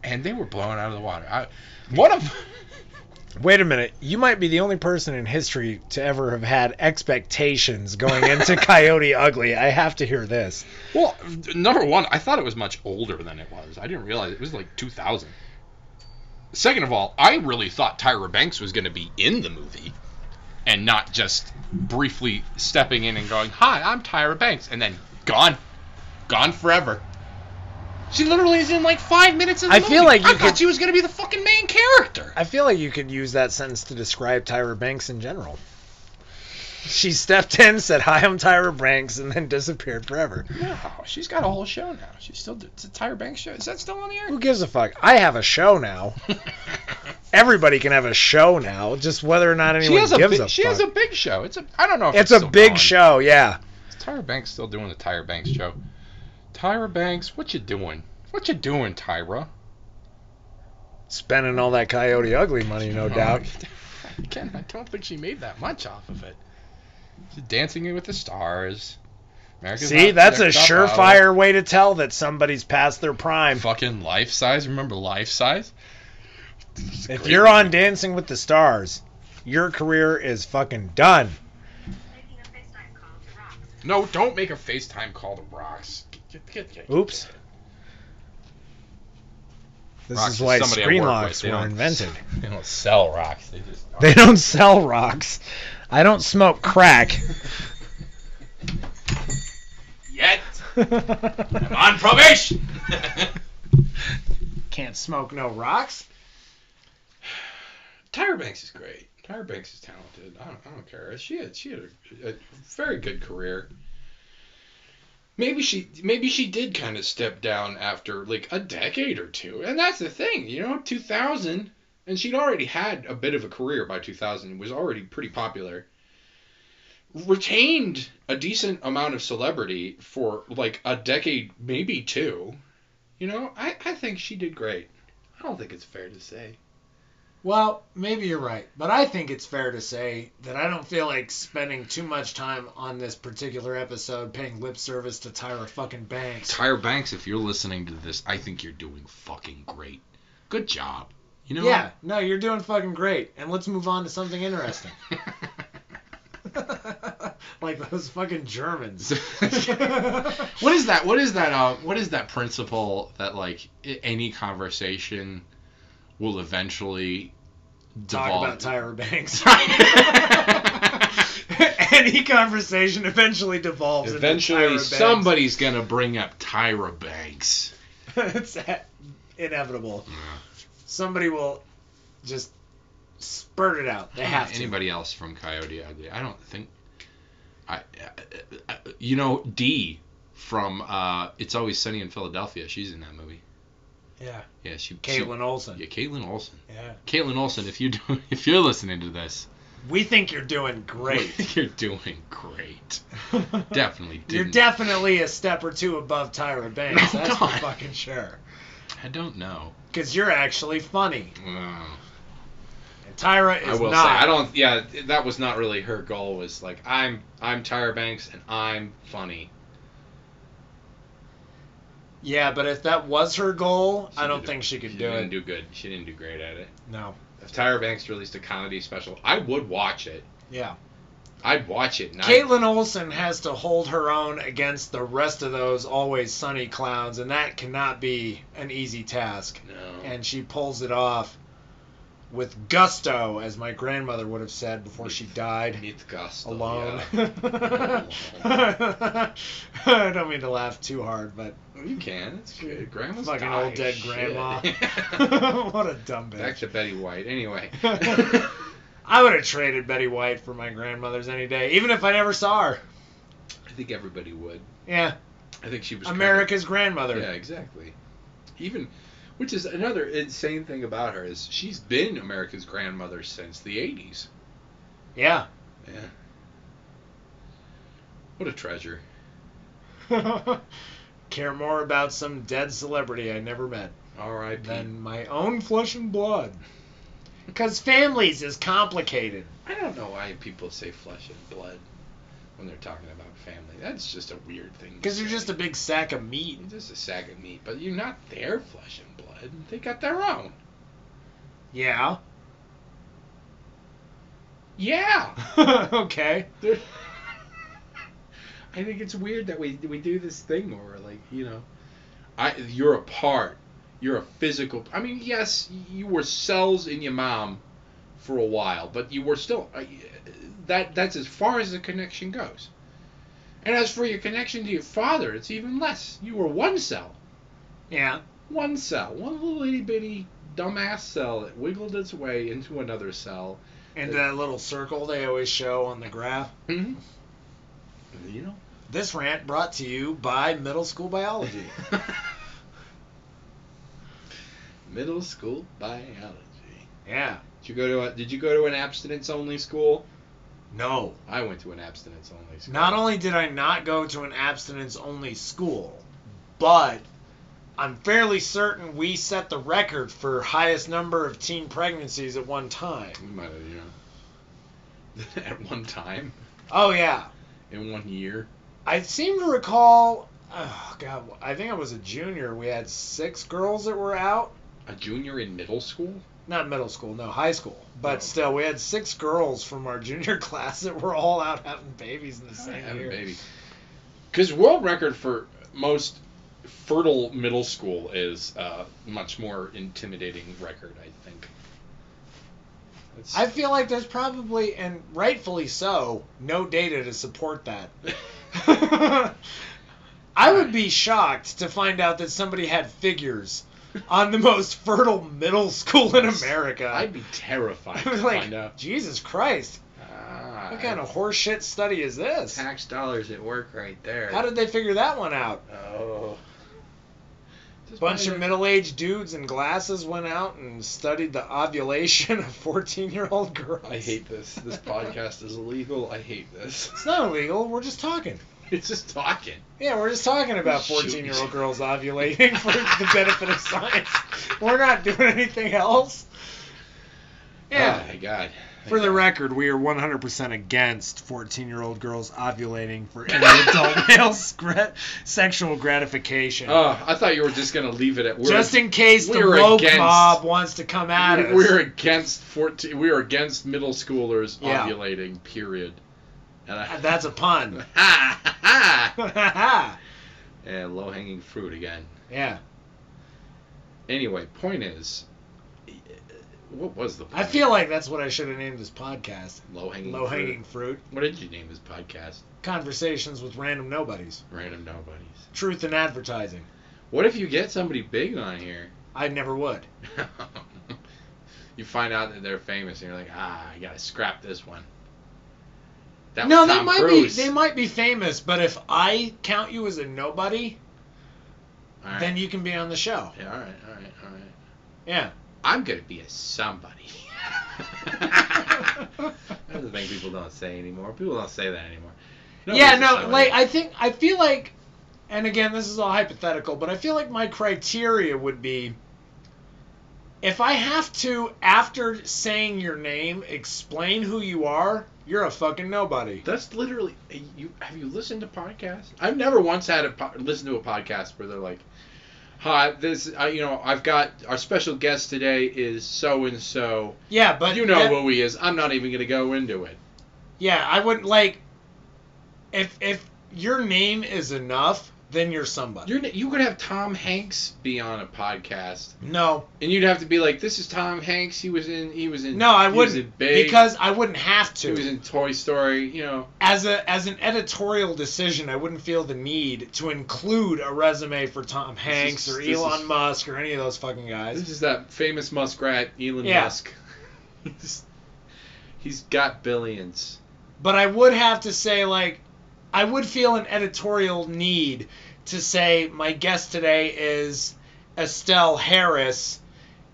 [SPEAKER 2] and they were blown out of the water. I, one of
[SPEAKER 1] Wait a minute, you might be the only person in history to ever have had expectations going into Coyote Ugly. I have to hear this.
[SPEAKER 2] well, number one, I thought it was much older than it was. I didn't realize it was like 2000. Second of all, I really thought Tyra Banks was going to be in the movie, and not just briefly stepping in and going, "Hi, I'm Tyra Banks," and then gone, gone forever. She literally is in like five minutes of the
[SPEAKER 1] I
[SPEAKER 2] movie.
[SPEAKER 1] feel like
[SPEAKER 2] I
[SPEAKER 1] you
[SPEAKER 2] thought
[SPEAKER 1] could-
[SPEAKER 2] she was going to be the fucking main character.
[SPEAKER 1] I feel like you could use that sentence to describe Tyra Banks in general. She stepped in, said, "Hi, I'm Tyra Banks," and then disappeared forever.
[SPEAKER 2] No, she's got a whole show now. She's still it's a Tyra Banks show. Is that still on the
[SPEAKER 1] Who gives a fuck? I have a show now.
[SPEAKER 2] air?
[SPEAKER 1] Everybody can have a show now, just whether or not
[SPEAKER 2] she
[SPEAKER 1] anyone
[SPEAKER 2] has a
[SPEAKER 1] gives
[SPEAKER 2] big,
[SPEAKER 1] a
[SPEAKER 2] she
[SPEAKER 1] fuck.
[SPEAKER 2] has a big show. It's a I don't know. If
[SPEAKER 1] it's a
[SPEAKER 2] still
[SPEAKER 1] big
[SPEAKER 2] going.
[SPEAKER 1] show, yeah.
[SPEAKER 9] Tyra Banks still doing the Tyra Banks show? Tyra Banks, what you doing? What you doing, Tyra?
[SPEAKER 1] Spending all that Coyote Ugly money, no doubt.
[SPEAKER 9] Again, I don't think she made that much off of it. She's dancing with the stars. America's
[SPEAKER 1] See,
[SPEAKER 9] Got-
[SPEAKER 1] that's a
[SPEAKER 9] Got Got Got.
[SPEAKER 1] surefire way to tell that somebody's past their prime.
[SPEAKER 9] Fucking life size. Remember life size?
[SPEAKER 1] If you're on Dancing with the Stars, your career is fucking done.
[SPEAKER 10] Making a FaceTime call to Rocks.
[SPEAKER 9] No, don't make a FaceTime call to Rox. Get- get- get- get-
[SPEAKER 1] Oops. This
[SPEAKER 9] Rox
[SPEAKER 1] is why
[SPEAKER 9] somebody I
[SPEAKER 1] screen
[SPEAKER 9] work
[SPEAKER 1] locks
[SPEAKER 9] with. They
[SPEAKER 1] were
[SPEAKER 9] don't-
[SPEAKER 1] invented.
[SPEAKER 9] They don't sell rocks. They just.
[SPEAKER 1] They don't sell rocks. I don't smoke crack.
[SPEAKER 11] Yet I'm
[SPEAKER 1] Can't
[SPEAKER 11] on probation.
[SPEAKER 1] smoke no rocks.
[SPEAKER 2] Tyra Banks is great. Tyra Banks is talented. I don't, I don't care. She had she had a, a very good career. Maybe she maybe she did kind of step down after like a decade or two, and that's the thing, you know, two thousand, and she'd already had a bit of a career by two thousand, and was already pretty popular. Retained a decent amount of celebrity for like a decade, maybe two. You know, I, I think she did great. I don't think it's fair to say.
[SPEAKER 1] Well, maybe you're right, but I think it's fair to say that I don't feel like spending too much time on this particular episode paying lip service to Tyra fucking Banks.
[SPEAKER 11] Tyra Banks, if you're listening to this, I think you're doing fucking great. Good job. You know.
[SPEAKER 1] Yeah, no, you're doing fucking great. And let's move on to something interesting. like those fucking Germans.
[SPEAKER 11] what is that? What is that? Uh, what is that principle that like i- any conversation will eventually
[SPEAKER 1] Talk
[SPEAKER 11] devolve?
[SPEAKER 1] about Tyra Banks. Any conversation eventually devolves into
[SPEAKER 2] Eventually
[SPEAKER 1] Tyra Banks.
[SPEAKER 11] Somebody's gonna bring up Tyra Banks.
[SPEAKER 1] it's inevitable. Somebody will just spurt it out. They have to.
[SPEAKER 11] Hmm, Anybody else from Coyote Ugly? I don't think. I, I, I- you know, D from uh, It's Always Sunny in Philadelphia. She's in that movie.
[SPEAKER 1] Yeah.
[SPEAKER 11] Yeah, she. she-
[SPEAKER 1] Caitlin Olsen.
[SPEAKER 11] yeah, Caitlin Olsen.
[SPEAKER 1] Yeah.
[SPEAKER 11] Caitlin Olsen, if you do, if you're listening to this,
[SPEAKER 1] We think you're doing great.
[SPEAKER 11] you're doing great. Definitely.
[SPEAKER 1] You're
[SPEAKER 11] didn't-
[SPEAKER 1] definitely a step or two above Tyra Banks.
[SPEAKER 11] No,
[SPEAKER 1] that's
[SPEAKER 11] God.
[SPEAKER 1] for fucking sure.
[SPEAKER 11] I don't know.
[SPEAKER 1] Because you're actually funny.
[SPEAKER 11] Uh,
[SPEAKER 1] And Tyra is
[SPEAKER 2] I will
[SPEAKER 1] not.
[SPEAKER 2] say I don't. Yeah, that was not really her goal. Was like I'm I'm Tyra Banks and I'm funny.
[SPEAKER 1] Yeah, but if that was her goal,
[SPEAKER 2] She
[SPEAKER 1] I don't
[SPEAKER 2] did-
[SPEAKER 1] think she could
[SPEAKER 2] she
[SPEAKER 1] do
[SPEAKER 2] didn't
[SPEAKER 1] it.
[SPEAKER 2] Do good. She didn't do great at it.
[SPEAKER 1] no.
[SPEAKER 2] If Tyra Banks released a comedy special, I would watch it.
[SPEAKER 1] Yeah.
[SPEAKER 2] I'd watch it. and I'd-
[SPEAKER 1] Caitlin Olsen has to hold her own against the rest of those always sunny clowns, and that cannot be an easy task.
[SPEAKER 2] No.
[SPEAKER 1] And she pulls it off with gusto, as my grandmother would have said before she died.
[SPEAKER 2] Meet Gusto,
[SPEAKER 1] Alone.
[SPEAKER 2] yeah.
[SPEAKER 1] I don't mean to laugh too hard, but
[SPEAKER 2] You can. It's good. Grandma's
[SPEAKER 1] fucking
[SPEAKER 2] died,
[SPEAKER 1] old dead
[SPEAKER 2] shit.
[SPEAKER 1] grandma. what a dumb bitch.
[SPEAKER 2] Back to Betty White. Anyway.
[SPEAKER 1] I would have traded Betty White for my grandmother's any day, even if I never saw her.
[SPEAKER 2] I think everybody would.
[SPEAKER 1] Yeah,
[SPEAKER 2] I think she was kind of-
[SPEAKER 1] America's grandmother.
[SPEAKER 2] Yeah, exactly. Even, which is another insane thing about her is she's been America's grandmother since the '80s.
[SPEAKER 1] Yeah.
[SPEAKER 2] Yeah. What a treasure.
[SPEAKER 1] Care more about some dead celebrity I never met
[SPEAKER 2] R.I.P.
[SPEAKER 1] than my own flesh and blood. Because families is complicated.
[SPEAKER 2] I don't know why people say flesh and blood when they're talking about family. That's just a weird thing. to
[SPEAKER 1] Because you're
[SPEAKER 2] say.
[SPEAKER 1] just a big sack of meat.
[SPEAKER 2] You're just a sack of meat, but you're not their flesh and blood. They got their own.
[SPEAKER 1] Yeah.
[SPEAKER 2] Yeah.
[SPEAKER 1] okay.
[SPEAKER 2] They're- I think it's weird that we we do this thing where we're like, you know, I you're a part, you're a physical. I mean, yes, you were cells in your mom for a while, but you were still uh, that that's as far as the connection goes. And as for your connection to your father, it's even less. You were one cell,
[SPEAKER 1] Yeah.
[SPEAKER 2] one cell, one little itty bitty dumbass cell that wiggled its way into another cell.
[SPEAKER 1] And that little circle they always show on the graph.
[SPEAKER 2] Mm-hmm. You know.
[SPEAKER 1] This rant brought to you by Middle School Biology.
[SPEAKER 2] Middle school biology.
[SPEAKER 1] Yeah.
[SPEAKER 2] Did you go to a, Did you go to an abstinence only school?
[SPEAKER 1] No.
[SPEAKER 2] I went to an abstinence only school.
[SPEAKER 1] Not only did I not go to an abstinence only school, but I'm fairly certain we set the record for highest number of teen pregnancies at one time.
[SPEAKER 2] We might have, you know. At one time,
[SPEAKER 1] Oh yeah.
[SPEAKER 2] in one year.
[SPEAKER 1] I seem to recall oh god, I think I was a junior. We had six girls that were out.
[SPEAKER 2] A junior in middle school?
[SPEAKER 1] Not middle school, no, high school. But
[SPEAKER 2] Oh.
[SPEAKER 1] still, we had six girls from our junior class that were all out having babies in the same
[SPEAKER 2] Have
[SPEAKER 1] year.
[SPEAKER 2] a baby. Because world record for most fertile middle school is uh, much more intimidating record, I think. It's-
[SPEAKER 1] I feel like there's probably, and rightfully so, no data to support that. I would be shocked to find out that somebody had figures on the most fertile middle school in America.
[SPEAKER 2] I'd be terrified to find
[SPEAKER 1] like,
[SPEAKER 2] out. Uh,
[SPEAKER 1] Jesus Christ,
[SPEAKER 12] Ah,
[SPEAKER 1] what kind of horseshit study is this?
[SPEAKER 12] tax dollars at work right there?
[SPEAKER 1] How did they figure that one out?
[SPEAKER 12] Oh.
[SPEAKER 1] A bunch of middle aged dudes in glasses went out and studied the ovulation of 14 year old girls.
[SPEAKER 2] I hate this. This podcast is illegal. I hate this.
[SPEAKER 1] It's not illegal, we're just talking.
[SPEAKER 2] It's just talking.
[SPEAKER 1] Yeah, we're just talking about
[SPEAKER 2] Shoot.
[SPEAKER 1] 14 year old girls ovulating for the benefit of science. We're not doing anything else. Yeah.
[SPEAKER 2] Oh my god.
[SPEAKER 1] for the record, we are 100% against 14 year old girls ovulating for any adult male scra- sexual gratification.
[SPEAKER 2] Oh, I thought you were just gonna leave it at. We're
[SPEAKER 1] just in case the
[SPEAKER 2] we're
[SPEAKER 1] woke
[SPEAKER 2] against-
[SPEAKER 1] mob wants to come at us.
[SPEAKER 2] We're against fourteen. We are against middle schoolers
[SPEAKER 1] Yeah.
[SPEAKER 2] ovulating. Period. And I-
[SPEAKER 1] That's a pun.
[SPEAKER 2] ha ha ha.
[SPEAKER 1] yeah.
[SPEAKER 2] And low hanging fruit again. Anyway, point is, what was the? Point?
[SPEAKER 1] I feel like that's what I should have named this podcast.
[SPEAKER 2] low hanging.
[SPEAKER 1] Low hanging fruit.
[SPEAKER 2] What did you name this podcast?
[SPEAKER 1] Conversations with random nobodies.
[SPEAKER 2] Random nobodies.
[SPEAKER 1] Truth in advertising.
[SPEAKER 2] What if you get somebody big on here?
[SPEAKER 1] I never would.
[SPEAKER 2] you find out that they're famous, and you're like, ah, I gotta scrap this one. That
[SPEAKER 1] no,
[SPEAKER 2] was
[SPEAKER 1] they
[SPEAKER 2] Tom
[SPEAKER 1] might
[SPEAKER 2] Cruise.
[SPEAKER 1] be they might be famous, but if I count you as a nobody,
[SPEAKER 2] All right.
[SPEAKER 1] then you can be on the show.
[SPEAKER 2] Yeah, all right, all right, all right.
[SPEAKER 1] Yeah.
[SPEAKER 2] I'm gonna be a somebody. That's the thing people don't say anymore. People don't say that anymore.
[SPEAKER 1] yeah,
[SPEAKER 2] Nobody's a
[SPEAKER 1] no,
[SPEAKER 2] somebody.
[SPEAKER 1] like I think I feel like and again this is all hypothetical, but I feel like my criteria would be if I have to after saying your name explain who you are, you're a fucking nobody.
[SPEAKER 2] That's literally. You have you listened to podcasts? I've never once had a po- listened to a podcast where they're like, "Hi, this I, you know I've got our special guest today is so and so.
[SPEAKER 1] Yeah, but
[SPEAKER 2] You know
[SPEAKER 1] that-
[SPEAKER 2] who he is. I'm not even gonna go into it.
[SPEAKER 1] Yeah, I wouldn't like if if your name is enough, then you're somebody.
[SPEAKER 2] You're, n- you could have Tom Hanks be on a podcast,
[SPEAKER 1] no,
[SPEAKER 2] and you'd have to be like, "This is Tom Hanks. He was in. He was in.
[SPEAKER 1] no, I
[SPEAKER 2] he was in
[SPEAKER 1] wouldn't
[SPEAKER 2] Big.
[SPEAKER 1] because I wouldn't have
[SPEAKER 2] he was
[SPEAKER 1] to.
[SPEAKER 2] in Toy Story. You know.
[SPEAKER 1] As a as an editorial decision, I wouldn't feel the need to include a resume for Tom Hanks or
[SPEAKER 2] this is-
[SPEAKER 1] Elon Musk or any of those fucking
[SPEAKER 2] This
[SPEAKER 1] guys.
[SPEAKER 2] is that famous muskrat, Elon
[SPEAKER 1] Yeah.
[SPEAKER 2] Musk. he's, he's got billions.
[SPEAKER 1] But I would have to say like I would feel an editorial need to say my guest today is Estelle Harris.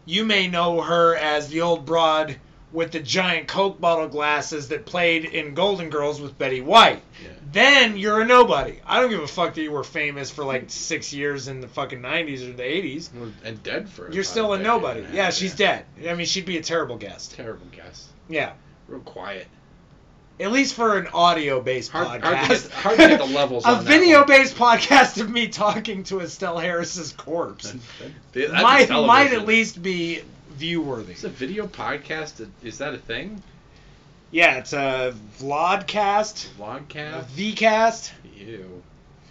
[SPEAKER 1] You may know her as the old broad with the giant Coke bottle glasses that played in Golden Girls with Betty White.
[SPEAKER 2] Yeah.
[SPEAKER 1] Then you're a nobody. I don't give a fuck that you were famous for like six years in the fucking 90s or the 80s.
[SPEAKER 2] Well, and dead for.
[SPEAKER 1] You're
[SPEAKER 2] about
[SPEAKER 1] still a
[SPEAKER 2] decade
[SPEAKER 1] nobody.
[SPEAKER 2] and half,
[SPEAKER 1] Yeah, she's dead. I mean, she'd be a terrible guest.
[SPEAKER 2] Terrible guest.
[SPEAKER 1] Yeah.
[SPEAKER 2] Real quiet.
[SPEAKER 1] At least for an audio based
[SPEAKER 2] Hard- hard to
[SPEAKER 1] podcast.
[SPEAKER 2] get- hard to get the levels
[SPEAKER 1] a
[SPEAKER 2] on that
[SPEAKER 1] video based podcast of me talking to Estelle Harris's corpse
[SPEAKER 2] Th- that's
[SPEAKER 1] might,
[SPEAKER 2] television.
[SPEAKER 1] might at least be view worthy.
[SPEAKER 2] It's a video podcast. Is that a thing?
[SPEAKER 1] Yeah, it's a vlogcast, a
[SPEAKER 2] Vlogcast.
[SPEAKER 1] Vcast,
[SPEAKER 2] Ew.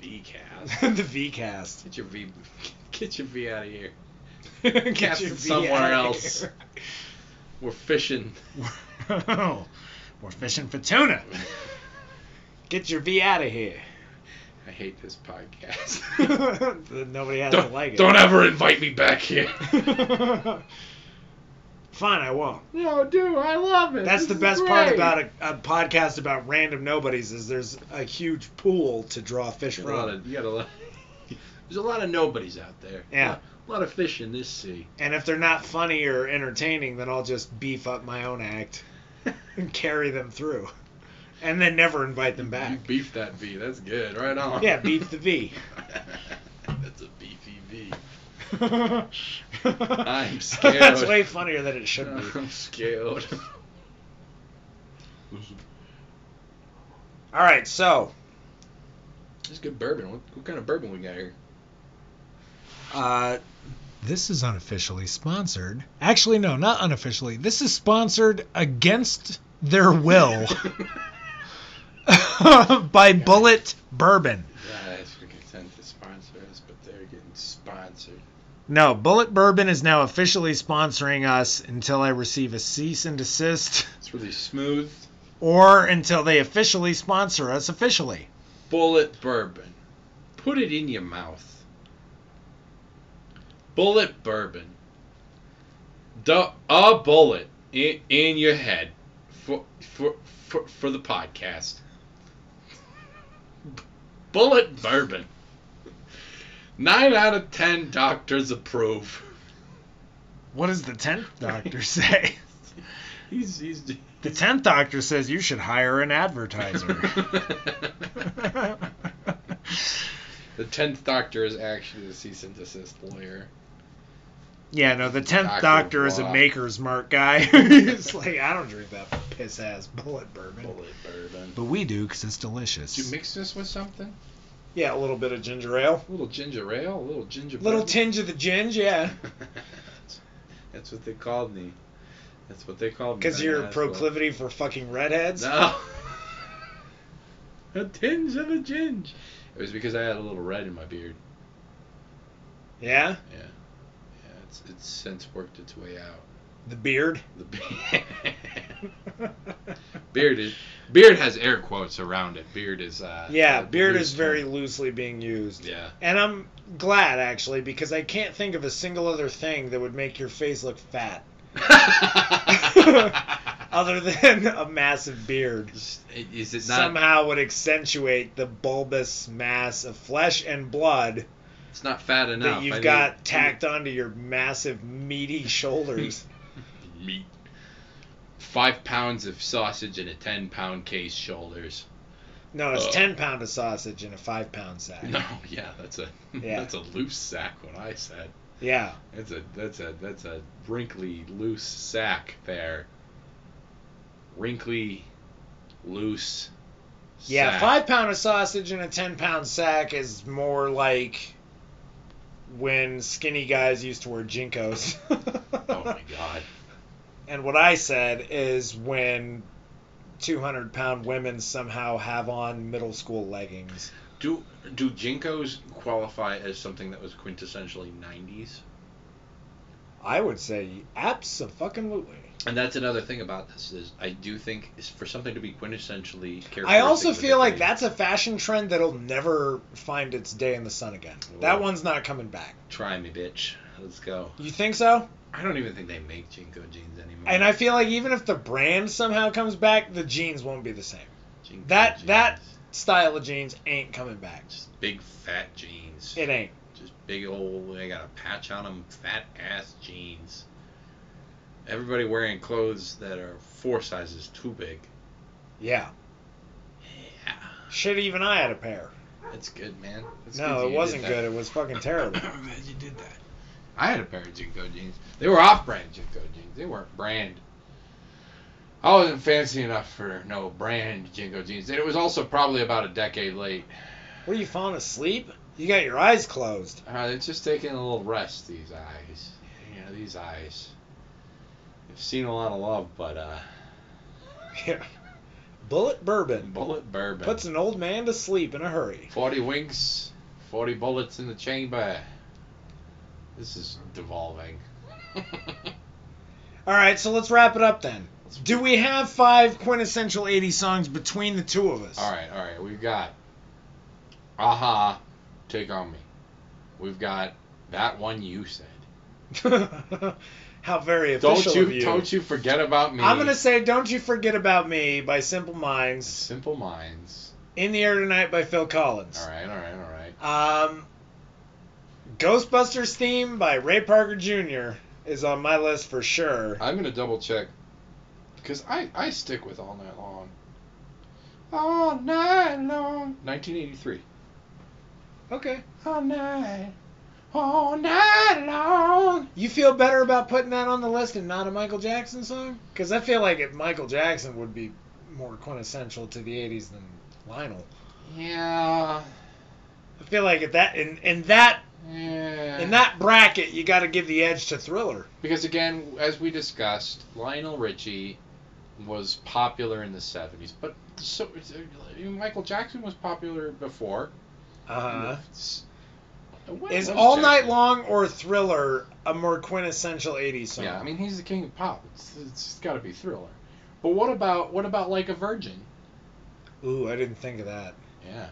[SPEAKER 2] Vcast.
[SPEAKER 1] the Vcast.
[SPEAKER 2] Get your V. Get your V out of here.
[SPEAKER 1] Get
[SPEAKER 2] Cast
[SPEAKER 1] your
[SPEAKER 2] it
[SPEAKER 1] V
[SPEAKER 2] somewhere
[SPEAKER 1] outta
[SPEAKER 2] else.
[SPEAKER 1] here.
[SPEAKER 2] We're fishing.
[SPEAKER 1] We're fishing for tuna. Get your V out of here.
[SPEAKER 2] I hate this podcast.
[SPEAKER 1] Nobody has
[SPEAKER 2] don't
[SPEAKER 1] to like it.
[SPEAKER 2] don't ever invite me back here.
[SPEAKER 1] Fine, I won't.
[SPEAKER 2] no, dude, I love it.
[SPEAKER 1] That's the best part about a, a podcast about random nobodies is there's a huge pool to draw fish
[SPEAKER 2] There's a lot
[SPEAKER 1] from.
[SPEAKER 2] of, you got a lot. There's a lot of nobodies out there.
[SPEAKER 1] Yeah.
[SPEAKER 2] A lot of fish in this sea.
[SPEAKER 1] And if they're not funny or entertaining, then I'll just beef up my own act and carry them through. and then never invite them back.
[SPEAKER 2] You beef that V. That's good. Right on.
[SPEAKER 1] Yeah, beef the V.
[SPEAKER 2] That's a beefy V.
[SPEAKER 1] I'm
[SPEAKER 2] scared.
[SPEAKER 1] That's way funnier than it should be.
[SPEAKER 2] I'm scared.
[SPEAKER 1] All right, so
[SPEAKER 2] This is good bourbon. What, what kind of bourbon we got here?
[SPEAKER 1] uh, this is unofficially sponsored. Actually, no, not unofficially. This is sponsored against their will by Bullet Bourbon.
[SPEAKER 2] Yeah, it's for consent to sponsor us, but they're getting sponsored.
[SPEAKER 1] No, Bullet Bourbon is now officially sponsoring us until I receive a cease and desist
[SPEAKER 2] It's really smooth.
[SPEAKER 1] or until they officially sponsor us officially.
[SPEAKER 2] Bullet bourbon. Put it in your mouth. Bullet bourbon. The, a bullet in, in your head for, for, for, for the podcast. Bullet bourbon. 9 out of 10 doctors approve.
[SPEAKER 1] What does the 10th doctor say?
[SPEAKER 2] He's, he's
[SPEAKER 1] The 10th doctor says you should hire an advertiser.
[SPEAKER 2] the 10th doctor is actually the cease and desist lawyer.
[SPEAKER 1] yeah, no, the 10th
[SPEAKER 2] Doctor
[SPEAKER 1] doctor is a
[SPEAKER 2] Blah.
[SPEAKER 1] maker's mark guy. He's like, I don't drink that piss ass bullet bourbon.
[SPEAKER 2] Bullet bourbon.
[SPEAKER 1] But we do because it's delicious.
[SPEAKER 2] Did you mix this with something?
[SPEAKER 1] yeah, a little bit of ginger ale.
[SPEAKER 2] A little ginger ale, a little ginger.
[SPEAKER 1] Little
[SPEAKER 2] bourbon?
[SPEAKER 1] tinge of the ginge, yeah.
[SPEAKER 2] That's what they called me. That's what they called me.
[SPEAKER 1] Because
[SPEAKER 2] when I
[SPEAKER 1] your
[SPEAKER 2] asked what-
[SPEAKER 1] proclivity for fucking redheads.
[SPEAKER 2] No. a tinge of a ginge. It was because I had a little red in my beard.
[SPEAKER 1] Yeah,
[SPEAKER 2] Yeah. Yeah. It's it's since worked its way out.
[SPEAKER 1] the beard.
[SPEAKER 2] The beard. beard is beard has air quotes around it. Beard is. Uh,
[SPEAKER 1] yeah,
[SPEAKER 2] a
[SPEAKER 1] beard
[SPEAKER 2] loose
[SPEAKER 1] is very
[SPEAKER 2] term.
[SPEAKER 1] loosely being used.
[SPEAKER 2] Yeah.
[SPEAKER 1] And I'm glad actually because I can't think of a single other thing that would make your face look fat other than a massive beard.
[SPEAKER 2] is it not?
[SPEAKER 1] Somehow would accentuate the bulbous mass of flesh and blood
[SPEAKER 2] It's not fat enough.
[SPEAKER 1] that
[SPEAKER 2] I
[SPEAKER 1] you've
[SPEAKER 2] need-
[SPEAKER 1] got tacked onto your massive meaty shoulders.
[SPEAKER 2] meat. Five pounds of sausage in a ten pound case shoulders.
[SPEAKER 1] No, it's
[SPEAKER 13] Uh,
[SPEAKER 2] Ugh.
[SPEAKER 1] ten pound of sausage in a five pound sack.
[SPEAKER 2] No, yeah, that's a
[SPEAKER 1] Yeah.
[SPEAKER 2] that's a loose sack. What I said.
[SPEAKER 1] Yeah.
[SPEAKER 2] That's a that's a that's a wrinkly loose sack there. Wrinkly, loose.
[SPEAKER 1] Yeah,
[SPEAKER 2] sack.
[SPEAKER 1] five pound of sausage in a ten pound sack is more like when skinny guys used to wear jinkos.
[SPEAKER 2] Oh my god.
[SPEAKER 1] And what I said is when two hundred pound women somehow have on middle school leggings.
[SPEAKER 13] Do do Jinkos qualify as something that was quintessentially '90s?
[SPEAKER 1] I would say absolutely.
[SPEAKER 13] And that's another thing about this is I do think is for something to be quintessentially.
[SPEAKER 1] I also
[SPEAKER 13] characteristic of
[SPEAKER 1] feel
[SPEAKER 13] the
[SPEAKER 1] like
[SPEAKER 13] age-
[SPEAKER 1] that's a fashion trend that'll never find its day in the sun again. That
[SPEAKER 13] Ooh.
[SPEAKER 1] one's not coming back.
[SPEAKER 13] Try me, bitch. Let's go.
[SPEAKER 1] You think so?
[SPEAKER 13] I don't even think they make Jinko jeans anymore.
[SPEAKER 1] And I feel like even if the brand somehow comes back, the jeans won't be the same.
[SPEAKER 13] Jinko
[SPEAKER 1] that-
[SPEAKER 13] jeans.
[SPEAKER 1] that- style of jeans ain't coming back.
[SPEAKER 13] just big fat jeans.
[SPEAKER 1] It ain't.
[SPEAKER 13] Just big old. They got a patch on them. Fat ass jeans. Everybody wearing clothes that are four sizes too big.
[SPEAKER 1] Yeah.
[SPEAKER 13] Yeah,
[SPEAKER 1] Shit, even I had a pair.
[SPEAKER 13] that's good, man. That's good that
[SPEAKER 1] no,
[SPEAKER 13] you
[SPEAKER 1] it
[SPEAKER 13] did
[SPEAKER 1] wasn't
[SPEAKER 13] that.
[SPEAKER 1] good. It was fucking terrible.
[SPEAKER 13] I'm glad you did that. I had a pair of Jinko jeans. They were off-brand Jinko jeans. They weren't brand.
[SPEAKER 2] I wasn't fancy enough for no brand Jinko jeans. And it was also probably about a decade late.
[SPEAKER 1] what are you falling asleep? You got your eyes closed.
[SPEAKER 2] Uh, they're just taking a little rest, these eyes. You know, these eyes. They've seen a lot of love, but uh,
[SPEAKER 1] Yeah. Bullet bourbon
[SPEAKER 2] bullet bourbon.
[SPEAKER 1] puts an old man to sleep in a hurry.
[SPEAKER 2] 40 winks, 40 bullets in the chamber. This is devolving.
[SPEAKER 1] All right, so let's wrap it up then. Do we have five quintessential 80 songs between the two of us?
[SPEAKER 2] All right, all right. We've got Aha, Take On Me. We've got That One You Said.
[SPEAKER 1] right. How very official
[SPEAKER 2] Don't you,
[SPEAKER 1] of you.
[SPEAKER 2] don't you forget about me.
[SPEAKER 1] I'm going to say Don't You Forget About Me by Simple Minds.
[SPEAKER 2] Simple Minds.
[SPEAKER 1] In the Air Tonight by Phil Collins.
[SPEAKER 2] All right, all right, all right.
[SPEAKER 1] Um, Ghostbusters theme by Ray Parker Jr. is on my list for sure.
[SPEAKER 2] I'm gonna double check because I I stick with all night long.
[SPEAKER 4] All night long. 1983.
[SPEAKER 1] Okay.
[SPEAKER 4] All night. All night long.
[SPEAKER 1] You feel better about putting that on the list and not a Michael Jackson song? Because I feel like if Michael Jackson would be more quintessential to the 80s than Lionel.
[SPEAKER 2] Yeah.
[SPEAKER 1] I feel like if that in, in that
[SPEAKER 2] Yeah.
[SPEAKER 1] in that bracket you got to give the edge to Thriller.
[SPEAKER 4] Because again, as we discussed, Lionel Richie was popular in the 70s, but so Michael Jackson was popular before.
[SPEAKER 1] Uh-huh.
[SPEAKER 4] S- what
[SPEAKER 1] Is
[SPEAKER 4] was
[SPEAKER 1] All
[SPEAKER 4] Jackson?
[SPEAKER 1] Night Long or Thriller a more quintessential 80s song?
[SPEAKER 4] Yeah, I mean he's the king of pop. It's, it's got to be Thriller. But what about what about like a Virgin?
[SPEAKER 1] Ooh, I didn't think of that.
[SPEAKER 4] Yeah.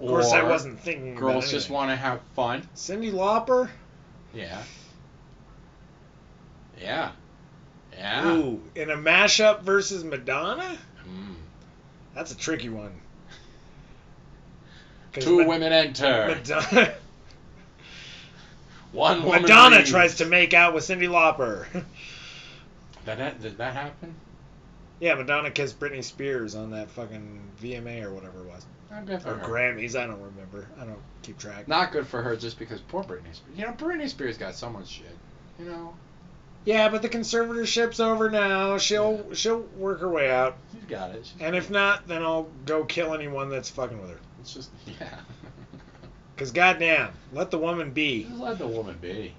[SPEAKER 1] Of course, I wasn't thinking. about
[SPEAKER 4] Girls just
[SPEAKER 1] anything.
[SPEAKER 4] want to have fun.
[SPEAKER 1] Cindy Lauper.
[SPEAKER 4] Yeah. Yeah. Yeah.
[SPEAKER 1] Ooh, in a mashup versus Madonna.
[SPEAKER 4] Mm.
[SPEAKER 1] That's a tricky one. 'Cause
[SPEAKER 4] Two
[SPEAKER 1] Ma-
[SPEAKER 4] women enter.
[SPEAKER 1] Madonna.
[SPEAKER 4] One woman.
[SPEAKER 1] Madonna
[SPEAKER 4] leaves.
[SPEAKER 1] tries to make out with Cindy Lauper.
[SPEAKER 4] That, that, did that happen?
[SPEAKER 1] yeah, Madonna kissed Britney Spears on that fucking VMA or whatever it was,
[SPEAKER 4] Not good for
[SPEAKER 1] or
[SPEAKER 4] her.
[SPEAKER 1] Grammys. I don't remember. I don't keep track.
[SPEAKER 4] Not good for her just because poor Britney Spears. You know, Britney Spears got so much shit. You know,
[SPEAKER 1] Yeah, but the conservatorship's over now. She'll she'll work her way out,
[SPEAKER 4] she's got it. She's
[SPEAKER 1] and if not, then I'll go kill anyone that's fucking with her.
[SPEAKER 4] It's just, yeah.
[SPEAKER 1] Cause goddamn, let the woman be.
[SPEAKER 4] just let the woman be.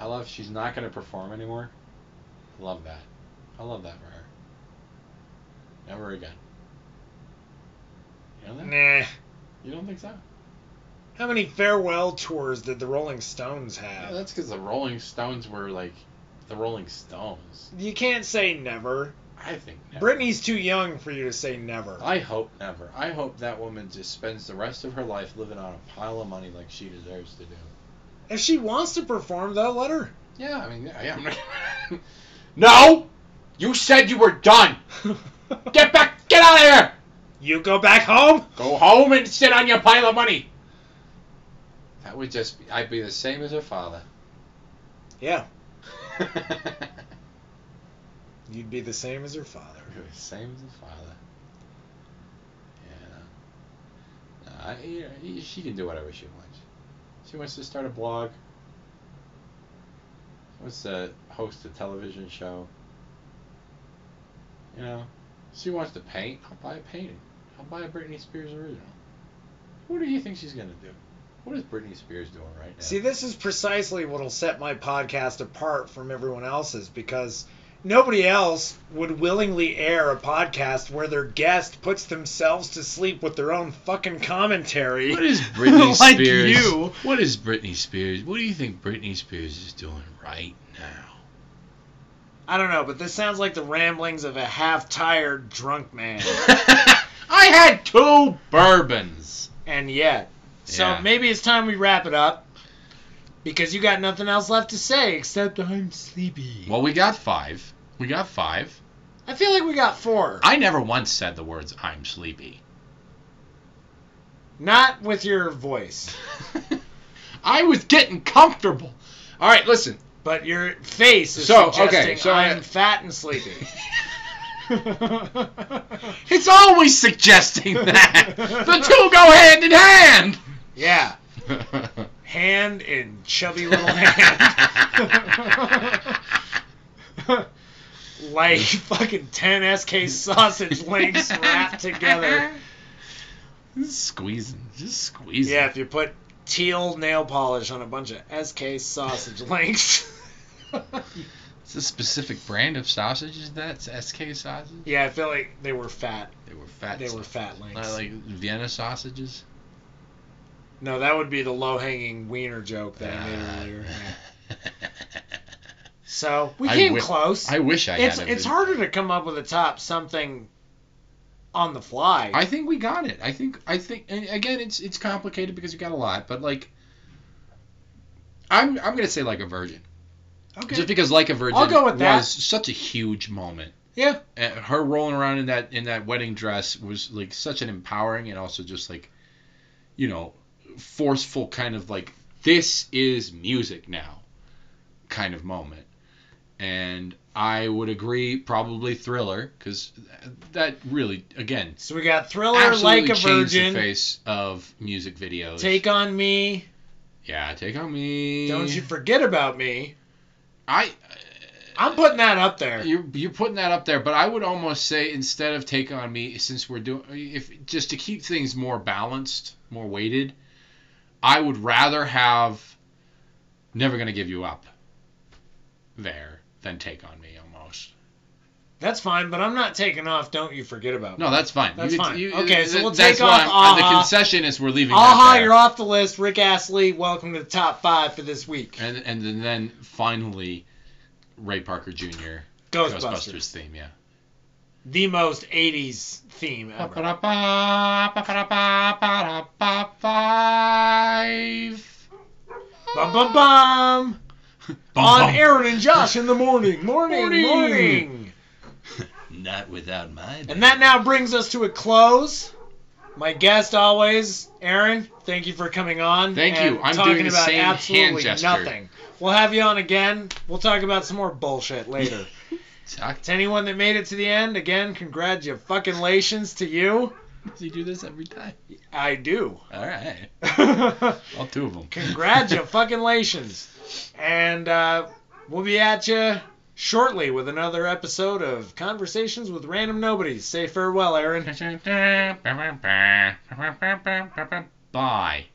[SPEAKER 4] I love she's not going to perform anymore. I love that. I love that for her. Never again. You know that?
[SPEAKER 1] Nah.
[SPEAKER 4] You don't think so?
[SPEAKER 1] How many farewell tours did the Rolling Stones
[SPEAKER 4] Yeah,
[SPEAKER 1] have?
[SPEAKER 4] that's because the Rolling Stones were like the Rolling Stones.
[SPEAKER 1] you can't say never.
[SPEAKER 4] I think. never.
[SPEAKER 1] Britney's too young for you to say never.
[SPEAKER 4] I hope never. I hope that woman just spends the rest of her life living on a pile of money like she deserves to do.
[SPEAKER 1] If she wants to perform, though, let her.
[SPEAKER 4] Yeah, I mean, I am. no, you said you were done. Get back, get out of here.
[SPEAKER 1] you go back home.
[SPEAKER 4] Go home and sit on your pile of money. That would just be, I'd be the same as her father.
[SPEAKER 1] Yeah,
[SPEAKER 4] I'd be
[SPEAKER 1] you'd be the same as her father.
[SPEAKER 4] the same as her father. Yeah. No, I, you know, she can do whatever she wants. She wants to start a blog. She wants to host a television show. You know, she wants to paint. I'll buy a painting. I'll buy a Britney Spears original. What do you think she's gonna do? What is Britney Spears doing right now?
[SPEAKER 1] See, this is precisely what'll set my podcast apart from everyone else's because nobody else would willingly air a podcast where their guest puts themselves to sleep with their own fucking commentary.
[SPEAKER 2] What is Britney
[SPEAKER 1] like
[SPEAKER 2] Spears?
[SPEAKER 1] you.
[SPEAKER 2] What is Britney Spears? What do you think Britney Spears is doing right now?
[SPEAKER 1] I don't know, but this sounds like the ramblings of a half-tired drunk man.
[SPEAKER 2] I had two bourbons.
[SPEAKER 1] and yet, so
[SPEAKER 2] Yeah.
[SPEAKER 1] maybe it's time we wrap it up because you got nothing else left to say except I'm sleepy.
[SPEAKER 2] Well, we got five. We got five.
[SPEAKER 1] I feel like we got four.
[SPEAKER 2] I never once said the words "I'm sleepy."
[SPEAKER 1] Not with your voice,
[SPEAKER 2] I was getting comfortable. All right, listen.
[SPEAKER 1] but your face is
[SPEAKER 2] So, okay,
[SPEAKER 1] suggesting
[SPEAKER 2] so I-
[SPEAKER 1] I'm fat and sleepy.
[SPEAKER 2] It's always suggesting that the two go hand in hand.
[SPEAKER 1] yeah, hand in chubby little hand. like fucking 10 SK sausage links wrapped together.
[SPEAKER 2] Just squeezing, just squeezing.
[SPEAKER 1] Yeah, if you put teal nail polish on a bunch of SK sausage links.
[SPEAKER 2] It's a specific brand of sausage. Is that it's SK sausage?
[SPEAKER 1] yeah, I feel like they were fat.
[SPEAKER 2] They were fat.
[SPEAKER 1] They were fat links.
[SPEAKER 2] Not like Vienna sausages.
[SPEAKER 1] No, that would be the low hanging wiener joke that I
[SPEAKER 2] Ah.
[SPEAKER 1] made earlier. So we
[SPEAKER 2] I
[SPEAKER 1] came
[SPEAKER 2] wi-
[SPEAKER 1] close.
[SPEAKER 2] I wish I
[SPEAKER 1] it's
[SPEAKER 2] had. a
[SPEAKER 1] it's
[SPEAKER 2] vid-
[SPEAKER 1] harder to come up with a top something on the fly.
[SPEAKER 2] I think we got it. I think I think and again it's it's complicated because we got a lot, but like I'm I'm gonna say like a virgin. Just because like a virgin
[SPEAKER 1] I'll go with that.
[SPEAKER 2] was such a huge moment.
[SPEAKER 1] Yeah.
[SPEAKER 2] Uh, her rolling around in that in that wedding dress was like such an empowering and also just like you know forceful kind of like this is music now kind of moment. and I would agree probably Thriller because that really again
[SPEAKER 1] So we got Thriller,
[SPEAKER 2] absolutely
[SPEAKER 1] Like a
[SPEAKER 2] changed the
[SPEAKER 1] Virgin,
[SPEAKER 2] face of music videos.
[SPEAKER 1] Take on Me,
[SPEAKER 2] yeah, Take on Me.
[SPEAKER 1] Don't You Forget About Me.
[SPEAKER 2] I
[SPEAKER 1] I'm putting that up there.
[SPEAKER 2] You're you're putting that up there, but I would almost say instead of take on me, since we're doing if just to keep things more balanced, more weighted, I would rather have never gonna give you up there than take on me almost.
[SPEAKER 1] That's fine, but I'm not taking off. Don't you forget about me.
[SPEAKER 2] No, that's fine.
[SPEAKER 1] That's
[SPEAKER 2] You-
[SPEAKER 1] fine.
[SPEAKER 2] you-
[SPEAKER 1] Okay, so
[SPEAKER 2] th-
[SPEAKER 1] we'll
[SPEAKER 2] that's
[SPEAKER 1] take
[SPEAKER 2] why
[SPEAKER 1] off
[SPEAKER 2] I'm-
[SPEAKER 1] Aha.
[SPEAKER 2] The concession is we're leaving. that
[SPEAKER 1] Aha,
[SPEAKER 2] there.
[SPEAKER 1] you're off the list. Rick Astley, welcome to the top five for this week.
[SPEAKER 2] And and then- then finally, Ray Parker Jr.
[SPEAKER 1] Ghostbusters.
[SPEAKER 2] Ghostbusters theme, yeah.
[SPEAKER 1] The most 80s theme ever.
[SPEAKER 2] Five.
[SPEAKER 1] Bum, bum, bum. On Aaron and Josh in the morning. Morning, morning.
[SPEAKER 2] Morning. Not without my.
[SPEAKER 1] And that now brings us to a close. My guest always, Aaron, thank you for coming on.
[SPEAKER 2] Thank
[SPEAKER 1] and
[SPEAKER 2] you. I'm
[SPEAKER 1] talking
[SPEAKER 2] doing the
[SPEAKER 1] about
[SPEAKER 2] same hand
[SPEAKER 1] absolutely
[SPEAKER 2] gesture.
[SPEAKER 1] nothing. We'll have you on again. We'll talk about some more bullshit later. To anyone that made it to the end, again, congratulations to you.
[SPEAKER 2] You do this every time.
[SPEAKER 1] I do.
[SPEAKER 2] All right. All two of them.
[SPEAKER 1] congratulations. and uh, we'll be at you shortly with another episode of Conversations with Random Nobodies. Say farewell, Aaron.
[SPEAKER 2] Bye.